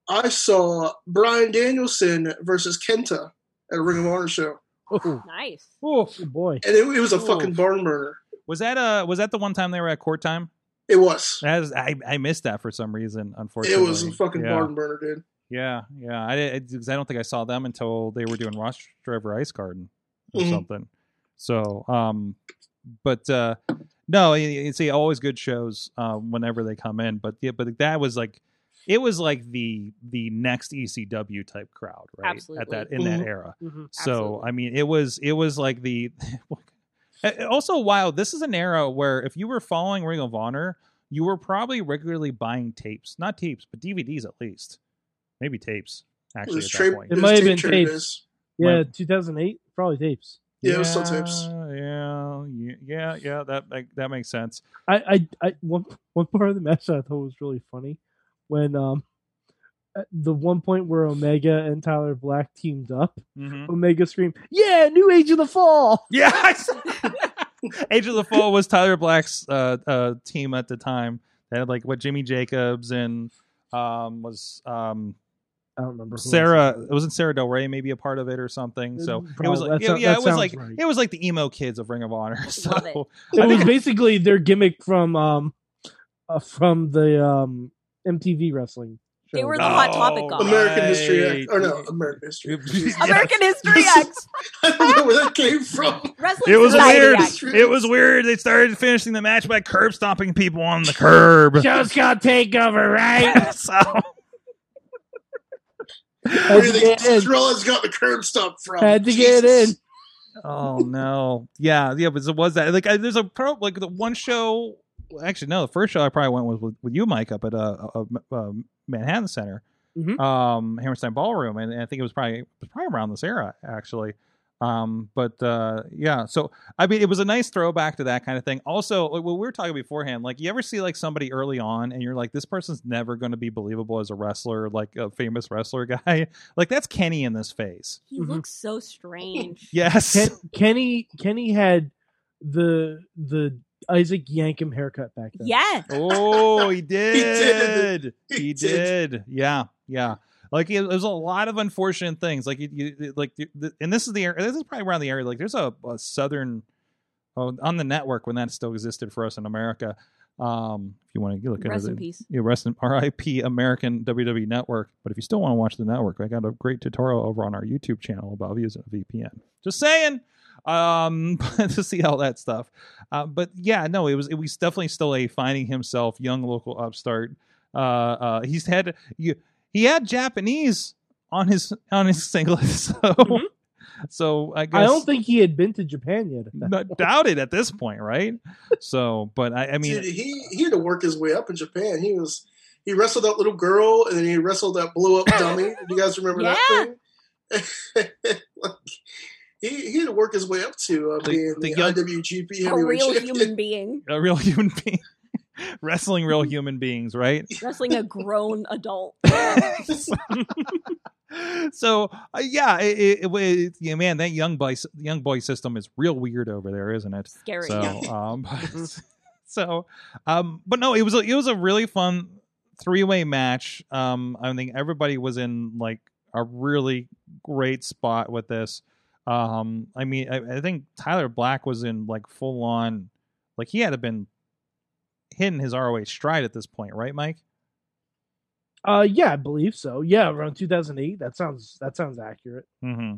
[SPEAKER 4] I saw Brian Danielson versus Kenta at a Ring of Honor show,
[SPEAKER 3] Oh,
[SPEAKER 5] nice.
[SPEAKER 2] Oof.
[SPEAKER 3] oh boy,
[SPEAKER 4] and it, it was a
[SPEAKER 2] Ooh.
[SPEAKER 4] fucking barn burner.
[SPEAKER 2] was that uh was that the one time they were at court time
[SPEAKER 4] It was.
[SPEAKER 2] that is, I, I missed that for some reason
[SPEAKER 4] It
[SPEAKER 2] unfortunately
[SPEAKER 4] was a fucking
[SPEAKER 2] yeah.
[SPEAKER 4] barn burner, dude.
[SPEAKER 2] yeah yeah i did because i don't think i saw them until they were doing ross driver ice garden or
[SPEAKER 4] Mhm.
[SPEAKER 2] something so um but uh no you, you see always good shows uh, whenever they come in but yeah but that was like it was like the the next ecw type crowd right at that
[SPEAKER 5] Absolutely. Mm-hmm.
[SPEAKER 2] in that
[SPEAKER 4] Mhm.
[SPEAKER 2] era
[SPEAKER 3] Mhm.
[SPEAKER 2] so
[SPEAKER 5] Absolutely.
[SPEAKER 2] i mean it was it was like the also wow this is an era where if you were following ring of honor you were probably regularly buying tapes not tapes but dvds at least maybe tapes actually
[SPEAKER 4] was
[SPEAKER 2] at
[SPEAKER 4] tra-
[SPEAKER 2] that point
[SPEAKER 3] It might have
[SPEAKER 4] tape
[SPEAKER 3] been
[SPEAKER 4] traders.
[SPEAKER 3] tapes. yeah, 2008, probably tapes.
[SPEAKER 4] Yeah, it was still tapes.
[SPEAKER 2] Yeah, yeah, yeah, yeah. That like, that makes sense.
[SPEAKER 3] I, I, I one one part of the match that I thought was really funny when um at the one point where Omega and Tyler Black teamed up,
[SPEAKER 2] Mhm.
[SPEAKER 3] Omega screamed, "Yeah, new age of the fall!"
[SPEAKER 2] Yeah. I saw- Age of the Fall was Tyler Black's uh, uh, team at the time. They had like what Jimmy Jacobs and um, was um,
[SPEAKER 3] I don't remember. who
[SPEAKER 2] Sarah.
[SPEAKER 3] else
[SPEAKER 2] It
[SPEAKER 3] it
[SPEAKER 2] wasn't Sarah Del Rey maybe a part of it or something. So it was
[SPEAKER 3] Mm,
[SPEAKER 2] like
[SPEAKER 3] Probably. That
[SPEAKER 2] yeah,
[SPEAKER 3] sou-
[SPEAKER 2] yeah,
[SPEAKER 3] that
[SPEAKER 2] it was
[SPEAKER 3] sounds
[SPEAKER 2] like
[SPEAKER 3] right.
[SPEAKER 2] it was like the emo kids of Ring of Honor.
[SPEAKER 5] Love
[SPEAKER 2] So
[SPEAKER 3] was. It
[SPEAKER 2] I
[SPEAKER 3] was
[SPEAKER 2] think-
[SPEAKER 3] basically their gimmick from um, uh, from the um, MTV wrestling.
[SPEAKER 5] They
[SPEAKER 3] show.
[SPEAKER 5] were the
[SPEAKER 2] Oh.
[SPEAKER 5] Hot Topic guy.
[SPEAKER 4] American History
[SPEAKER 2] Right.
[SPEAKER 4] Act. Or no, American History.
[SPEAKER 2] Yes.
[SPEAKER 5] American History X.
[SPEAKER 4] I don't know where that came from.
[SPEAKER 5] Wrestling
[SPEAKER 2] It was
[SPEAKER 5] Society
[SPEAKER 2] weird.
[SPEAKER 5] X.
[SPEAKER 2] It was weird. They started finishing the match by curb stomping people on the curb.
[SPEAKER 3] Just gonna take over, right?
[SPEAKER 2] so
[SPEAKER 4] Where do you think
[SPEAKER 3] Had to get in.
[SPEAKER 4] Strella's got the curb stop from?
[SPEAKER 3] Had to get
[SPEAKER 4] Jesus.
[SPEAKER 3] in.
[SPEAKER 2] Oh no, yeah, yeah, but it was that like I, there's a pro like the one show. Actually, no, the first show I probably went was with, with you, Mike, up at uh, uh, uh Manhattan Center,
[SPEAKER 3] Mhm.
[SPEAKER 2] um, Hammerstein Ballroom, and, and I think it was probably it was probably around this era actually. Um, but uh, yeah, so I mean, it was a nice throwback to that kind of thing. Also, like, what we were talking beforehand, like you ever see like somebody early on, and you're like, this person's never going to be believable as a wrestler, like a famous wrestler guy. like that's Kenny in this phase.
[SPEAKER 5] He
[SPEAKER 3] Mhm.
[SPEAKER 5] looks so strange.
[SPEAKER 2] Yes.
[SPEAKER 3] Ken, Kenny Kenny had the the Isaac Yankum haircut back then.
[SPEAKER 5] Yeah.
[SPEAKER 2] Oh, he
[SPEAKER 4] did.
[SPEAKER 2] did. He,
[SPEAKER 4] He
[SPEAKER 2] did.
[SPEAKER 4] did.
[SPEAKER 2] Yeah, yeah. Like it, there's a lot of unfortunate things. Like you, you like, you- the, and this is the area. This is probably around the area. Like there's a, a southern oh, on the network when that still existed for us in America. Um, if you want to look at
[SPEAKER 5] Rest
[SPEAKER 2] it,
[SPEAKER 5] in peace.
[SPEAKER 2] yeah, rest in RIP American WWE Network. But if you still want to watch the network, I got a great tutorial over on our YouTube channel about using a VPN. Just saying, um, to see all that stuff. Uh, but yeah, no, it was it was definitely still a finding himself young local upstart. Uh, uh, he's had you he had Japanese on his on his singlet, so
[SPEAKER 5] Mm-hmm.
[SPEAKER 2] so I guess
[SPEAKER 3] I don't think he had been to Japan yet. at that-
[SPEAKER 2] not doubted at this point, right? so, but I, I mean,
[SPEAKER 4] Dude, he he had to work his way up in Japan. He was he wrestled that little girl, and then he wrestled that blow up dummy. Do you guys remember
[SPEAKER 5] Yeah.
[SPEAKER 4] that thing? like, he he had to work his way up to uh,
[SPEAKER 2] The-
[SPEAKER 4] being
[SPEAKER 2] the
[SPEAKER 4] the,
[SPEAKER 2] young-
[SPEAKER 4] IWGP
[SPEAKER 5] A
[SPEAKER 4] heavyweight
[SPEAKER 5] real
[SPEAKER 4] champion.
[SPEAKER 5] human being.
[SPEAKER 2] a real human being wrestling real human beings right
[SPEAKER 5] Wrestling a grown adult.
[SPEAKER 2] so uh, yeah it, it, it, it- yeah man that young boy s- young boy system is real weird over there isn't it
[SPEAKER 5] Scary.
[SPEAKER 2] so um so um but no it was a, it was a really fun three-way match um i think everybody was in like a really great spot with this um i mean i, I think tyler black was in like full on like he had to been hitting his roh stride at this point right mike
[SPEAKER 3] Uh, yeah, I believe so. Yeah, around 2008. That sounds that sounds accurate.
[SPEAKER 2] Mm-hmm.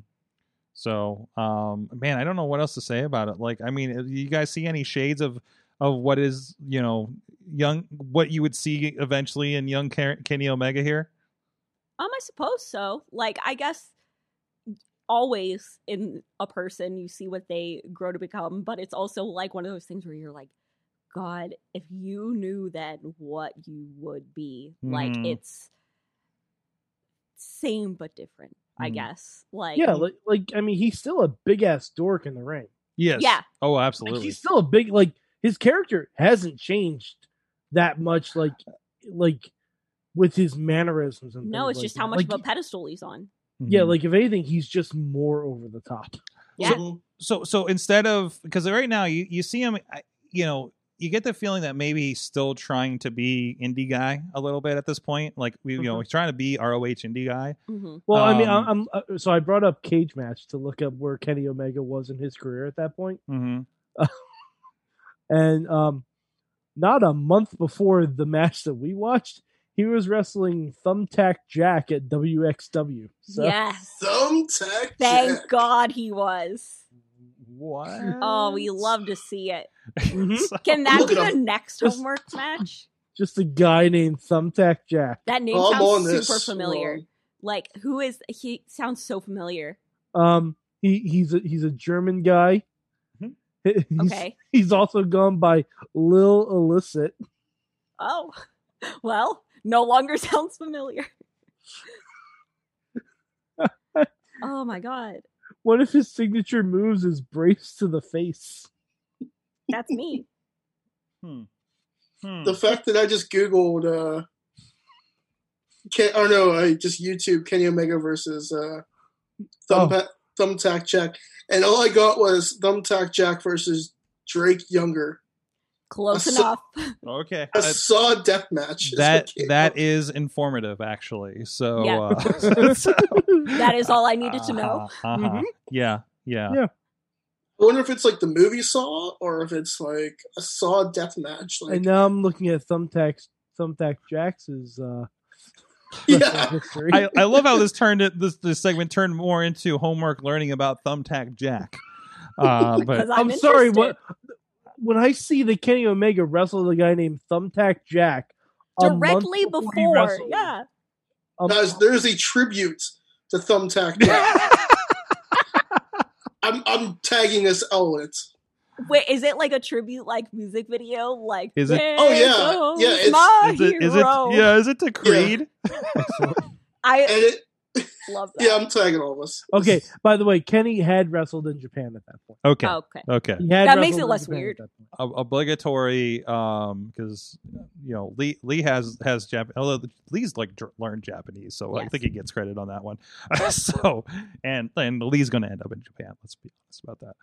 [SPEAKER 2] So, um, man, I don't know what else to say about it. Like, I mean, uh, you guys see any shades of of what is you know young what you would see eventually in young Ken- Kenny Omega here?
[SPEAKER 5] Um, I suppose so. Like, I guess always in a person you see what they grow to become, but it's also like one of those things where you're like, God, if you knew then what you would be, like
[SPEAKER 2] Mhm.
[SPEAKER 5] it's same but different, I
[SPEAKER 2] Mhm.
[SPEAKER 5] guess. Like,
[SPEAKER 3] Yeah, like, like I mean, he's still a big ass dork in the ring.
[SPEAKER 2] Yes.
[SPEAKER 5] Yeah.
[SPEAKER 2] Oh,
[SPEAKER 3] Like,
[SPEAKER 2] absolutely.
[SPEAKER 3] he's still a big like his character hasn't changed that much. Like like with his mannerisms and
[SPEAKER 5] no,
[SPEAKER 3] things
[SPEAKER 5] it's
[SPEAKER 3] like
[SPEAKER 5] just
[SPEAKER 3] that.
[SPEAKER 5] how much
[SPEAKER 3] Like,
[SPEAKER 5] of a pedestal he's on.
[SPEAKER 3] yeah.
[SPEAKER 2] Mhm.
[SPEAKER 3] Like if anything, he's just more over the top.
[SPEAKER 5] Yeah.
[SPEAKER 2] so so instead of because right now you you see him, I- you know. You get the feeling that maybe he's still trying to be indie guy a little bit at this point. Like we, you know,
[SPEAKER 3] Mhm.
[SPEAKER 2] he's trying to be ROH indie guy.
[SPEAKER 5] hmm
[SPEAKER 3] Well, I mean,
[SPEAKER 2] Um,
[SPEAKER 3] I- I'm uh, so I brought up cage match to look up where Kenny Omega was in his career at that point,
[SPEAKER 2] Mm-hmm.
[SPEAKER 3] and um, not a month before the match that we watched, he was wrestling Thumbtack Jack at WXW. So
[SPEAKER 5] Yes.
[SPEAKER 4] Thumbtack.
[SPEAKER 5] Thank
[SPEAKER 4] Jack.
[SPEAKER 5] God he was.
[SPEAKER 2] What?
[SPEAKER 5] Oh, we love to see it.
[SPEAKER 2] So- hmm.
[SPEAKER 5] Can that
[SPEAKER 4] Look
[SPEAKER 5] be
[SPEAKER 4] it
[SPEAKER 5] the
[SPEAKER 4] up.
[SPEAKER 5] next homework match?
[SPEAKER 3] just a guy named Thumbtack Jack.
[SPEAKER 5] That name
[SPEAKER 4] I'm on
[SPEAKER 5] sounds
[SPEAKER 4] this.
[SPEAKER 5] super familiar.
[SPEAKER 4] Well,
[SPEAKER 5] Like who is he? Sounds so familiar.
[SPEAKER 3] Um, he he's a, he's a German guy.
[SPEAKER 2] Mhm.
[SPEAKER 3] He's,
[SPEAKER 5] Okay.
[SPEAKER 3] he's also gone by Lil Illicit.
[SPEAKER 5] Oh, well, no longer sounds familiar. oh my god,
[SPEAKER 3] One of his signature moves is brace to the face.
[SPEAKER 5] that's me.
[SPEAKER 2] Hmm. Hmm.
[SPEAKER 4] The fact that I just googled uh, Ken, or no, uh, just YouTube Kenny Omega versus uh,
[SPEAKER 3] Oh.
[SPEAKER 4] Thumbpa- Thumbtack Jack, and all I got was Thumbtack Jack versus Drake Younger.
[SPEAKER 5] Close
[SPEAKER 4] So-
[SPEAKER 5] enough.
[SPEAKER 2] Okay.
[SPEAKER 4] I
[SPEAKER 2] Uh,
[SPEAKER 4] saw a death match. is
[SPEAKER 2] that
[SPEAKER 4] what came
[SPEAKER 2] that
[SPEAKER 4] up.
[SPEAKER 2] is informative actually. So,
[SPEAKER 5] Yeah.
[SPEAKER 2] uh, so-
[SPEAKER 5] That is all I needed to know.
[SPEAKER 2] Uh-huh, uh-huh.
[SPEAKER 5] Mhm.
[SPEAKER 2] Yeah. Yeah.
[SPEAKER 3] Yeah.
[SPEAKER 4] I wonder if it's like the movie Saw or if it's like a Saw death match. Like,
[SPEAKER 3] And now I'm looking at Thumbtack Thumbtack Jax's uh,
[SPEAKER 4] Yeah.
[SPEAKER 3] history.
[SPEAKER 2] I, I love how this turned it, this this segment turned more into homework learning about Thumbtack Jack. Uh, but
[SPEAKER 5] Because I'm,
[SPEAKER 3] sorry.
[SPEAKER 5] interested.
[SPEAKER 3] What when I see that Kenny Omega wrestled a guy named Thumbtack Jack a month
[SPEAKER 5] directly
[SPEAKER 3] before, he
[SPEAKER 5] before?
[SPEAKER 3] wrestled-
[SPEAKER 5] Yeah.
[SPEAKER 3] a
[SPEAKER 4] guys, there's a tribute to Thumbtack Jack. I'm I'm tagging us all in it.
[SPEAKER 5] Wait, is it like a tribute like music video? Like
[SPEAKER 2] Is it-
[SPEAKER 5] "There
[SPEAKER 4] Oh, yeah.
[SPEAKER 5] goes
[SPEAKER 4] Yeah, it's-
[SPEAKER 5] my
[SPEAKER 2] is it, is it
[SPEAKER 5] hero."
[SPEAKER 2] yeah, is it to Creed?
[SPEAKER 4] And
[SPEAKER 5] I
[SPEAKER 4] it,
[SPEAKER 5] love that.
[SPEAKER 4] yeah, I'm tagging all of us.
[SPEAKER 3] Okay. By the way, Kenny had wrestled in Japan at that point.
[SPEAKER 2] Okay.
[SPEAKER 5] Oh, okay.
[SPEAKER 2] Okay.
[SPEAKER 3] He had
[SPEAKER 5] That makes
[SPEAKER 3] wrestled
[SPEAKER 5] it
[SPEAKER 3] in
[SPEAKER 5] less
[SPEAKER 3] Japan at
[SPEAKER 5] weird.
[SPEAKER 3] that point.
[SPEAKER 2] ob- obligatory um because you know lee lee has has Jap- although lee's like j- learned japanese so i
[SPEAKER 5] Yes.
[SPEAKER 2] think he gets credit on that one so and and lee's gonna end up in japan let's be honest about that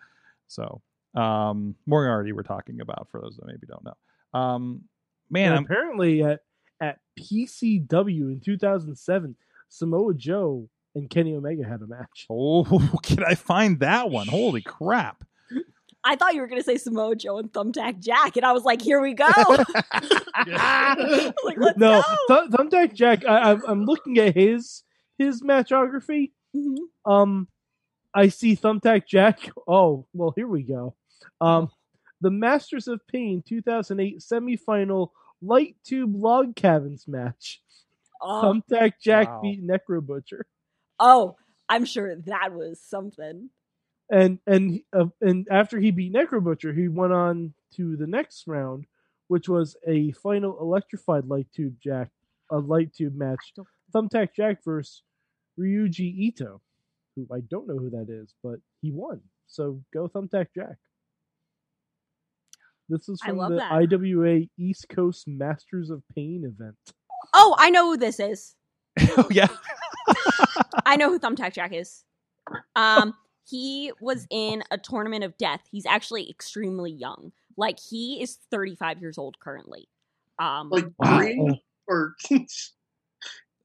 [SPEAKER 2] so um moriarty we're talking about for those that maybe don't know um man
[SPEAKER 3] And
[SPEAKER 2] i'm
[SPEAKER 3] apparently at at PCW in 2007, Samoa Joe and Kenny Omega had a match.
[SPEAKER 2] oh can i find that one holy crap
[SPEAKER 5] I thought you were gonna say Samoa Joe and Thumbtack Jack, and I was like, here we go. I was like, let's
[SPEAKER 3] no,
[SPEAKER 5] go.
[SPEAKER 3] Th- Thumbtack Jack. I, I'm, I'm looking at his his matchography.
[SPEAKER 5] Mhm.
[SPEAKER 3] Um, I see Thumbtack Jack. Oh, well, here we go. Um, the Masters of Pain 2008 semifinal light tube log cabins match.
[SPEAKER 5] Oh,
[SPEAKER 3] Thumbtack Jack
[SPEAKER 2] Wow.
[SPEAKER 3] beat Necro Butcher,
[SPEAKER 5] oh, I'm sure that was something.
[SPEAKER 3] and and uh, and after he beat Necro Butcher, he went on to the next round, which was a final electrified light tube Jack, a light tube match.
[SPEAKER 5] don't-
[SPEAKER 3] Thumbtack Jack versus Ryuji Ito, who I don't know who that is, but he won. So go Thumbtack Jack. This is
[SPEAKER 5] I
[SPEAKER 3] from
[SPEAKER 5] love
[SPEAKER 3] the
[SPEAKER 5] that.
[SPEAKER 3] IWA East Coast Masters of Pain event.
[SPEAKER 5] Oh, I know who this is.
[SPEAKER 2] oh yeah
[SPEAKER 5] I know who Thumbtack Jack is. Um, he was in a tournament of death. He's actually extremely young. Like he is 35 years old currently. Um,
[SPEAKER 4] Like
[SPEAKER 2] Wow.
[SPEAKER 4] green or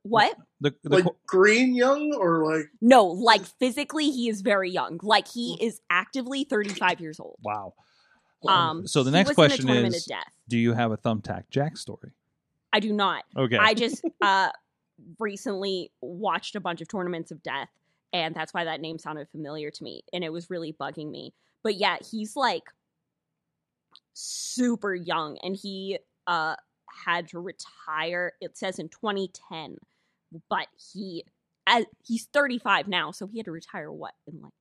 [SPEAKER 5] what?
[SPEAKER 2] the, the
[SPEAKER 4] like
[SPEAKER 2] qu-
[SPEAKER 4] green young or like
[SPEAKER 5] No, like physically, he is very young. Like he
[SPEAKER 2] Mm.
[SPEAKER 5] is actively 35 years old.
[SPEAKER 2] wow
[SPEAKER 5] Um,
[SPEAKER 2] so the
[SPEAKER 5] he
[SPEAKER 2] next
[SPEAKER 5] was in a
[SPEAKER 2] question
[SPEAKER 5] tournament
[SPEAKER 2] is
[SPEAKER 5] of death.
[SPEAKER 2] do you have a thumbtack jack story
[SPEAKER 5] I do not.
[SPEAKER 2] okay
[SPEAKER 5] I just uh recently watched a bunch of tournaments of death and that's why that name sounded familiar to me and it was really bugging me. But yeah, he's like super young and he uh had to retire it says in 2010, but he as, he's 35 now, so he had to retire what in like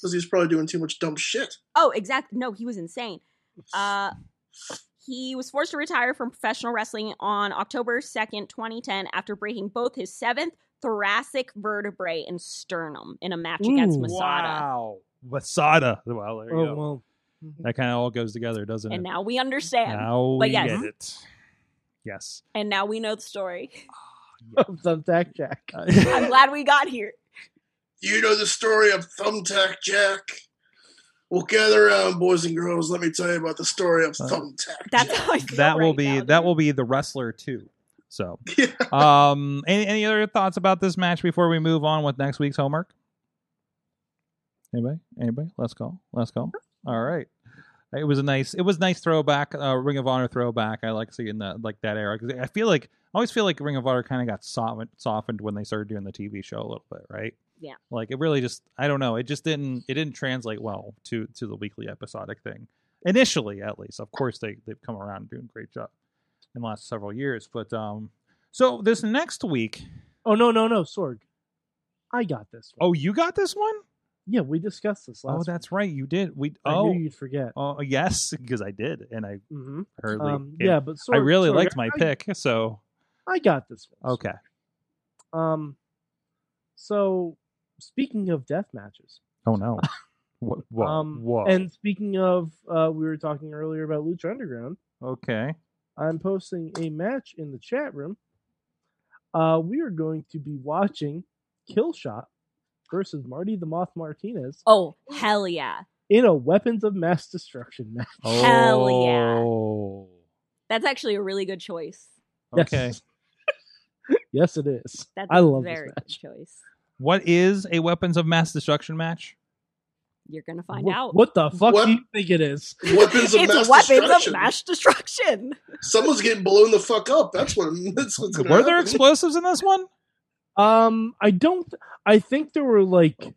[SPEAKER 4] because he's probably doing too much dumb shit.
[SPEAKER 5] Oh, exactly. No, he was insane. Uh, he was forced to retire from professional wrestling on October 2nd, 2010, after breaking both his seventh thoracic vertebrae and sternum in a match against
[SPEAKER 3] Ooh,
[SPEAKER 5] Masada.
[SPEAKER 2] Wow. Masada. Well, there you
[SPEAKER 3] Oh
[SPEAKER 2] go.
[SPEAKER 3] well,
[SPEAKER 2] That kind of all goes together, doesn't
[SPEAKER 5] And
[SPEAKER 2] it?
[SPEAKER 5] now we understand.
[SPEAKER 2] Now
[SPEAKER 5] But
[SPEAKER 2] we
[SPEAKER 5] yes.
[SPEAKER 2] get it. Yes.
[SPEAKER 5] And now we know the story.
[SPEAKER 3] Thumbtack Jack.
[SPEAKER 5] I'm glad we got here.
[SPEAKER 4] You know the story of Thumbtack Jack. Well, gather around, boys and girls. Let me tell you about the story of
[SPEAKER 2] Uh,
[SPEAKER 4] Thumbtack.
[SPEAKER 5] That's
[SPEAKER 4] Jack.
[SPEAKER 5] how I feel
[SPEAKER 2] that will
[SPEAKER 5] right
[SPEAKER 2] be
[SPEAKER 5] now,
[SPEAKER 2] that
[SPEAKER 5] dude.
[SPEAKER 2] will be the wrestler too. So,
[SPEAKER 4] Yeah.
[SPEAKER 2] um, any any other thoughts about this match before we move on with next week's homework? Anybody? Anybody? Let's go. Let's go. All right. It was a nice. It was nice throwback. Uh, Ring of Honor throwback. I like seeing that like that era 'Cause I feel like I always feel like Ring of Honor kind of got softened, softened when they started doing the TV show a little bit, right?
[SPEAKER 5] Yeah.
[SPEAKER 2] Like it really just I don't know. It just didn't it didn't translate well to to the weekly episodic thing initially at least. Of course, they they've come around and doing a great job in the last several years. But um, so this next week,
[SPEAKER 3] Oh no no no Sorg, I got this. One.
[SPEAKER 2] oh, you got this one?
[SPEAKER 3] yeah, we discussed this last.
[SPEAKER 2] Oh, that's right, you did. We
[SPEAKER 3] Week. I
[SPEAKER 2] oh
[SPEAKER 3] knew you'd forget.
[SPEAKER 2] oh yes, because I did, and I
[SPEAKER 3] hmm
[SPEAKER 2] heard
[SPEAKER 3] Um,
[SPEAKER 2] it-
[SPEAKER 3] yeah, but Sorg,
[SPEAKER 2] I really
[SPEAKER 3] Sorg,
[SPEAKER 2] liked my
[SPEAKER 3] I-
[SPEAKER 2] pick. So
[SPEAKER 3] I got this one.
[SPEAKER 2] okay,
[SPEAKER 3] Um, so speaking of death matches,
[SPEAKER 2] oh no, whoa, whoa,
[SPEAKER 3] um,
[SPEAKER 2] whoa.
[SPEAKER 3] and speaking of, uh, we were talking earlier about Lucha Underground.
[SPEAKER 2] okay,
[SPEAKER 3] I'm posting a match in the chat room uh, we are going to be watching Killshot versus Marty the Moth Martinez
[SPEAKER 5] Oh, hell yeah.
[SPEAKER 3] in a weapons of mass destruction match.
[SPEAKER 5] Hell
[SPEAKER 2] Oh.
[SPEAKER 5] That's actually a really good choice.
[SPEAKER 2] Okay.
[SPEAKER 3] Yes. yes, it is.
[SPEAKER 5] That's
[SPEAKER 3] I love
[SPEAKER 5] a very
[SPEAKER 3] this
[SPEAKER 5] good
[SPEAKER 3] match.
[SPEAKER 5] choice.
[SPEAKER 2] What is a weapons of mass destruction match?
[SPEAKER 5] You're gonna find
[SPEAKER 3] what,
[SPEAKER 5] out.
[SPEAKER 3] What the fuck
[SPEAKER 4] What?
[SPEAKER 3] do you think it is?
[SPEAKER 4] Weapons of mass
[SPEAKER 5] it's weapons
[SPEAKER 4] destruction.
[SPEAKER 5] of mass destruction.
[SPEAKER 4] Someone's getting blown the fuck up. That's what. That's what's gonna
[SPEAKER 2] Were there
[SPEAKER 4] happen.
[SPEAKER 2] explosives in this one?
[SPEAKER 3] Um, I don't. I think there were like,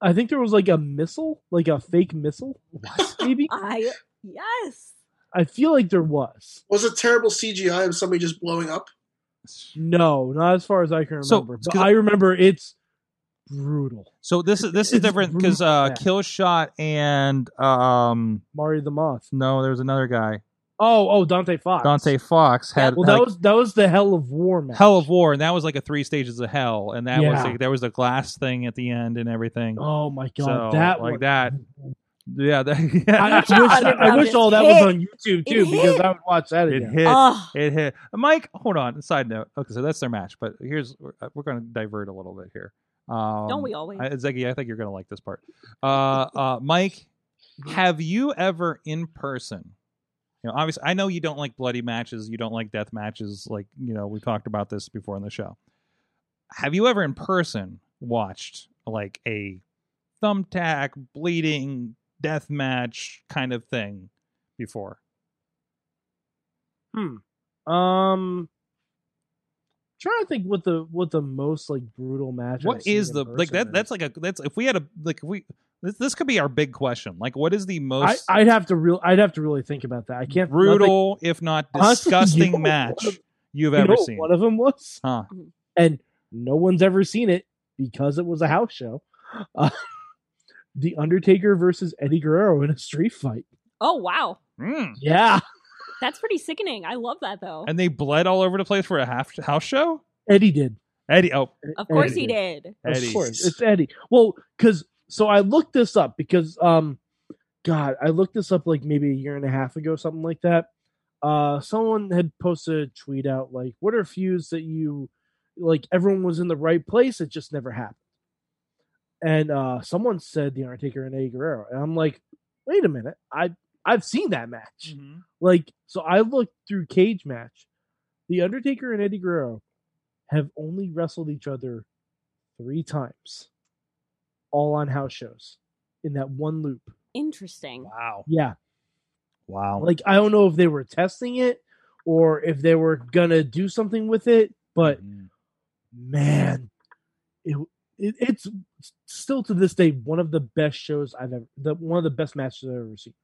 [SPEAKER 3] I think there was like a missile, like a fake missile, maybe.
[SPEAKER 5] I yes.
[SPEAKER 3] I feel like there was.
[SPEAKER 4] was a terrible CGI of somebody just blowing up.
[SPEAKER 3] No, not as far as I can
[SPEAKER 2] So,
[SPEAKER 3] remember. but
[SPEAKER 2] 'cause-
[SPEAKER 3] I remember it's brutal.
[SPEAKER 2] So this is this is
[SPEAKER 3] It's
[SPEAKER 2] different because uh,
[SPEAKER 3] brutal.
[SPEAKER 2] Kill Shot and um
[SPEAKER 3] Mario the Moth.
[SPEAKER 2] no, there was another guy,
[SPEAKER 3] Oh, oh, Dante Fox.
[SPEAKER 2] Dante Fox had,
[SPEAKER 3] Well,
[SPEAKER 2] had,
[SPEAKER 3] that
[SPEAKER 2] like,
[SPEAKER 3] was that was the Hell of War match.
[SPEAKER 2] Hell of War, and that was like a three stages of hell, and that was
[SPEAKER 3] Yeah.
[SPEAKER 2] like there was the glass thing at the end and everything.
[SPEAKER 3] Oh my god,
[SPEAKER 2] So,
[SPEAKER 3] that
[SPEAKER 2] like
[SPEAKER 3] one.
[SPEAKER 2] that. Yeah, that,
[SPEAKER 3] I, I wish, I, I wish all that was on YouTube too,
[SPEAKER 5] It
[SPEAKER 3] because
[SPEAKER 5] hit.
[SPEAKER 3] I would watch that
[SPEAKER 2] it
[SPEAKER 3] again.
[SPEAKER 2] hit.
[SPEAKER 5] Ugh.
[SPEAKER 2] It hit. Uh, Mike, hold on. Side note. Okay, so that's their match, but here's we're, uh, we're going to divert a little bit here. Um,
[SPEAKER 5] Don't we always?
[SPEAKER 2] I, Zeggy, I think you're going to like this part. Uh, uh, Mike,
[SPEAKER 3] Mm-hmm.
[SPEAKER 2] have you ever in person? You know, obviously, I know you don't like bloody matches. You don't like death matches. Like you know, we talked about this before in the show. Have you ever in person watched like a thumbtack bleeding death match kind of thing before?
[SPEAKER 3] Um, trying to think what the what the most like brutal match. I've
[SPEAKER 2] what
[SPEAKER 3] seen
[SPEAKER 2] is
[SPEAKER 3] in
[SPEAKER 2] the like
[SPEAKER 3] person
[SPEAKER 2] that?
[SPEAKER 3] is.
[SPEAKER 2] That's like a that's if we had a like if we this, this could be our big question. Like, what is the
[SPEAKER 3] I,
[SPEAKER 2] most
[SPEAKER 3] I'd have to real I'd have to really think about that. I can't nothing-
[SPEAKER 2] brutal, if not
[SPEAKER 3] Honestly, you
[SPEAKER 2] disgusting
[SPEAKER 3] know
[SPEAKER 2] match
[SPEAKER 3] what-
[SPEAKER 2] you've
[SPEAKER 3] you know
[SPEAKER 2] ever
[SPEAKER 3] what
[SPEAKER 2] seen?
[SPEAKER 3] One of them was,
[SPEAKER 2] Huh.
[SPEAKER 3] and no one's ever seen it because it was a house show. Uh, the Undertaker versus Eddie Guerrero in a street fight.
[SPEAKER 5] Oh wow.
[SPEAKER 3] Hmm.
[SPEAKER 2] Mm.
[SPEAKER 3] Yeah,
[SPEAKER 5] That's pretty sickening. I love that though.
[SPEAKER 2] And they bled all over the place for a half house show.
[SPEAKER 3] Eddie did.
[SPEAKER 2] Eddie, oh
[SPEAKER 5] of course
[SPEAKER 3] Eddie
[SPEAKER 5] he did.
[SPEAKER 2] Eddie,
[SPEAKER 3] Of course, it's Eddie. Well, because so I looked this up because um, God, I looked this up like maybe a year and a half ago, something like that. Uh, someone had posted a tweet out like, "What are feuds that you like? Everyone was in the right place, it just never happened." And uh, someone said the Undertaker and Eddie Guerrero, and I'm like, "Wait a minute, I I've seen that match." Like, so I looked through Cage Match. The Undertaker and Eddie Guerrero have only wrestled each other three times, all on house shows in that one loop.
[SPEAKER 5] Interesting.
[SPEAKER 2] wow,
[SPEAKER 3] Yeah.
[SPEAKER 2] wow.
[SPEAKER 3] Like, I don't know if they were testing it or if they were going to do something with it, but
[SPEAKER 2] Mm.
[SPEAKER 3] man, it, it, it's still to this day one of the best shows I've ever, the, one of the best matches I've ever seen.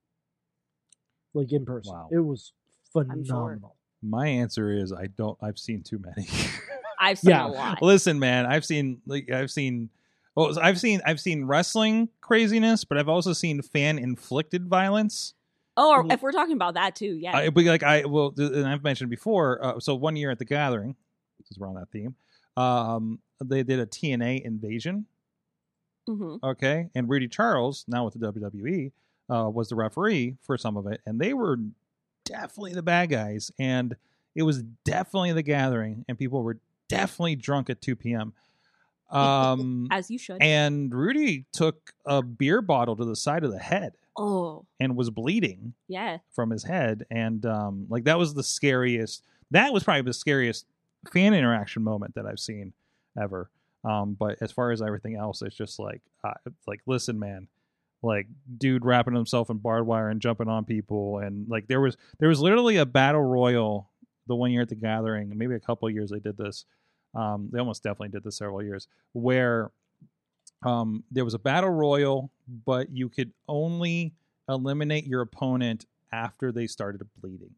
[SPEAKER 3] Like, in person.
[SPEAKER 2] Wow.
[SPEAKER 3] It was
[SPEAKER 5] sure.
[SPEAKER 3] phenomenal.
[SPEAKER 2] my answer is I don't. I've seen too many.
[SPEAKER 5] I've seen
[SPEAKER 3] Yeah.
[SPEAKER 5] a lot.
[SPEAKER 2] Listen, man, I've seen like I've seen well, I've seen I've seen wrestling craziness, but I've also seen fan inflicted violence.
[SPEAKER 5] Oh, or if we're talking about that too, yeah.
[SPEAKER 2] I, but like I well, th- and I've mentioned before. Uh, so one year at the Gathering, since we're on that theme, um, they did a TNA invasion.
[SPEAKER 5] hmm
[SPEAKER 2] Okay, and Rudy Charles, now with the WWE, uh, was the referee for some of it, and they were definitely the bad guys, and it was definitely the Gathering, and people were definitely drunk at two p.m. Um,
[SPEAKER 5] As you should.
[SPEAKER 2] and Rudy took a beer bottle to the side of the head
[SPEAKER 5] oh,
[SPEAKER 2] and was bleeding
[SPEAKER 5] yeah.
[SPEAKER 2] from his head and um like that was the scariest that was probably the scariest fan interaction moment that i've seen ever um but as far as everything else it's just like uh, like listen man like dude wrapping himself in barbed wire and jumping on people and like there was there was literally a battle royal the one year at the gathering and maybe a couple years they did this um they almost definitely did this several years where um there was a battle royal but you could only eliminate your opponent after they started bleeding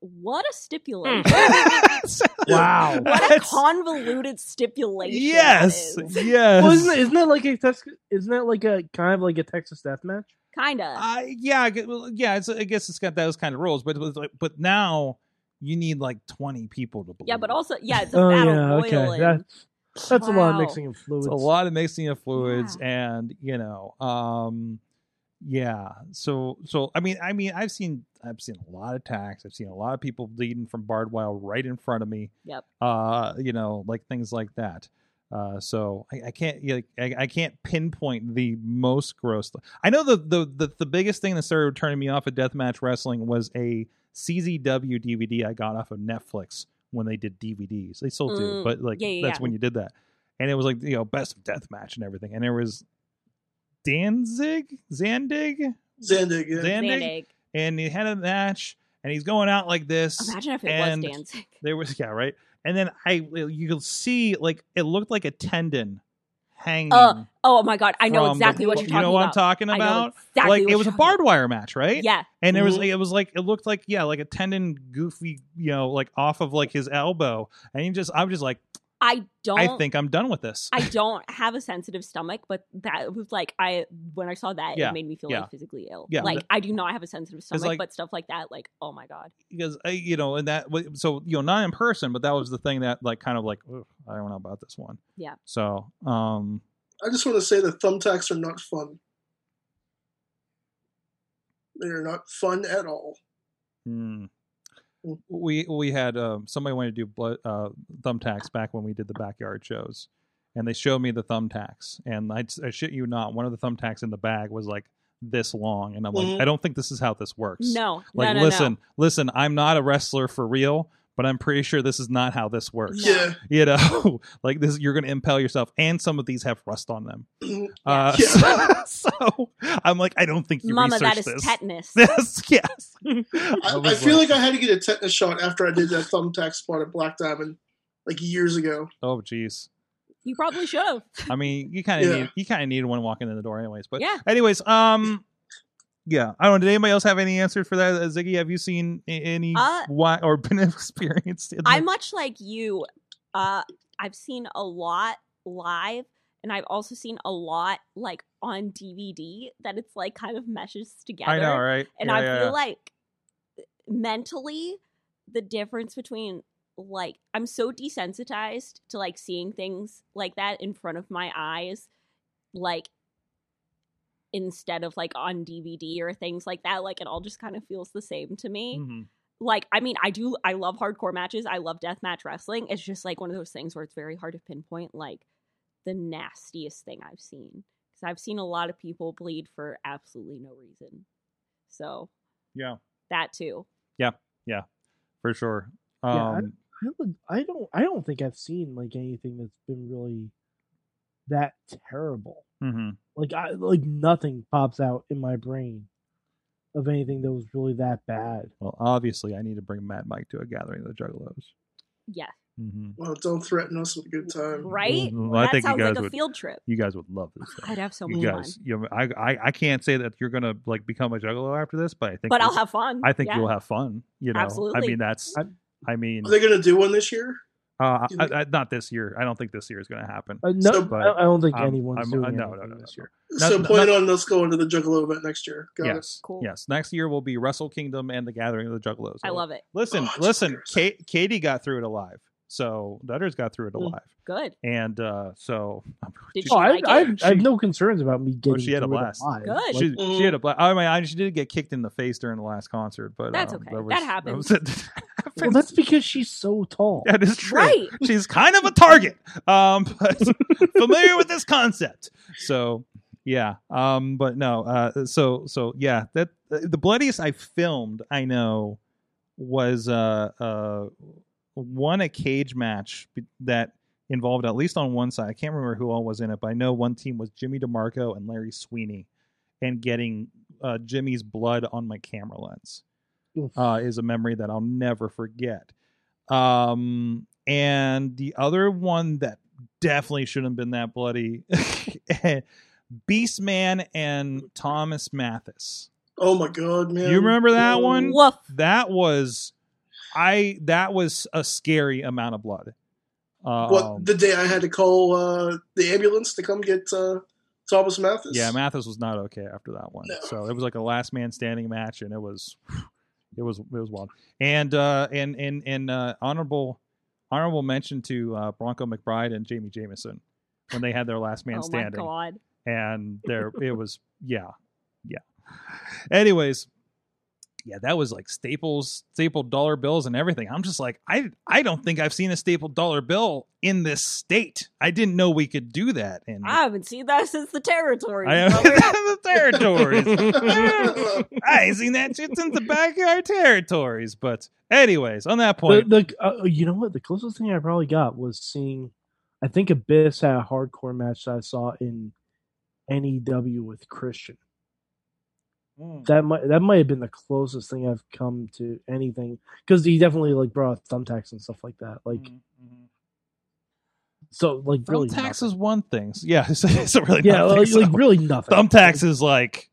[SPEAKER 5] What a stipulation.
[SPEAKER 2] So-
[SPEAKER 3] Wow.
[SPEAKER 5] What a
[SPEAKER 2] That's-
[SPEAKER 5] convoluted stipulation. that
[SPEAKER 2] yes
[SPEAKER 5] is.
[SPEAKER 2] yes
[SPEAKER 3] Well, isn't that, isn't that like a Texas? Isn't that like a kind of like a Texas death match?
[SPEAKER 5] Kinda.
[SPEAKER 2] Uh, yeah, I gue- well, yeah. It's, I guess it's got those kind of rules, but it was like, but now you need like twenty people to believe.
[SPEAKER 5] Yeah, but
[SPEAKER 2] it.
[SPEAKER 5] also, yeah,
[SPEAKER 2] Oh,
[SPEAKER 5] it's a battle royal. and-
[SPEAKER 3] Oh, That- that's a lot of
[SPEAKER 5] Wow.
[SPEAKER 3] mixing of fluids.
[SPEAKER 2] it's a lot of mixing of fluids, and you know, um, yeah so so i mean i mean i've seen i've seen a lot of attacks i've seen a lot of people bleeding from barbed wire right in front of me
[SPEAKER 5] Yep.
[SPEAKER 2] uh you know like things like that uh so i, I can't yeah, like, I, I can't pinpoint the most gross i know the, the the the biggest thing that started turning me off of deathmatch wrestling was a czw dvd i got off of netflix when they did dvds they still do
[SPEAKER 5] Mm,
[SPEAKER 2] but like
[SPEAKER 5] yeah, yeah,
[SPEAKER 2] that's
[SPEAKER 5] yeah.
[SPEAKER 2] when you did that and it was like you know best of deathmatch and everything and there was danzig zandig
[SPEAKER 4] Zandig, yeah.
[SPEAKER 2] Zandig,
[SPEAKER 5] Zandig.
[SPEAKER 2] and he had a match, and he's going out like this.
[SPEAKER 5] Imagine if it
[SPEAKER 2] and
[SPEAKER 5] was Danzig.
[SPEAKER 2] There was yeah, right. And then I, you could see like it looked like a tendon hanging.
[SPEAKER 5] Uh, Oh my god, I know
[SPEAKER 2] from the-
[SPEAKER 5] exactly what you're talking
[SPEAKER 2] You know what I'm
[SPEAKER 5] about.
[SPEAKER 2] talking
[SPEAKER 5] I know
[SPEAKER 2] about?
[SPEAKER 5] exactly
[SPEAKER 2] like
[SPEAKER 5] what
[SPEAKER 2] it was a
[SPEAKER 5] you're talking
[SPEAKER 2] barbed wire match, right?
[SPEAKER 5] Yeah. Mm-hmm.
[SPEAKER 2] And there was it was like it looked like yeah, like a tendon goofy, you know, like off of like his elbow. And you just I'm just like
[SPEAKER 5] I don't
[SPEAKER 2] I think I'm done with this.
[SPEAKER 5] I don't have a sensitive stomach, but that was like I when I saw that
[SPEAKER 2] Yeah,
[SPEAKER 5] it made me feel
[SPEAKER 2] yeah.
[SPEAKER 5] like physically ill.
[SPEAKER 2] Yeah,
[SPEAKER 5] like
[SPEAKER 2] the-
[SPEAKER 5] I do not have a sensitive stomach,
[SPEAKER 2] like-
[SPEAKER 5] but stuff like that, like oh my god,
[SPEAKER 2] because I, you know, and that wa- so you know, not in person, but that was the thing that like kind of like "Ugh, I don't know about this one.
[SPEAKER 5] Yeah.
[SPEAKER 2] So, um
[SPEAKER 4] I just want to say that thumbtacks are not fun. They're not fun at all.
[SPEAKER 2] Hmm.
[SPEAKER 4] Mm.
[SPEAKER 2] We we had um, somebody wanted to do blood, uh, thumbtacks back when we did the backyard shows, and they showed me the thumbtacks, and I, I shit you not, one of the thumbtacks in the bag was like this long, and I'm like,
[SPEAKER 4] Mhm.
[SPEAKER 2] I don't think this is how this works.
[SPEAKER 5] Mm-hmm. no,
[SPEAKER 2] like
[SPEAKER 5] no, no,
[SPEAKER 2] listen,
[SPEAKER 5] no.
[SPEAKER 2] listen, I'm not a wrestler for real, but I'm pretty sure this is not how this works.
[SPEAKER 4] Yeah.
[SPEAKER 2] You know, like this, you're gonna impale yourself, and some of these have rust on them. Uh,
[SPEAKER 4] Yeah.
[SPEAKER 2] so, I'm like, I don't think you
[SPEAKER 5] Mama,
[SPEAKER 2] researched
[SPEAKER 5] that is
[SPEAKER 2] this.
[SPEAKER 5] tetanus.
[SPEAKER 2] Yes, yes.
[SPEAKER 4] I, I feel like I had to get a tetanus shot after I did that thumbtack part at Black Diamond like years ago.
[SPEAKER 2] Oh, jeez.
[SPEAKER 5] you probably should have.
[SPEAKER 2] I mean, you kind of
[SPEAKER 4] Yeah.
[SPEAKER 2] need you kind of need one walking in the door, anyways. But
[SPEAKER 5] Yeah.
[SPEAKER 2] anyways, um, yeah. I don't. know. Did anybody else have any answers for that? Uh, Ziggy, have you seen a- any
[SPEAKER 5] Uh,
[SPEAKER 2] why or been experienced? In
[SPEAKER 5] I
[SPEAKER 2] that?
[SPEAKER 5] much like you, uh, I've seen a lot live, and I've also seen a lot like on DVD that it's like kind of meshes together.
[SPEAKER 2] I know, right?
[SPEAKER 5] And
[SPEAKER 2] Yeah,
[SPEAKER 5] I
[SPEAKER 2] yeah,
[SPEAKER 5] feel
[SPEAKER 2] yeah.
[SPEAKER 5] like mentally, the difference between like I'm so desensitized to like seeing things like that in front of my eyes, like instead of like on DVD or things like that, like it all just kind of feels the same to me.
[SPEAKER 2] Mhm.
[SPEAKER 5] Like I mean, I do I love hardcore matches. I love deathmatch wrestling. It's just like one of those things where it's very hard to pinpoint like the nastiest thing I've seen because I've seen a lot of people bleed for absolutely no reason. So
[SPEAKER 2] yeah,
[SPEAKER 5] that too.
[SPEAKER 2] for sure.
[SPEAKER 3] Yeah, I-
[SPEAKER 2] Um,
[SPEAKER 3] I don't- I don't I don't think I've seen like anything that's been really that terrible.
[SPEAKER 2] mhm.
[SPEAKER 3] Like I like nothing pops out in my brain of anything that was really that bad.
[SPEAKER 2] Well, obviously, I need to bring Mad Mike to a gathering of the Juggalos.
[SPEAKER 5] Yeah,
[SPEAKER 2] Mm-hmm.
[SPEAKER 4] Well, don't threaten us with a good time.
[SPEAKER 5] right.
[SPEAKER 2] Um, Well, I
[SPEAKER 5] that
[SPEAKER 2] think you
[SPEAKER 5] sounds
[SPEAKER 2] guys
[SPEAKER 5] like a
[SPEAKER 2] would
[SPEAKER 5] field trip.
[SPEAKER 2] you guys would love this. Thing.
[SPEAKER 5] I'd have so much
[SPEAKER 2] you guys,
[SPEAKER 5] fun,
[SPEAKER 2] you know, I, I I can't say that you're gonna like become a Juggalo after this, but I think
[SPEAKER 5] but
[SPEAKER 2] you-
[SPEAKER 5] I'll have fun.
[SPEAKER 2] I think
[SPEAKER 5] Yeah.
[SPEAKER 2] you'll have fun. You know, I
[SPEAKER 5] Absolutely.
[SPEAKER 2] mean that's.
[SPEAKER 3] I'm-
[SPEAKER 2] I mean,
[SPEAKER 4] Are they going to do one this year?
[SPEAKER 2] Uh,
[SPEAKER 4] Do
[SPEAKER 2] I,
[SPEAKER 4] we-
[SPEAKER 2] I, not this year. I don't think this year is going to happen.
[SPEAKER 3] Uh, no,
[SPEAKER 4] So-
[SPEAKER 3] I, don't- I don't think
[SPEAKER 2] Um,
[SPEAKER 3] anyone's
[SPEAKER 2] I'm-
[SPEAKER 3] doing
[SPEAKER 2] uh, no, no,
[SPEAKER 3] anything
[SPEAKER 2] no,
[SPEAKER 3] this
[SPEAKER 2] this year. No,
[SPEAKER 4] so
[SPEAKER 2] no,
[SPEAKER 4] plan on us going to the Juggalo event next year. Got it.
[SPEAKER 2] Yes,
[SPEAKER 5] Cool.
[SPEAKER 2] yes. Next year will be Wrestle Kingdom and the Gathering of the Juggalos.
[SPEAKER 5] I love it.
[SPEAKER 2] Listen,
[SPEAKER 4] Oh,
[SPEAKER 2] listen.
[SPEAKER 4] Jesus.
[SPEAKER 2] Kate, Katie got through it alive. So Dutters got through it
[SPEAKER 3] Mm.
[SPEAKER 2] alive,
[SPEAKER 5] Good,
[SPEAKER 2] and uh, so
[SPEAKER 5] Did
[SPEAKER 3] Oh,
[SPEAKER 5] you
[SPEAKER 3] I,
[SPEAKER 5] like it?
[SPEAKER 3] I, have, I have
[SPEAKER 2] She-
[SPEAKER 3] no concerns about me getting
[SPEAKER 2] she had a
[SPEAKER 3] through it
[SPEAKER 2] blast.
[SPEAKER 3] alive.
[SPEAKER 5] Good.
[SPEAKER 3] Like,
[SPEAKER 2] she, she had a black. I mean, I she did get kicked in the face during the last concert, but
[SPEAKER 5] That's
[SPEAKER 2] um,
[SPEAKER 5] okay.
[SPEAKER 2] That,
[SPEAKER 5] That
[SPEAKER 2] was,
[SPEAKER 5] happens.
[SPEAKER 2] That, was it.
[SPEAKER 3] well, that's because she's so tall.
[SPEAKER 2] That is true.
[SPEAKER 5] right?
[SPEAKER 2] She's kind of a target, um, but familiar with this concept. So yeah, um, but no, uh, so so yeah, that the bloodiest I filmed I know was uh, uh, one a cage match be- that involved at least on one side. I can't remember who all was in it, but I know one team was Jimmy DeMarco and Larry Sweeney, and getting uh, Jimmy's blood on my camera lens
[SPEAKER 3] Oof.
[SPEAKER 2] uh, is a memory that I'll never forget. Um, and the other one that definitely shouldn't have been that bloody, Beastman and Thomas Mathis.
[SPEAKER 4] Oh my God, man.
[SPEAKER 2] You remember that one?
[SPEAKER 5] Woof.
[SPEAKER 2] That was, I that was a scary amount of blood. Uh,
[SPEAKER 4] What
[SPEAKER 2] um,
[SPEAKER 4] the day I had to call uh, the ambulance to come get uh, Thomas Mathis?
[SPEAKER 2] yeah, Mathis was not okay after that one.
[SPEAKER 4] No.
[SPEAKER 2] So it was like a last man standing match, and it was, it was it was wild. And uh, and and and uh, honorable honorable mention to uh, Bronco McBride and Jamie Jamison when they had their last man
[SPEAKER 5] Oh my
[SPEAKER 2] standing,
[SPEAKER 5] god.
[SPEAKER 2] and there it was yeah yeah Anyways, yeah, that was like staples, stapled dollar bills and everything. I'm just like, I I don't think I've seen a stapled dollar bill in this state. I didn't know we could do that. And
[SPEAKER 5] I haven't seen that since the territory.
[SPEAKER 2] Hmm. I am the territories. I ain't seen that shit since the backyard territories. But anyways, on that point,
[SPEAKER 3] The, the, uh, you know what? The closest thing I probably got was seeing. I think Abyss had a hardcore match that I saw in NEW with Christian.
[SPEAKER 2] Mm.
[SPEAKER 3] That might that might have been the closest thing I've come to anything because he definitely like brought out thumbtacks and stuff like that. Like
[SPEAKER 2] Mhm, mhm.
[SPEAKER 3] so, like really
[SPEAKER 2] thumbtacks
[SPEAKER 3] nothing.
[SPEAKER 2] is one thing. Yeah, it's, it's a really
[SPEAKER 3] yeah,
[SPEAKER 2] nothing.
[SPEAKER 3] like,
[SPEAKER 2] So
[SPEAKER 3] like really nothing.
[SPEAKER 2] thumbtacks is like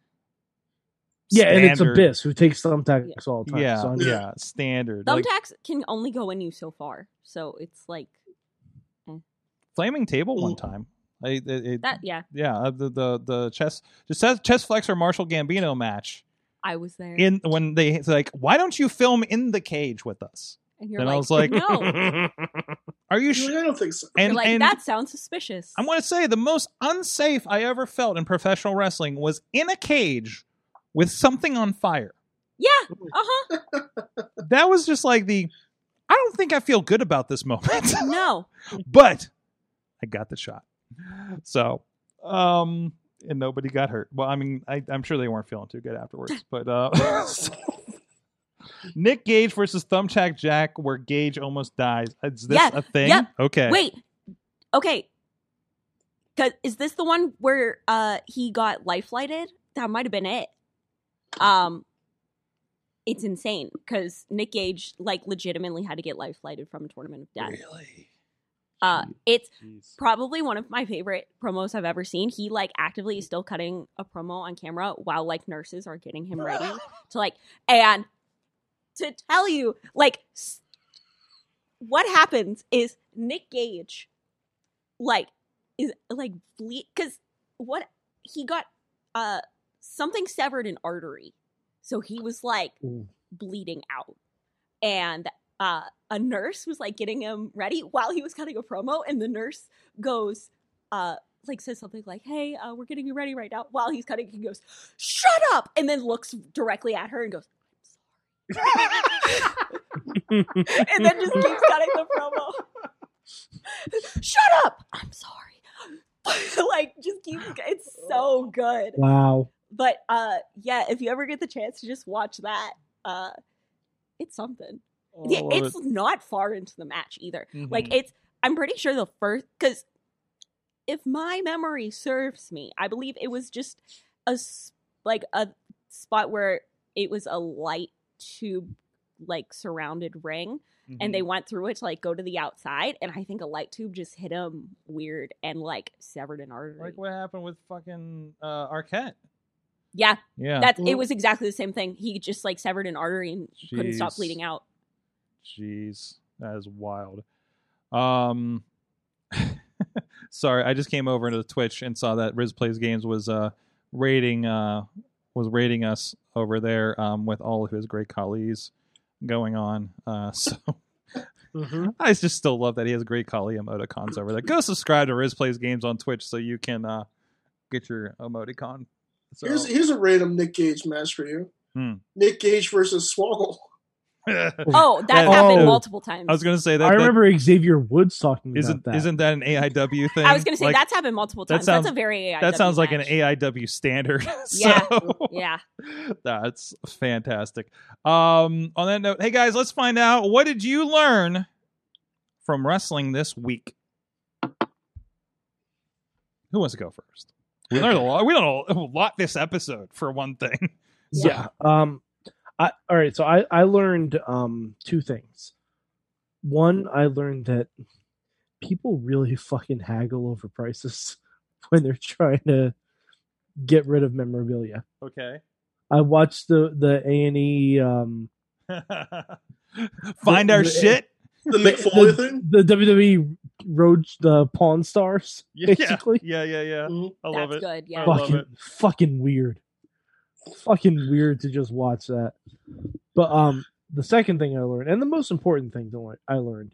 [SPEAKER 3] yeah, and it's
[SPEAKER 2] standard.
[SPEAKER 3] Abyss who takes thumbtacks all the time.
[SPEAKER 2] Yeah,
[SPEAKER 3] so I'm-
[SPEAKER 2] yeah, standard. Like,
[SPEAKER 5] Thumbtacks can only go in you so far, so it's like
[SPEAKER 2] flaming table one time. I, it, it-
[SPEAKER 5] that. Yeah,
[SPEAKER 2] yeah, uh, the the the chest just says chest flexor Marshall Gambino match
[SPEAKER 5] I was there,
[SPEAKER 2] in when they it's like why don't you film in the cage with us?
[SPEAKER 5] and you're
[SPEAKER 2] and
[SPEAKER 5] like,
[SPEAKER 2] I was like,
[SPEAKER 5] no,
[SPEAKER 2] Are you
[SPEAKER 4] Like,
[SPEAKER 2] sure?
[SPEAKER 4] I don't think so.
[SPEAKER 5] you're
[SPEAKER 2] And,
[SPEAKER 5] like
[SPEAKER 2] and
[SPEAKER 5] that sounds suspicious.
[SPEAKER 2] I'm going to say the most unsafe I ever felt in professional wrestling was in a cage with something on fire.
[SPEAKER 5] yeah, uh huh,
[SPEAKER 2] That was just like the I don't think I feel good about this moment.
[SPEAKER 5] no,
[SPEAKER 2] but I got the shot. So, um, and nobody got hurt. Well, I mean, I, I'm sure they weren't feeling too good afterwards. But uh, Nick Gage versus Thumbtack Jack, where Gage almost dies. Is this
[SPEAKER 5] Yeah,
[SPEAKER 2] a thing?
[SPEAKER 5] yep.
[SPEAKER 2] Okay.
[SPEAKER 5] wait, okay, 'Cause- is this the one where uh he got lifelighted? That might have been it. Um, it's insane because Nick Gage like legitimately had to get lifelighted from a tournament of death.
[SPEAKER 8] Really?
[SPEAKER 5] Uh, it's
[SPEAKER 8] Jeez.
[SPEAKER 5] probably one of my favorite promos I've ever seen. He like actively is still cutting a promo on camera while like nurses are getting him ready to like and to tell you like s- what happens is Nick Gage like is like because what he got uh something severed an artery so he was like
[SPEAKER 3] Ooh.
[SPEAKER 5] bleeding out and uh a nurse was like getting him ready while he was cutting a promo and the nurse goes uh like says something like hey uh, we're getting you ready right now while he's cutting he goes shut up and then looks directly at her and goes i'm sorry and then just keeps cutting the promo shut up i'm sorry like just keeps it's so good
[SPEAKER 3] Wow.
[SPEAKER 5] but uh yeah if you ever get the chance to just watch that uh it's something
[SPEAKER 2] Oh,
[SPEAKER 5] yeah, it's not far into the match either like it's i'm pretty sure the first because if my memory serves me i believe it was just a s- like a spot where it was a light tube like surrounded ring and
[SPEAKER 2] Mm-hmm.
[SPEAKER 5] they went through it to like go to the outside and i think a light tube just hit him weird and like severed an artery
[SPEAKER 2] like what happened with fucking uh, Arquette.
[SPEAKER 5] yeah
[SPEAKER 2] Yeah.
[SPEAKER 5] That's it was exactly the same thing. He just like severed an artery and couldn't stop
[SPEAKER 2] Jeez.
[SPEAKER 5] bleeding out.
[SPEAKER 2] Jeez, that is wild. Um, sorry, I just came over into the Twitch and saw that Riz plays games was uh rating uh was rating us over there um with all of his great colleagues going on. Uh, so
[SPEAKER 3] Mhm.
[SPEAKER 2] I just still love that he has great colleague emoticons over there. Go subscribe to Riz plays games on Twitch so you can uh get your emoticon. So,
[SPEAKER 4] Here's here's a random Nick Gage match for you.
[SPEAKER 2] Hmm.
[SPEAKER 4] Nick Gage versus Swoggle.
[SPEAKER 2] I
[SPEAKER 5] Oh, that
[SPEAKER 2] Yeah.
[SPEAKER 5] happened
[SPEAKER 3] Oh.
[SPEAKER 5] multiple times.
[SPEAKER 2] was gonna say that.
[SPEAKER 3] I
[SPEAKER 2] that
[SPEAKER 3] remember Xavier Woods talking
[SPEAKER 2] Isn't
[SPEAKER 3] about that.
[SPEAKER 2] isn't that an AIW thing?
[SPEAKER 5] I was gonna say
[SPEAKER 2] Like,
[SPEAKER 5] that's happened multiple
[SPEAKER 2] that
[SPEAKER 5] times.
[SPEAKER 2] sounds-
[SPEAKER 5] that's a very AIW
[SPEAKER 2] that sounds like an
[SPEAKER 5] match.
[SPEAKER 2] AIW standard.
[SPEAKER 5] Yeah.
[SPEAKER 2] So-
[SPEAKER 5] Yeah,
[SPEAKER 2] That's fantastic. Um, on that note, hey guys, let's find out what did you learn from wrestling this week. Who wants to go first? We learned a lot. We learned a lot this episode for one thing.
[SPEAKER 3] yeah um i all right so i i learned um two things one i learned that people really fucking haggle over prices when they're trying to get rid of memorabilia
[SPEAKER 2] Okay.
[SPEAKER 3] i watched the the a&e um
[SPEAKER 2] find our shit.
[SPEAKER 4] The Mick Foley thing.
[SPEAKER 3] the wwe road the pawn stars
[SPEAKER 2] Yeah.
[SPEAKER 3] basically Mm-hmm.
[SPEAKER 2] Yeah, yeah, yeah.
[SPEAKER 4] Mhm.
[SPEAKER 2] I love
[SPEAKER 5] that's
[SPEAKER 2] it.
[SPEAKER 5] good. Yeah,
[SPEAKER 2] I love
[SPEAKER 3] fucking
[SPEAKER 2] it.
[SPEAKER 3] fucking weird fucking weird to just watch that but um the second thing i learned and the most important thing to learn i learned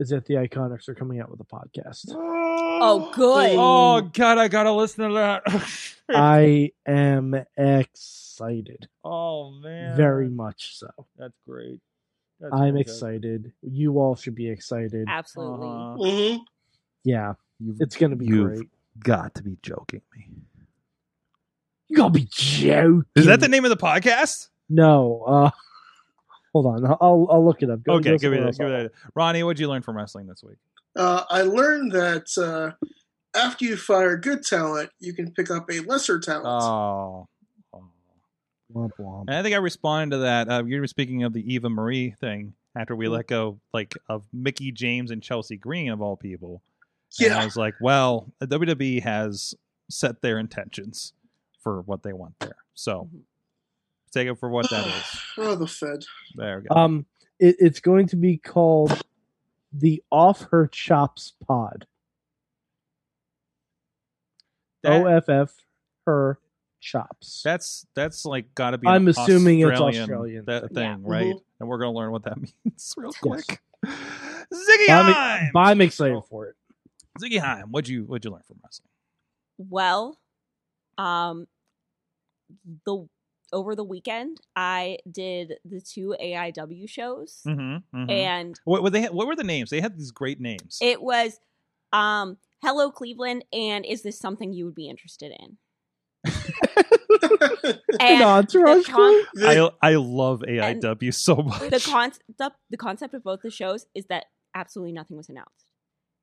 [SPEAKER 3] is that the Iconics are coming out with a podcast.
[SPEAKER 5] Oh, good.
[SPEAKER 2] Oh God, I gotta listen to that.
[SPEAKER 3] I am excited,
[SPEAKER 2] oh man,
[SPEAKER 3] very much so.
[SPEAKER 2] That's great. That's
[SPEAKER 3] I'm
[SPEAKER 2] really good.
[SPEAKER 3] excited. You all should be excited.
[SPEAKER 5] Absolutely.
[SPEAKER 2] Uh-huh.
[SPEAKER 4] hmm
[SPEAKER 3] Yeah,
[SPEAKER 2] You've
[SPEAKER 3] it's gonna be
[SPEAKER 2] You've-
[SPEAKER 3] great.
[SPEAKER 2] got to be joking me.
[SPEAKER 3] You gotta be joking.
[SPEAKER 2] Is that the name of the podcast?
[SPEAKER 3] No. Uh, hold on. I'll- I'll I'll look it up. Go-
[SPEAKER 2] okay,
[SPEAKER 3] go
[SPEAKER 2] give me
[SPEAKER 3] somewhere
[SPEAKER 2] that.
[SPEAKER 3] else.
[SPEAKER 2] Give me that. Ronnie, what'd you learn from wrestling this week?
[SPEAKER 4] Uh, I learned that uh, after you fire good talent, you can pick up a lesser talent.
[SPEAKER 2] Oh.
[SPEAKER 3] Womp womp.
[SPEAKER 2] And I think I responded to that. Uh, you were speaking of the Eva Marie thing after we let go, like of Mickey James and Chelsea Green of all people. And I
[SPEAKER 4] yeah,
[SPEAKER 2] was like, well, the WWE has set their intentions for what they want there. So take it for what that is.
[SPEAKER 4] oh the Fed.
[SPEAKER 2] There we go.
[SPEAKER 3] Um, it, it's going to be called the Off Her Chops Pod.
[SPEAKER 2] That-
[SPEAKER 3] O F F Her Chops.
[SPEAKER 2] That's that's like got to be.
[SPEAKER 3] I'm
[SPEAKER 2] an
[SPEAKER 3] assuming it's
[SPEAKER 2] Australian
[SPEAKER 3] Australian.
[SPEAKER 2] that thing,
[SPEAKER 5] Yeah.
[SPEAKER 2] right?
[SPEAKER 4] Mhm.
[SPEAKER 2] And we're gonna learn what that means real
[SPEAKER 3] Yes.
[SPEAKER 2] quick. Ziggy
[SPEAKER 3] But I'm-
[SPEAKER 2] Heim.
[SPEAKER 3] but I'm excited for it.
[SPEAKER 2] Ziggy Heim. What'd you what'd you learn from wrestling?
[SPEAKER 5] Well, um, the over the weekend I did the two AIW shows,
[SPEAKER 2] Mm-hmm,
[SPEAKER 5] and
[SPEAKER 2] What, what they had, what were the names? They had these great names.
[SPEAKER 5] it was, um, "Hello Cleveland" and "Is this something you would be interested in?"
[SPEAKER 3] An
[SPEAKER 5] And the,
[SPEAKER 3] entourage
[SPEAKER 5] con-
[SPEAKER 2] I I love AIW so much.
[SPEAKER 5] the concept the concept of both the shows is that absolutely nothing was announced.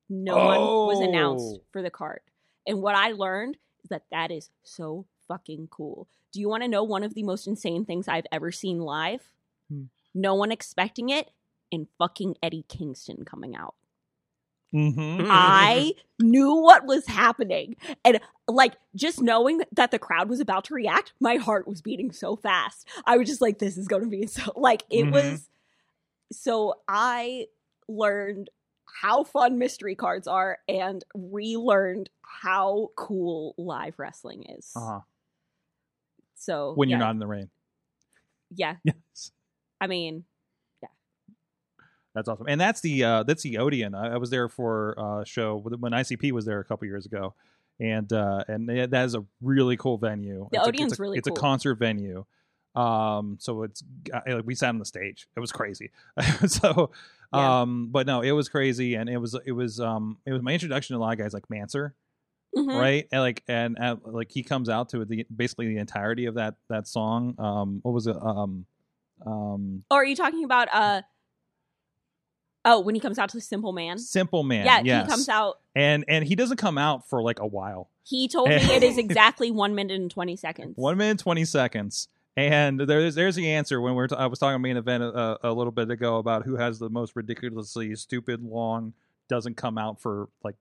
[SPEAKER 5] No one was announced
[SPEAKER 2] Oh.
[SPEAKER 5] for the card, and what I learned is that that is so fucking cool. Do you want to know one of the most insane things I've ever seen live?
[SPEAKER 2] Hmm.
[SPEAKER 5] No one expecting it, and fucking Eddie Kingston coming out.
[SPEAKER 2] mm-hmm.
[SPEAKER 5] I knew what was happening. And like just knowing that the crowd was about to react, my heart was beating so fast. I was just like, this is going to be so, like, it
[SPEAKER 2] Mhm.
[SPEAKER 5] was. So I learned how fun mystery cards are and relearned how cool live wrestling is.
[SPEAKER 2] Uh-huh.
[SPEAKER 5] So
[SPEAKER 2] When you're
[SPEAKER 5] yeah,
[SPEAKER 2] not in the ring.
[SPEAKER 5] Yeah.
[SPEAKER 2] Yes.
[SPEAKER 5] I mean,
[SPEAKER 2] That's awesome. And that's the uh, that's the Odeon. I, I was there for uh, a show with- when ICP was there a couple years ago, and uh, and they- that is a really cool venue.
[SPEAKER 5] The
[SPEAKER 2] it's a,
[SPEAKER 5] Odeon's
[SPEAKER 2] it's a,
[SPEAKER 5] really
[SPEAKER 2] it's a
[SPEAKER 5] cool.
[SPEAKER 2] concert venue. Um, so it's I, like we sat on the stage. It was crazy. so,
[SPEAKER 5] Yeah.
[SPEAKER 2] um, but no, it was crazy, and it was it was um it was my introduction to a lot of guys like Manser,
[SPEAKER 5] mhm.
[SPEAKER 2] right? And like and uh, like he comes out to the basically the entirety of that that song. Um, what was it? Um, um,
[SPEAKER 5] Or Oh, are you talking about, uh, oh, when he comes out to the simple man?
[SPEAKER 2] Simple Man.
[SPEAKER 5] yeah.
[SPEAKER 2] yes.
[SPEAKER 5] He comes out.
[SPEAKER 2] and and he doesn't come out for like a while
[SPEAKER 5] He told me it is exactly one minute and twenty seconds.
[SPEAKER 2] one minute 20 seconds and there's there's the answer when we're t- i was talking about an event a, a little bit ago about who has the most ridiculously stupid long doesn't come out for like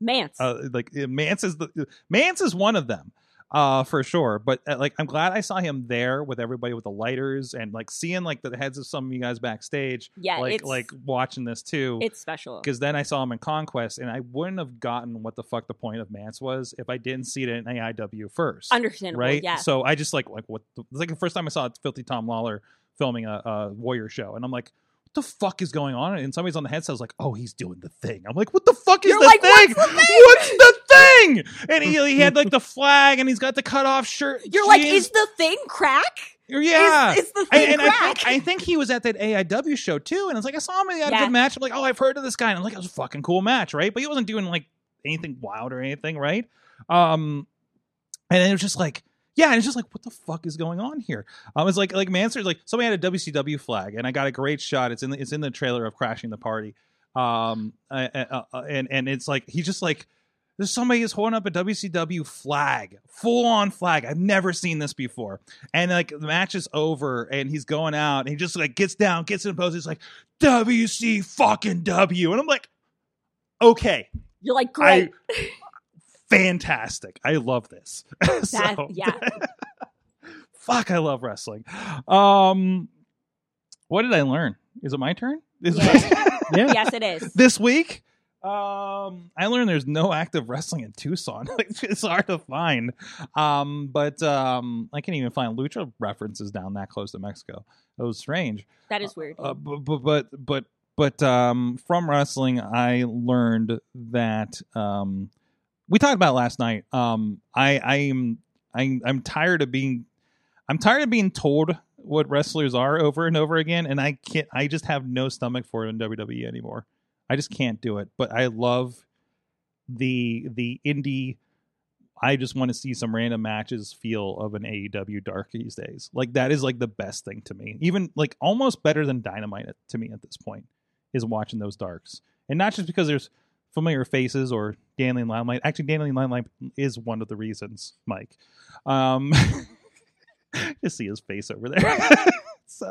[SPEAKER 5] Mance.
[SPEAKER 2] uh like uh, mance is the mance is one of them uh for sure but uh, like i'm glad i saw him there with everybody with the lighters and like seeing like the heads of some of you guys backstage
[SPEAKER 5] yeah,
[SPEAKER 2] like
[SPEAKER 5] it's
[SPEAKER 2] like watching this too
[SPEAKER 5] it's special.
[SPEAKER 2] because then I saw him in Conquest, and I wouldn't have gotten what the fuck the point of Mance was if I didn't see it in AIW first,
[SPEAKER 5] Understandable.
[SPEAKER 2] right?
[SPEAKER 5] Yeah.
[SPEAKER 2] So I just like like what the, it's like the first time I saw Filthy Tom Lawler filming a, a Warrior show, and I'm like, what the fuck is going on? And somebody's on the headset was like, oh, he's doing the thing. I'm like, what the fuck is
[SPEAKER 5] You're
[SPEAKER 2] the,
[SPEAKER 5] like,
[SPEAKER 2] thing?
[SPEAKER 5] "What's the thing?"
[SPEAKER 2] What's the thing? And he, he had like the flag, and he's got the cut off shirt.
[SPEAKER 5] You're like,
[SPEAKER 2] jeans.
[SPEAKER 5] is the thing crack?
[SPEAKER 2] yeah.
[SPEAKER 5] Is, is the
[SPEAKER 2] And,
[SPEAKER 5] thing
[SPEAKER 2] and I,
[SPEAKER 5] crack?
[SPEAKER 2] think, I think he was at that AIW show too, and it's like I saw him and he had a
[SPEAKER 5] Yeah.
[SPEAKER 2] good match. I'm like, oh, I've heard of this guy, and I'm like, it was a fucking cool match, right? But he wasn't doing like anything wild or anything, right? Um, and it was just like, yeah, and it's just like, what the fuck is going on here? I was like, like Manser's like somebody had a WCW flag, and I got a great shot. It's in the it's in the trailer of Crashing the Party, um, uh, uh, uh, and and it's like he's just like. There's somebody is holding up a WCW flag, full on flag. I've never seen this before and like the match is over and he's going out and he just like gets down gets in a pose he's like wc fucking w and i'm like okay
[SPEAKER 5] You're like, great.
[SPEAKER 2] i fantastic i love this So-
[SPEAKER 5] That- yeah.
[SPEAKER 2] fuck i love wrestling um what did i learn is it my turn is
[SPEAKER 3] Yeah.
[SPEAKER 5] yes, it is.
[SPEAKER 2] this week um i learned there's no active wrestling in tucson it's it's hard to find um but um i can't even find lucha references down that close to mexico it was strange
[SPEAKER 5] That is weird.
[SPEAKER 2] uh, but, but but But um, from wrestling, I learned that um, we talked about last night. Um, I I am I'm, I'm tired of being I'm tired of being told what wrestlers are over and over again, and I can't. I just have no stomach for it in WWE anymore. I just can't do it. But I love the the indie. I just want to see some random matches feel of an AEW Dark these days. Like that is like the best thing to me. Even like almost better than Dynamite at- to me at this point is watching those Darks, and not just because there's familiar faces or Danley and Limelight. Actually, Danley and Limelight is one of the reasons, Mike. Um, just see his face over there. so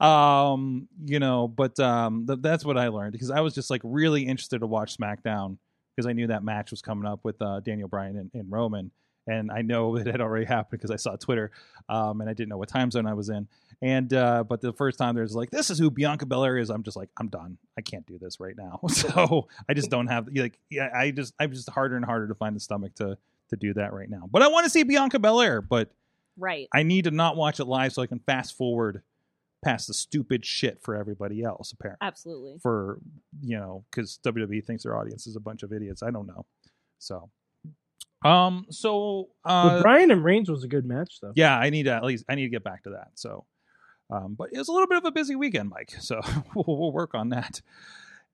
[SPEAKER 2] um you know but um th- that's what i learned because i was just like really interested to watch smackdown because i knew that match was coming up with uh daniel bryan and, and roman and i know it had already happened because i saw twitter um and i didn't know what time zone i was in and uh but the first time there's like this is who bianca belair is i'm just like i'm done i can't do this right now so i just don't have like yeah i just i'm just harder and harder to find the stomach to to do that right now but i want to see bianca belair but
[SPEAKER 5] Right.
[SPEAKER 2] I need to not watch it live so I can fast forward past the stupid shit for everybody else, apparently.
[SPEAKER 5] Absolutely.
[SPEAKER 2] For, you know, because WWE E thinks their audience is a bunch of idiots. I don't know. So, um, so,
[SPEAKER 3] Well,
[SPEAKER 2] uh,
[SPEAKER 3] Brian and Reigns was a good match though.
[SPEAKER 2] yeah, I need to at least, I need to get back to that. So, um, but it was a little bit of a busy weekend, Mike. So we'll, we'll work on that.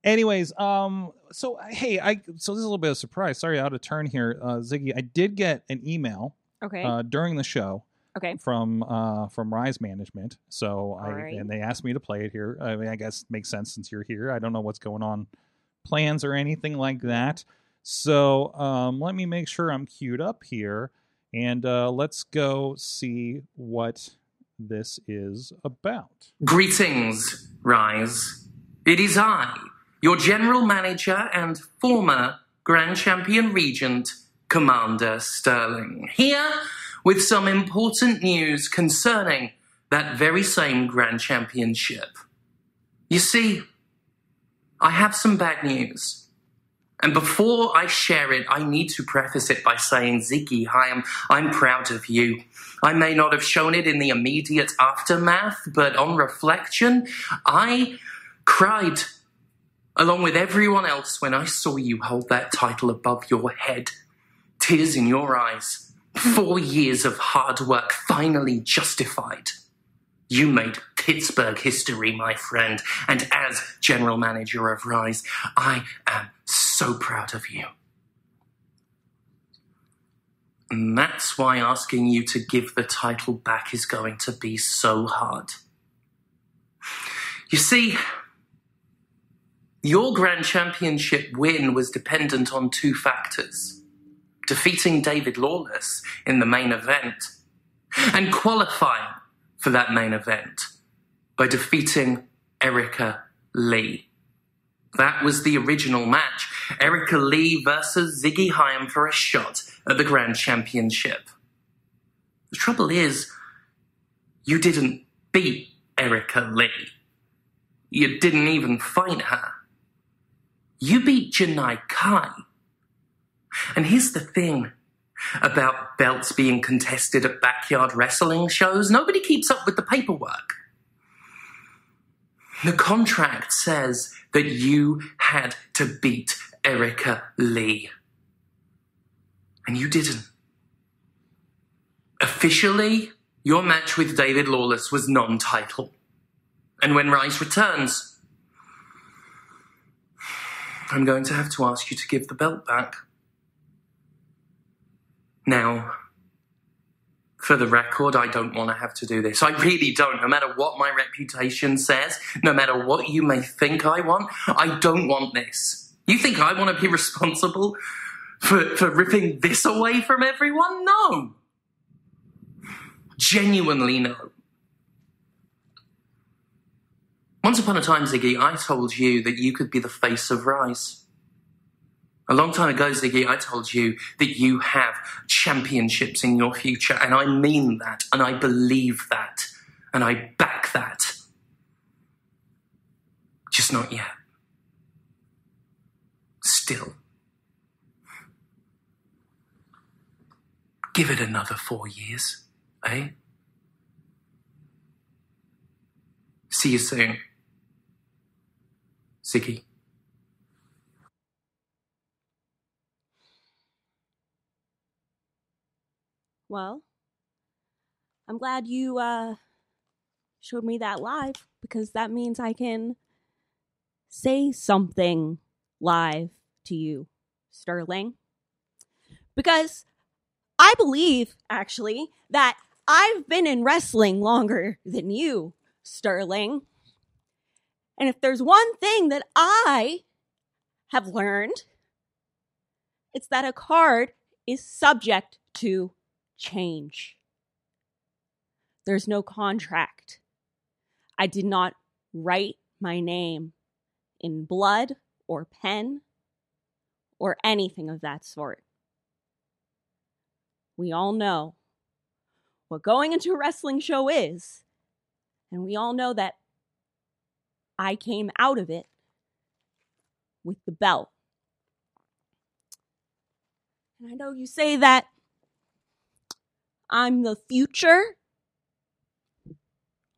[SPEAKER 2] Anyways, um, so hey, I, so this is a little bit of a surprise. Sorry, out of turn here, uh, Ziggy. I did get an email,
[SPEAKER 5] Okay.
[SPEAKER 2] uh, during the show
[SPEAKER 5] okay.
[SPEAKER 2] from uh from Rise Management. So I
[SPEAKER 5] Alright.
[SPEAKER 2] and they asked me to play it here. I mean, I guess it makes sense since you're here. I don't know what's going on plans or anything like that. So um let me make sure I'm queued up here and uh let's go see what this is about.
[SPEAKER 9] Greetings, Rise. It is I, your general manager and former Grand Champion Regent, Commander Sterling, here with some important news concerning that very same Grand Championship. You see, I have some bad news. And before I share it, I need to preface it by saying, Ziggy, I am, I'm proud of you. I may not have shown it in the immediate aftermath, but on reflection, I cried along with everyone else when I saw you hold that title above your head. Tears in your eyes. Four years of hard work finally justified. You made Pittsburgh history, my friend, and as general manager of Rise, I am so proud of you. And that's why asking you to give the title back is going to be so hard. You see, your Grand Championship win was dependent on two factors defeating David Lawless in the main event and qualifying for that main event by defeating Erica Lee. That was the original match Erica Lee versus Ziggy Hyam for a shot at the Grand Championship. The trouble is, you didn't beat Erica Lee. You didn't even fight her. You beat Janai Kai. And here's the thing about belts being contested at backyard wrestling shows. Nobody keeps up with the paperwork. The contract says that you had to beat Erica Lee. And you didn't. Officially, your match with David Lawless was non title. And when Rice returns, I'm going to have to ask you to give the belt back. Now, for the record, I don't want to have to do this. I really don't. No matter what my reputation says, no matter what you may think I want, I don't want this. You think I want to be responsible for, for ripping this away from everyone? No. Genuinely, no. Once upon a time, Ziggy, I told you that you could be the face of Rise. A long time ago, Ziggy, I told you that you have championships in your future, and I mean that, and I believe that, and I back that. Just not yet. Still. Give it another four years, eh? See you soon. Siggy.
[SPEAKER 5] Well, I'm glad you uh, showed me that live because that means I can say something live to you, Sterling. Because I believe, actually, that I've been in wrestling longer than you, Sterling. And if there's one thing that I have learned, it's that a card is subject to change. There's no contract. I did not write my name in blood or pen or anything of that sort. We all know what going into a wrestling show is, and we all know that I came out of it with the belt. And I know you say that I'm the future.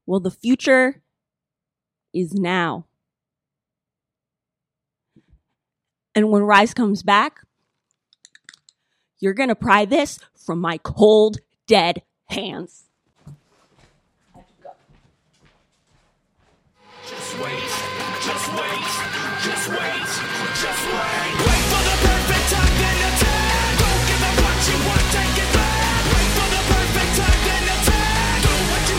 [SPEAKER 5] Well, the future is now. And when Rise comes back, you're going to pry this from my cold, dead hands.
[SPEAKER 1] Just wait, just wait, just wait, just wait. Wait for the perfect time, then attack. Don't give up what you want, take it back. Wait for the perfect time, then attack. Do what you